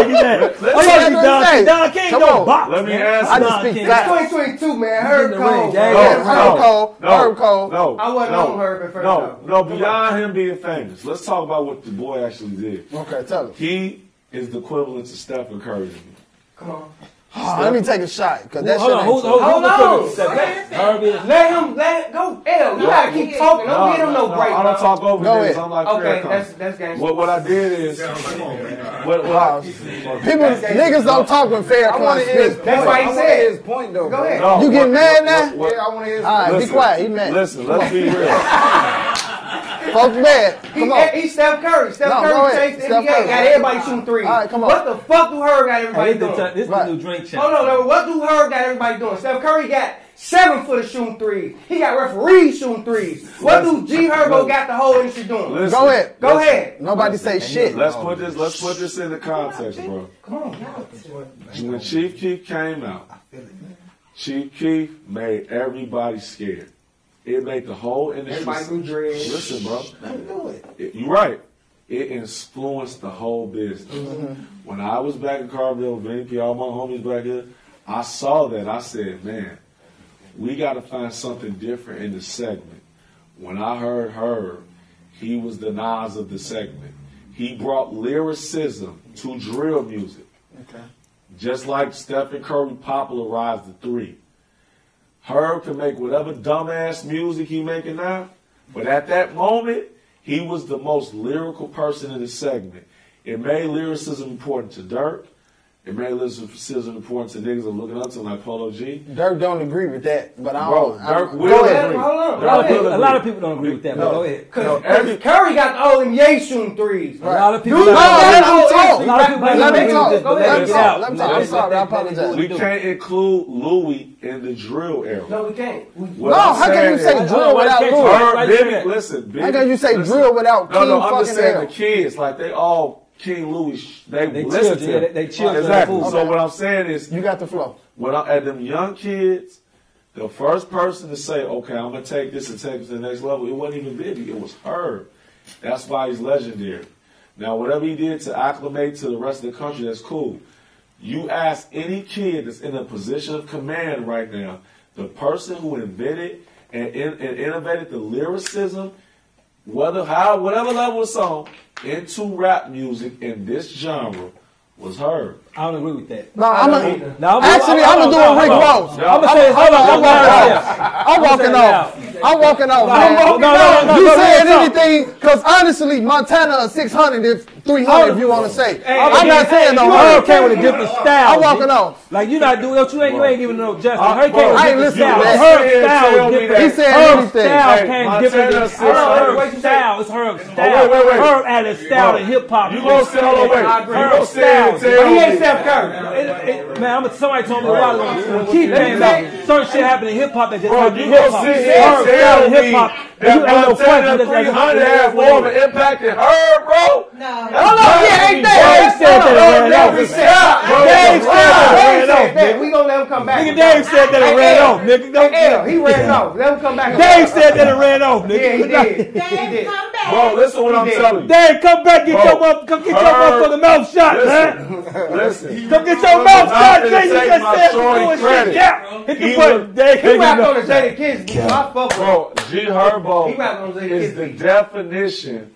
D: He ain't
F: I'm
D: got nothing to
F: gonna
D: say.
F: Don King.
D: Come
F: Don't
D: on.
F: box.
B: Let me
F: man.
B: ask
D: I
B: you.
D: just
F: Don
D: speak
F: King.
D: facts.
C: 2022, man. Herb
F: in the ring,
C: Cole.
F: gang.
B: No,
D: Yeah, Herb
B: no,
D: Cole,
B: no,
D: Herb Cole.
B: No,
C: I wasn't
B: no,
C: on Herb at first,
B: No,
C: though.
B: no. Beyond him being famous, let's talk about what the boy actually did.
D: Okay, tell him.
B: He is the equivalent to Stephen Curry. to me.
C: Come on.
D: Oh, let me take a shot because that
F: Hold
D: shit
F: on.
D: ain't
F: Hold
D: true.
F: on. Hold
C: Hold
F: on.
C: on.
F: Herb is.
C: Let him let go. L, you gotta keep talking. Don't give him no break.
B: I
C: bro.
B: don't talk over
D: Go
B: niggas.
D: ahead.
B: I'm like
C: Okay,
B: okay,
C: that's that's gangster.
B: What what I did is what what I,
D: People, niggas don't talk when fair comes speak.
C: That's why he said.
I: his point though.
C: Go ahead.
B: no,
D: You
B: what-
D: get mad now?
B: what- what-
I: Yeah, I want to hear.
D: All right, be
B: listen,
D: quiet. He mad.
B: Listen, let's be real.
D: Folks mad.
C: He,
D: Come on.
C: he Steph Curry. Steph
D: No, go
C: Curry
D: ahead.
C: chased the
D: Steph
C: NBA.
D: Curry.
C: Got everybody shooting threes.
D: All right, come on.
C: What the fuck do Herb got everybody
F: Hey, this
C: doing?
F: the- this the
D: Right.
F: new drink champ.
C: Hold on, now, what do Herb got everybody doing? Steph Curry got seven footers shooting threes. He got referees shooting threes. What do G Herbo got the whole industry doing?
B: Listen,
D: Go ahead.
C: Go ahead.
D: Nobody say shit.
B: Let's put this. Let's put this into context, bro.
C: Come on.
B: When Chief Keef came out, Chief Keef made everybody scared. It made the whole industry.
C: Everybody do dreads.
B: Listen, bro. It- You're right. It influenced the whole business.
C: Mm-hmm.
B: When I was back in Carville, VP, all my homies back here, I saw that. I said, man, we got to find something different in the segment. When I heard her, he was the Nas of the segment. He brought lyricism to drill music. Just like Stephen Curry popularized the three. Herb can make whatever dumbass music he making now, but at that moment, He was the most lyrical person in the segment. It made lyricism important to Dirk. It made lyricism important to niggas I'm looking up to like Polo G.
D: Dirk don't agree with that, but I
B: Bro,
D: don't.
B: Dirk
D: I,
B: will
D: Oh, go
B: agree.
D: ahead.
B: Dirk will agree.
F: don't agree with that.
B: No.
C: Cause Curry got all them Yasun threes.
F: A lot of people
C: Dude,
F: don't
C: got all
F: agree.
C: them
F: A lot of people
C: threes.
F: don't
C: Let me
F: agree
C: talk.
F: with this,
C: Go
F: but
C: ahead.
F: let it out.
D: Let me talk. I'm sorry. I apologize.
B: We can't include Louis in the drill era.
C: No, we can't. We-
B: What
D: No,
B: I'm
D: how can
B: saying
D: you say
B: is-
D: drill without Louis?
B: Her-
D: Right
B: Bibby,
D: there.
B: listen,
D: How
B: Bibby,
D: can you say
B: listen.
D: drill without
B: No, no,
D: King
B: I'm just
D: fucking
B: saying
D: L?
B: the kids, like they all King Louis. sh- They,
D: They
B: listen
D: children,
B: to
D: yeah,
B: him.
D: they- they children, they
B: Exactly.
D: fools.
B: So what I'm saying is,
D: you got the flow.
B: When I at them young kids, the first person to say, "Okay, I'm gonna take this and take it to the next level," it wasn't even Bibby. It was her. That's why he's legendary. Now, whatever he did to acclimate to the rest of the country, that's cool. You ask any kid that's in a position of command right now, the person who invented and, in, and innovated the lyricism, whether how whatever level of song, into rap music in this genre was her.
F: I don't agree with that.
D: No, I'm
F: I
D: a,
F: don't either. No, I'm-
D: actually,
F: I'm-
D: I'm gonna do
F: I'm-
D: a Rick
F: I'm-
D: Ross.
F: I'm- I'm saying-
D: I'm,
F: I'm-
D: I'm,
F: I'm-
D: walking
F: I'm-
D: off. I'm walking
F: I'm
D: off. I'm walking off. man.
F: No, no, no, no,
D: you
F: no,
D: saying
F: no, no.
D: anything? Because honestly, Montana is 600 if 300 if you want to say.
F: Hey,
D: I'm
F: hey,
D: not
F: hey,
D: saying no.
F: you
D: word.
F: Hurricane with a different style.
D: I'm walking off.
F: Like you not doing what you ain't you ain't giving no justice.
D: I-
F: Hurricane
D: bro,
F: was
D: I ain't
F: different
D: listening to
F: style.
D: that.
F: Her
D: He said anything.
F: style was different.
D: He said
F: her
D: anything.
F: style
D: Hey,
F: came
D: Montana
F: different. than-
D: said something. Oh,
F: Her style is her style.
D: wait, wait.
F: Her added style to
D: Bro,
F: hip hop.
D: you gonna say all the way.
F: Her
D: You gonna say
F: style.
D: and tell
F: He ain't
D: me.
F: Steph Curry. It- it- Man, I'm somebody told me a while ago. When Keith
D: Let me
F: came
D: say-
F: out, certain shit happened in hip hop that just
B: Bro,
F: happened
B: you
F: in
B: gonna
F: hip hop.
B: sit here and
F: Her
B: tell
F: style in
B: me
F: hip hop.
B: that Montana 300
F: You ain't no question. That's like-
B: has more of an impact than her, bro?
G: No.
B: Hold on, yeah, ain't that-
F: Dave said that.
B: Hold on,
F: it ran off.
B: Dave said that.
C: Dave
F: Dave said that. it ran
C: said
F: off,
C: that.
F: nigga.
C: We gonna let him come back.
F: Nigga, Dave said that it
C: Hey,
F: ran
C: L,
F: off, nigga. Don't-
C: Hey, L, he ran off. Let him come back.
F: Dave said that it ran off, nigga.
C: Yeah, he did.
G: Dave,
C: did.
G: come back.
B: Bro, listen to what
C: He
B: I'm
C: did.
B: telling you.
F: Dave, come back, get
B: Bro,
F: your mother, come get your
B: her-
F: motherfucking mouth shot, man.
B: Listen, listen.
F: Come get your mouth shot,
B: I'm finna
F: Jay. You
B: take
F: just
B: my
F: said some
B: shorty
F: bullshit.
B: credit.
F: Yeah, hit the
B: He
F: button,
B: was-
F: Dave.
C: He rapped on the Jada Kiss beat. I fuck with
B: Bro, G
C: He rapped on
B: Herbo
C: Jada
B: is
C: Kiss
B: the
C: beat.
B: definition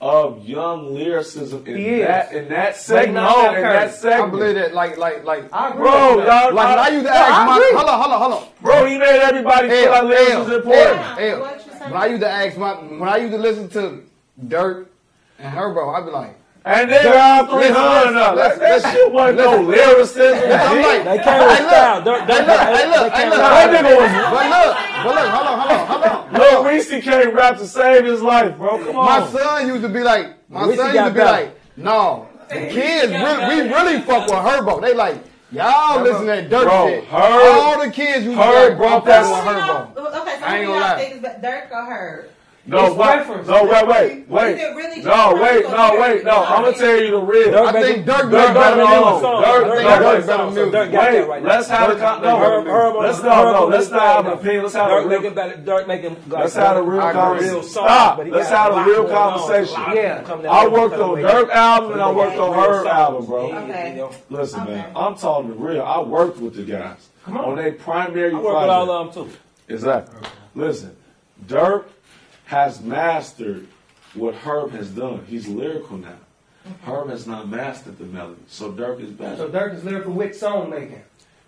B: of young lyricism in
C: He is.
B: that in that
C: But
B: segment.
C: not
B: No,
C: Steph
B: in
C: Curry.
B: that
I: I
B: segment.
I: believe that, like, like, like,
C: I agree
B: Bro,
C: with
B: y'all,
I: like now you to ask
B: I
I: my,
B: agree.
I: hold on, hold on, hold on.
B: Bro, he made everybody feel like lyrics
I: L,
B: is important.
I: L,
G: What you saying?
I: When I used to ask my, when I used to listen to Dirk and Herbo, I'd be like,
B: And they all three
I: Listen,
B: hundred up.
I: listen,
B: That
I: listen,
B: shit wasn't no
I: listen.
B: lyricism.
I: And I'm
F: They
I: like,
F: came with
I: hey, look,
F: style. They're-
I: Hey,
F: they're-
I: look, hey, look,
F: they
I: hey,
F: came with
I: look.
B: That
F: style.
B: nigga was.
I: But look, but look, hold on, hold on, hold on.
B: Lil Reese can't rap to save his life, bro. Come
I: My
B: on.
I: son used to be like, my
F: Oh. Wish he
I: son used
F: got
I: to be
F: better.
I: like, no, the kids really, we really fuck with Herbo. They like, y'all listen to that dirt
B: Bro,
I: shit.
B: Herb-
I: All the kids used to be
B: Herb
I: like,
B: brought
I: brought that
B: that-
I: with Herbo.
G: Okay, so
I: I
G: I
I: ain't
G: you
I: gonna
G: y'all
I: lie.
G: think that Dirk or her?
B: No,
C: It's
B: wait,
C: reference.
B: no, wait, wait,
G: Is it
B: wait.
G: really
B: No,
G: just
B: wait,
G: reference
B: no,
G: or
B: wait, no.
G: is it
B: I'm gonna
G: lyrics?
B: tell you the real.
I: I think Dirk
B: Dirk
I: made
B: got
I: better
B: it
I: music.
B: on. Dirk,
I: Dirk
B: no,
I: made
B: wait.
I: better music.
F: Dirk got that
B: Wait,
F: right
B: let's
F: now.
B: have a con-
F: Herb- Herb
B: no.
F: on
B: Let's
F: the-
B: no,
F: Herb
B: no.
F: on the
B: Let's
F: style,
B: not have
F: though.
B: an opinion. Let's have a
F: Dirk making
B: real.
F: better. Dirk making. like,
B: Let's have a real
F: I agree.
B: conversation.
F: Real songs,
B: Stop.
F: but he
B: Let's
F: got
B: have a
F: lot
B: real
F: more songs.
B: conversation.
F: Yeah. Come down
B: I
F: and
B: worked
F: come
B: on
F: away.
B: Dirk album and I
F: Come
B: worked
F: away.
B: on her
F: Real
B: album,
F: songs.
B: bro.
G: Okay.
F: Yeah.
B: Listen, man,
G: Okay.
B: I'm talking real. I worked with the guys on. their primary
F: I work with all
B: project.
F: of them too.
B: Exactly. Listen, Dirk has mastered what Herb has done. He's lyrical now. Herb has not mastered the melody, so Dirk is
C: So
B: better
C: Dirk is lyrical with song making.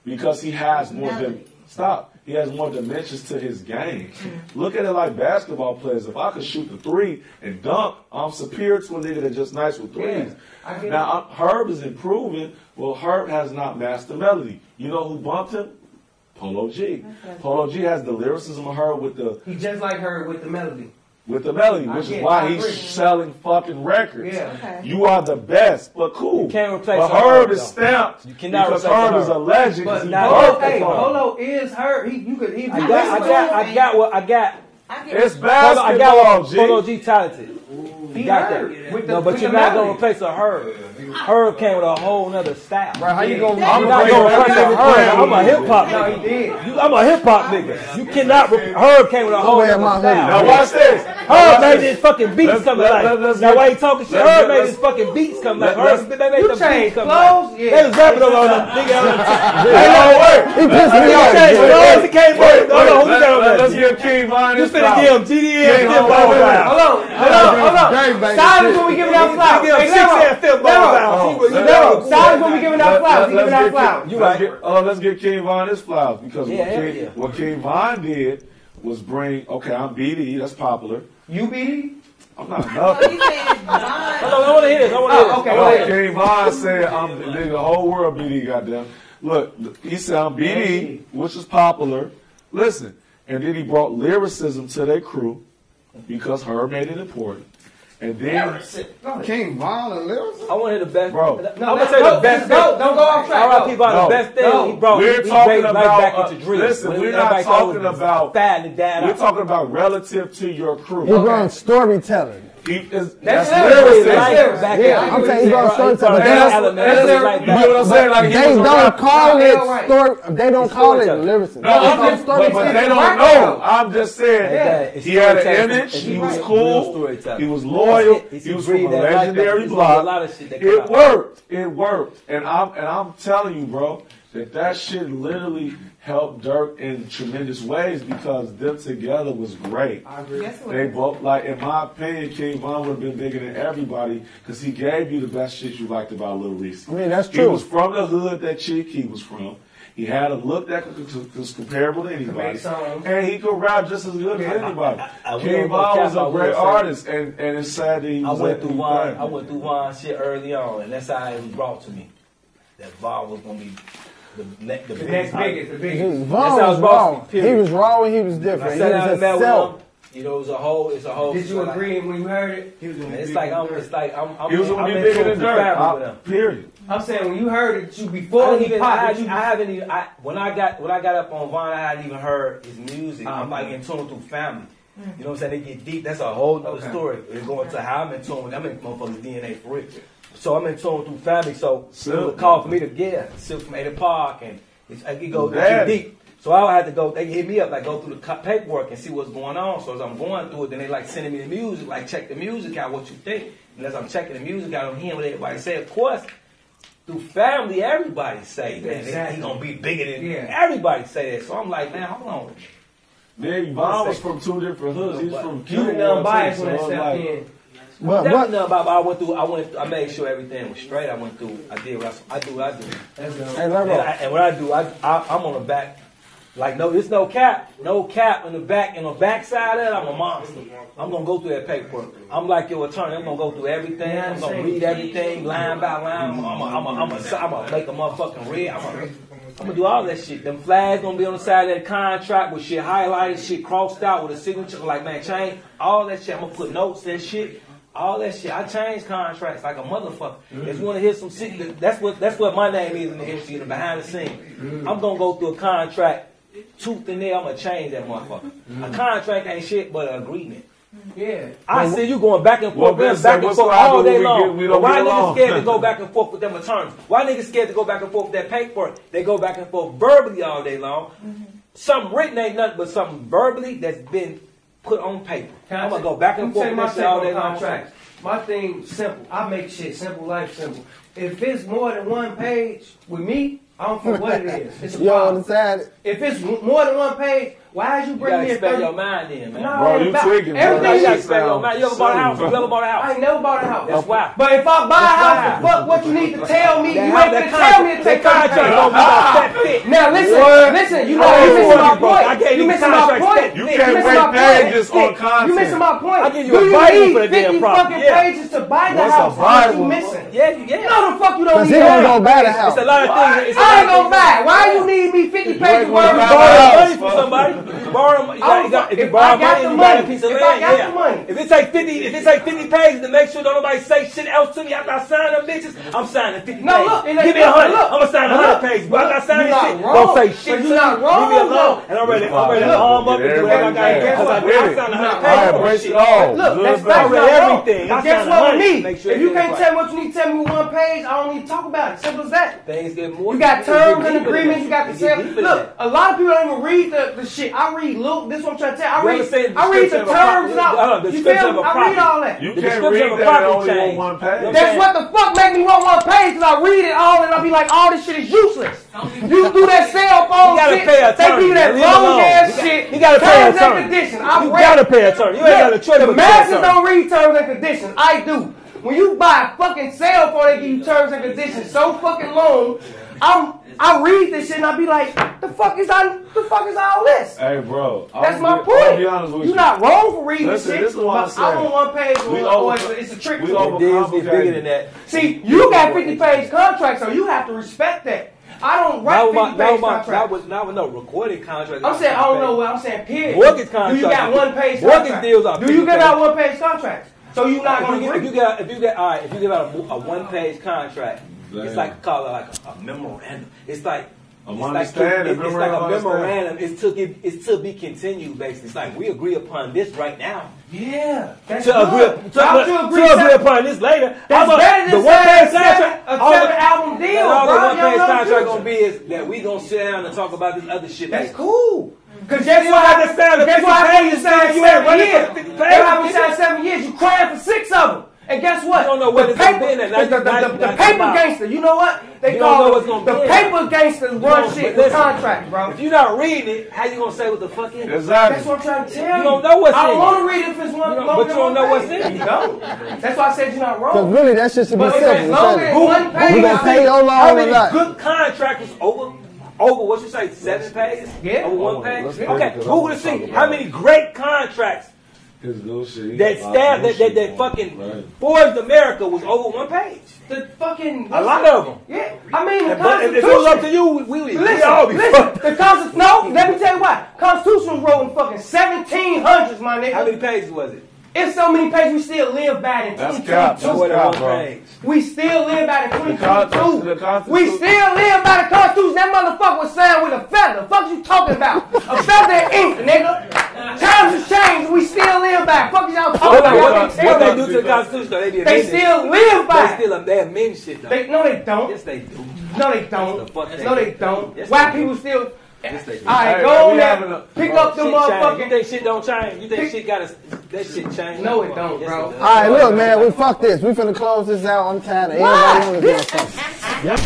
B: because he has more. Dim-
G: Melody.
B: Stop. He has more dimensions to his game.
C: Mm-hmm.
B: Look at it like basketball players. If I could shoot the three and dunk, I'm superior to a nigga that just nice with threes.
C: I get it.
B: Now, i Herb is improving. Well, Herb has not mastered melody. You know who bumped him? Polo G. Polo G has the lyricism of Herb with the
C: He just like her with the melody.
B: with the melody,
C: I
B: which
C: get
B: is
C: it.
B: why
C: I
B: he's
C: agree.
B: selling fucking records.
C: Yeah.
G: Okay.
B: You are the best, but cool.
F: You can't replace
B: but
F: Herb,
B: Herb is
F: though.
B: stamped
F: You cannot
B: because
F: replace
B: Herb is
F: Herb.
B: a legend.
C: But
B: he birthed
F: now-
C: Polo,
B: the
C: hey,
B: funk.
C: Polo is her. He, you could, if you
F: I got. I got. I got what I got.
G: I get
B: It's
G: it.
F: Polo, I
B: basketball,
F: got
B: G.
F: Polo G talented.
C: he
F: got
C: her.
F: that.
C: With the,
F: No, but
C: with
F: you're
C: the
F: not
C: melody.
F: gonna replace a Herb. Herb came with a whole nother style.
I: Bro, how you gonna?
F: I'm
B: I'm
F: not
B: afraid
F: gonna replace
B: everything
F: Herb.
B: Herb
F: I'm a
B: is.
F: hip hop
C: No, he
F: nigga.
C: did.
F: You, I'm a hip hop nigga. You cannot. Re- Herb came with a whole
D: Where
F: nother
D: my hoodie?
B: Now
F: style.
B: watch this.
F: Herb made his fucking beats
B: Let's-
F: come to
B: let-
F: life.
B: let- let's
F: Now
B: get-
F: why he talking shit?
B: let's
F: Herb
B: get-
F: made
B: let's-
F: his fucking beats come to life.
B: let-
F: Herb, they made
C: you
F: the beats
C: changed
F: come to
C: clothes?
F: life.
C: Yeah.
F: They was rapping over on the nigga. on the-
B: Hey, no, wait.
D: He pissed me
F: You
D: off.
F: changed clothes. He came
B: Wait,
F: back.
B: wait,
F: Hold on, who
B: let-
F: down
B: let-
F: there?
B: Let's give King Von
F: You
B: his
F: finna
B: flowers.
F: give him GDM
B: Hold on,
F: stiff ball
B: wait, wait.
F: round.
C: Hold on, hold on, hold on.
I: Gangbang
C: Silence
I: shit.
C: when we giving out
F: You
C: flowers.
F: give him
C: Hey,
F: six
C: Lero,
F: and fifth
C: Lero,
F: ball round.
B: Let-
F: You
B: let-
F: know,
B: let-
C: Silence when we giving out
B: let-
C: flowers. We
B: let-
C: giving
B: let's
C: out
B: get
C: flowers.
B: King-
F: You
B: let's
F: right.
B: get- Oh, let's get King Von his flowers because
F: Yeah,
B: what,
F: hell
B: King,
F: yeah.
B: what King Von did was bring. Okay, I'm BD. That's popular.
C: You beat
B: I'm not.
L: So you saying Bond?
B: Hold on, I want to hear this. I
F: Oh,
B: want to hear this.
L: Okay,
B: okay. King Von said, I'm, nigga, the whole world BD, goddamn. Look, he said, I'm BD, which is popular. Listen, and then he brought lyricism to their crew because her made it important. And then,
I: No, King Von and Lyrics.
F: I want to hear the best.
B: bro,
F: I'm gonna say the best thing.
I: Don't, don't go off track.
F: R.I.P. Von,
B: No,
F: the best thing
B: no.
F: he brought.
B: We're
F: he
B: talking
F: raised
B: about,
F: right
B: uh,
F: back into dream.
B: listen,
F: When
B: we're
F: everybody
B: not
F: thought it was
B: talking about-
F: fad and dad.
B: we're talking about relative to your crew.
D: He's wrong storytelling.
B: He is,
D: That's
B: that's
D: lyrics,
B: lyricism.
D: right? Back Yeah, then. I'm saying he brought storytelling, but
B: And
D: they
B: that's-
D: don't-
B: that's
D: they
B: lyric- You know what I'm saying? Like he
D: they
B: was a
D: don't
B: rap-
D: call it story. They don't call it lyricism.
B: No, I'm just, but, but they don't know. I'm just saying.
D: Yeah, it's
B: He had an
D: storytelling.
B: image.
D: It's
B: He was
D: right.
B: cool. He was loyal. He was from a legendary block. It worked. It worked. And I'm and I'm telling you, bro, that that shit literally helped Dirk in tremendous ways because them together was great. I
L: agree. Yes, it was.
B: They both like, in my opinion, King Von would have been bigger than everybody because he gave you the best shit you liked about Lil Reese.
D: I mean, that's
B: He
D: true.
B: was from the hood that Chick he was from. He had a look that was- was comparable to anybody, and he could rap just as good as anybody.
F: I- I-
B: King Von was a great artist, and, and it's sad that he
F: I
B: was
F: went
B: at
F: through
B: the
F: Vaughn. I
B: time.
F: went through Vaughn shit early on, and that's how it was brought to me. That Vaughn was gonna be the, ne-
C: The
F: the, biggest.
C: next biggest, the biggest.
D: Vaughn was wrong. He was wrong and he was
F: When I
D: different. He
F: sat down
D: was
F: and met
D: a
F: with
D: self.
F: him. You know, it was a whole. It's a whole.
C: Did you
F: it's like-
C: agree when you heard it? He was
F: It's like I'm. It's like I'm. I'm
B: He was
F: I'm
B: gonna be
F: in
B: bigger
F: tune
B: than
F: with
B: Dirk.
F: family with
B: I-
F: him.
B: Period.
C: I'm saying when you heard it, you
F: I
C: before
F: didn't
C: he
F: even, I,
C: popped,
F: had,
C: it, you
F: I haven't even. I, when I got when I got up on Vine, I hadn't even heard his music.
C: Ah,
F: I'm like in tune through family. You know what I'm saying? They get deep. That's a whole other
M: Okay.
F: story. They're going to how I'm in tune. with- I'm in motherfuckers DNA for real. So I'm in tune through family. So it was a call for me to get silk from Ada Park and it's, I could go
B: Damn.
F: deep. So I would have to go. They hit me up like go through the co- paperwork and see what's going on. So as I'm going through it, then they like sending me the music, like check the music out, what you think. And as I'm checking the music out, I'm hearing what everybody say. Of course, through family, everybody say that
C: Exactly.
F: he gonna be bigger than
C: Yeah.
F: everybody say that. So I'm like, man, hold on.
B: Nigga, Von was from two different hoods. He was from
F: You
B: Cuba,
F: non-biased
B: too,
F: when I
B: so I'm
F: stepped
B: like-
F: in.
D: But
F: Definitely
D: what-
F: not about- I went through. I went. I made sure everything was straight. I went through. I did what I, I do. What I do.
D: Hey,
F: and,
D: Lerbo.
F: I, and what I do, I, I I'm on the back. Like no, there's no cap, no cap in the back. In the backside of it, I'm a monster. I'm gonna go through that paperwork. I'm like your attorney. I'm gonna go through everything. I'm gonna read everything line by line. I'm gonna I'm gonna- I'm gonna- I'm gonna make a motherfucking read. I'm gonna I'm gonna do all that shit. Them flags gonna be on the side of that contract with shit highlighted, shit crossed out with a signature. Like man, change all that shit. I'm gonna put notes that shit. All that shit. I change contracts like a motherfucker. If you wanna hear some shit, that's what that's what my name is in the industry, in the behind the scenes. I'm gonna go through a contract, tooth and nail. I'm gonna change that motherfucker. A contract ain't shit but an agreement.
C: Yeah.
F: I see you going back and
B: Well,
F: forth,
B: Ben said,
F: back and
B: what's
F: forth
B: liable
F: all day
B: we
F: long.
B: get- we don't
F: But why
B: get
F: niggas
B: along?
F: scared to go back and forth with them attorneys? Why niggas scared to go back and forth with that paperwork? They go back and forth verbally all day long.
C: Mm-hmm.
F: Something written ain't nothing but something verbally that's been put on paper. I'm gonna go back and
C: Let
F: forth
C: me
F: with
C: tell you
F: that
C: my
F: shit all day
C: take on
F: long.
C: contracts. My thing simple. I make shit simple, life simple. If it's more than one page with me, I don't care what it is. It's a
D: You
C: problem.
D: understand?
C: If it's w- more than one page, why is you
F: You gotta
C: bringing me in
F: expand
C: 30?
F: your mind in, man.
C: No, Bro, you about- tweaking, bro. everything
F: Everything you
C: is-
F: gotta expand your mind. You ever bought a house? You ever bought a house?
C: I ain't never bought a house.
F: That's why.
C: But if I buy a house, fuck what you need to tell me.
F: That
C: you
F: house-
C: ain't
F: that
C: gonna tell me
F: contract-
C: to take
F: that contract
C: contract.
F: gonna be about that thick.
C: Now listen,
F: What?
C: listen. You
F: I
C: know you
F: ain't
C: missing my
F: worried, bro. I
C: point.
F: gave
C: You
F: you
C: missing my
F: contracts
C: point.
F: that- you can't
C: missing
F: rate
C: my point.
F: pages on
C: Thick. You
F: content.
C: missing my point.
F: I give you
C: Do
F: a
C: you
F: Bible
C: need
F: for the damn
C: 50
F: problem.
C: fucking
F: Yeah.
C: pages to buy the
F: What's a
C: house? What you
F: Bible?
C: missing?
F: Yeah, you get.
C: No, the fuck you don't
D: Cause
C: need
D: he
C: that.
D: ain't gonna buy the house.
F: It's a lot of things. It's a
C: I ain't
F: lot of
C: gonna
F: things.
C: lie. Why you need me 50 pages
F: Well,
C: worth
F: if
C: of
F: you borrow money from somebody, if you borrow money, you got, you got, if you
C: If I
F: borrow
C: got the
F: money, you got a
C: money,
F: piece of
C: if I
F: land.
C: got
F: yeah.
C: the money.
F: If it's like fifty, if it's like fifty pages to make sure don't nobody say shit else to me after I sign them bitches, I'm signing fifty.
C: No,
F: pages.
C: look, it ain't-
F: give me a
C: look,
F: hundred.
C: look,
F: I'm gonna sign a
C: look,
F: hundred pages, but
C: look,
F: after I sign
C: you
F: this
C: not
F: shit,
C: wrong.
F: don't say
C: But
F: shit.
C: you
F: to
C: not
F: me. Leave me
C: wrong,
F: alone,
C: though.
F: and I'm ready. I'm
C: Look,
F: ready to
C: look,
F: arm up and do whatever I
B: everybody
F: got.
B: back.
F: Cause I I signed a hundred pages. for
B: break
F: shit.
B: it all.
C: Look,
B: Good
C: that's
B: back.
C: not
F: read
C: wrong.
F: everything. I
C: But guess
F: signed
C: what with
F: the money.
C: me?
F: Make sure
C: if you
F: everything's
C: can't
F: right.
C: tell me what you need to tell me with one page, I don't need to talk about it. Simple as that.
F: Things get more.
C: You got
F: it get
C: terms
F: deeper
C: and
F: than
C: agreements.
F: that.
C: You got the
F: It get
C: sales.
F: deeper than
C: Look, a lot of people don't even read the, the shit. I read Luke. This is what I'm trying to tell.
F: You
C: I read.
F: understand
C: I read
F: description
C: the
F: of a pro-
C: terms and
F: Hold on,
C: all. You feel me? I
F: description of a
C: read
F: property.
C: all that.
B: You
F: The
B: can't
F: description
B: read
F: of a
B: that
F: property
B: only on
F: change.
B: one page.
C: That's what the fuck make me want one page because I read it all and I'll be like, all this shit is useless. You do that cell phone
F: You gotta
C: shit.
F: pay
C: They
F: an
C: give
F: attorney,
C: you that
F: man. Leave it
C: long
F: alone.
C: ass
F: You got-
C: shit.
F: you gotta pay an
C: terms
F: attorney.
C: and conditions. I
F: You
C: read-
F: gotta pay an attorney. You ain't
C: Look,
F: got a choice but
C: The
F: to pay an
C: masses
F: attorney.
C: don't read terms and conditions. I do. When you buy a fucking cell phone, they give you terms and conditions so fucking long. I'm I read this shit and I be like, the fuck is I the fuck is all this?
B: Hey, bro. I'll
C: That's my
B: be-
C: point.
B: I'll be honest with
C: You're not wrong for reading
B: Listen,
C: shit.
B: This is what I'm
C: but I'm
B: saying.
C: on one page with
B: We
C: one
B: over-
C: voice, it's a trick
B: We
C: to it.
B: overcomplicate
F: bigger
B: it.
F: than that.
C: See, you got 50 page contracts, so you have to respect that. I don't
F: That
C: write
F: was
C: 50
F: my,
C: page
F: that was my,
C: contracts.
F: that was, that was no recorded contract.
C: I'm saying I don't know what I'm saying. Period.
F: Mortgage
C: Do you got
F: contracts.
C: one page
F: Mortgage
C: contract?
F: deals are
C: Do you
F: big
C: give out
F: page.
C: one page contracts? So you not gonna
F: if you,
C: agree?
F: get- if you get if you get all right if you give out a, mo- a one page contract, it's
B: Damn.
F: like call it like a, a memorandum. It's like
B: I'm
F: it's like, to,
B: understanding,
F: it- it's like a
B: memorandum, understanding.
F: memorandum. It's to give, it's to be continued. Basically, it's like we agree upon this right now.
C: Yeah, that's
F: to
C: good.
F: agree to,
C: Y'all
F: to,
C: should
F: to
C: agree
F: agree,
C: separate.
F: upon this later.
C: That's
F: a-
C: better than
F: the one
C: saying
F: page contract.
C: seven- a
F: all the-
C: seven album deal,
F: and All
C: bro.
F: the one
C: Y'all
F: page
C: know the
F: contract
C: future.
F: gonna be is that we gonna sit down and talk about this other shit.
C: That's
F: later.
C: cool. Cause guess what happened?
F: understand
C: Guess what happened when you signed
F: You ain't
C: seven
F: running
C: years?
F: for fifty
C: Guess what
F: pages.
C: happened when you signed seven years? You crying for six of them. And guess what?
F: don't know what
C: the
F: it's gonna
C: paper,
F: be in there. Now
C: the, the,
F: you- now
C: the,
F: you-
C: the
F: now you
C: paper
F: about-
C: gangster. You know what? They
F: You don't know
C: call
F: what's
C: them
F: gonna
C: the
F: be in there.
C: paper gangsters
F: You
C: run
F: don't-
C: shit
F: but
C: with
F: listen.
C: contracts, bro.
F: If you're not reading it, how you gonna say what the fuck in it?
B: Exactly.
C: That's what I'm trying to tell you.
F: You don't know what's
C: I
F: in
C: I want
F: it.
C: to read if it's one.
F: You don't-
C: longer
F: but you
C: than
F: don't know
C: one
F: what's
C: page.
F: in it.
C: You don't. That's why I said you're not wrong.
D: Because really, that shit should be
C: But
D: simple.
C: it's as long as
D: simple.
C: one page-
D: You gonna pay your
F: How
D: loan or
F: many
D: not?
F: good contract was over? Over what you say, seven pages?
C: Yeah.
F: Over one
B: Oh,
F: page?
B: let's
F: Okay,
B: break it
F: Google
B: down.
F: to see
B: Talk
F: how
B: about
F: many great contracts
B: His new shit.
F: that staff that, that, that fucking forged America was over one page.
C: The fucking
F: A lot of them.
C: Yeah, I mean the
F: But if
C: Constitution.
F: it was up to you, we, we, would- we'd
C: Listen,
F: all be fucked.
C: listen. The Constitution. No, let me tell you why. Constitution was wrote in fucking seventeen hundreds, my nigga.
F: How many pages was it?
C: It's so many pages we still live by in
B: That's
C: 2022.
B: cap. That's
F: More than
B: cap,
F: one
B: bro.
F: page.
C: We still live by the
B: Constitution-
C: 2022.
B: the Constitution-
C: we still live by the Constitution. That motherfucker was signed with a feather. The fuck you talking about? A feather and ink, nigga. Times have changed. We still live by. it. Fuck is y'all talking
F: What, they-
C: about?
F: what,
C: Y'all
F: they- what they
C: can't
F: do to the Constitution, though, they be
C: They
F: amending
C: still live by.
F: They
C: it.
F: still they amend shit though.
C: They, no, they don't.
F: yes, they do.
C: No, they don't.
F: fuck they
C: No,
F: do.
C: they don't.
F: Yes,
C: Why
F: they
C: people still?
F: Yes, they do.
C: All right,
B: Hey,
C: go on
B: we having
C: there.
B: a-
C: Pick up the
F: Shit change. You
C: motherfucking.
F: think shit don't change? You think shit gotta that shit change?
C: No, it don't,
F: Yes,
C: bro.
F: does.
D: All right, look, man, we fuck this. We finna close this out. I'm tired of everybody on this motherfucker.
A: Been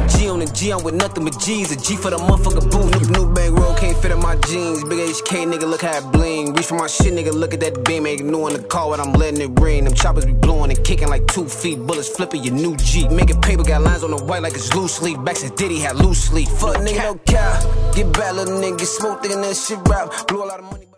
A: a G on the G, I'm with nothing but G's. A G for the motherfucker boot. New, new bank roll can't fit in my jeans. Big HK nigga, look how it bling. Reach for my shit, nigga, look at that beam. Ignoring the call, but I'm letting it ring. Them choppers be blowing and kicking like two feet. Bullets flipping your new Jeep. Making paper, got lines on the white like it's loose leaf. Back since Diddy had loose leaf. Fuck nigga, no cow. Get back, little nigga. Smoke thinking that shit rap. Blew a lot of money.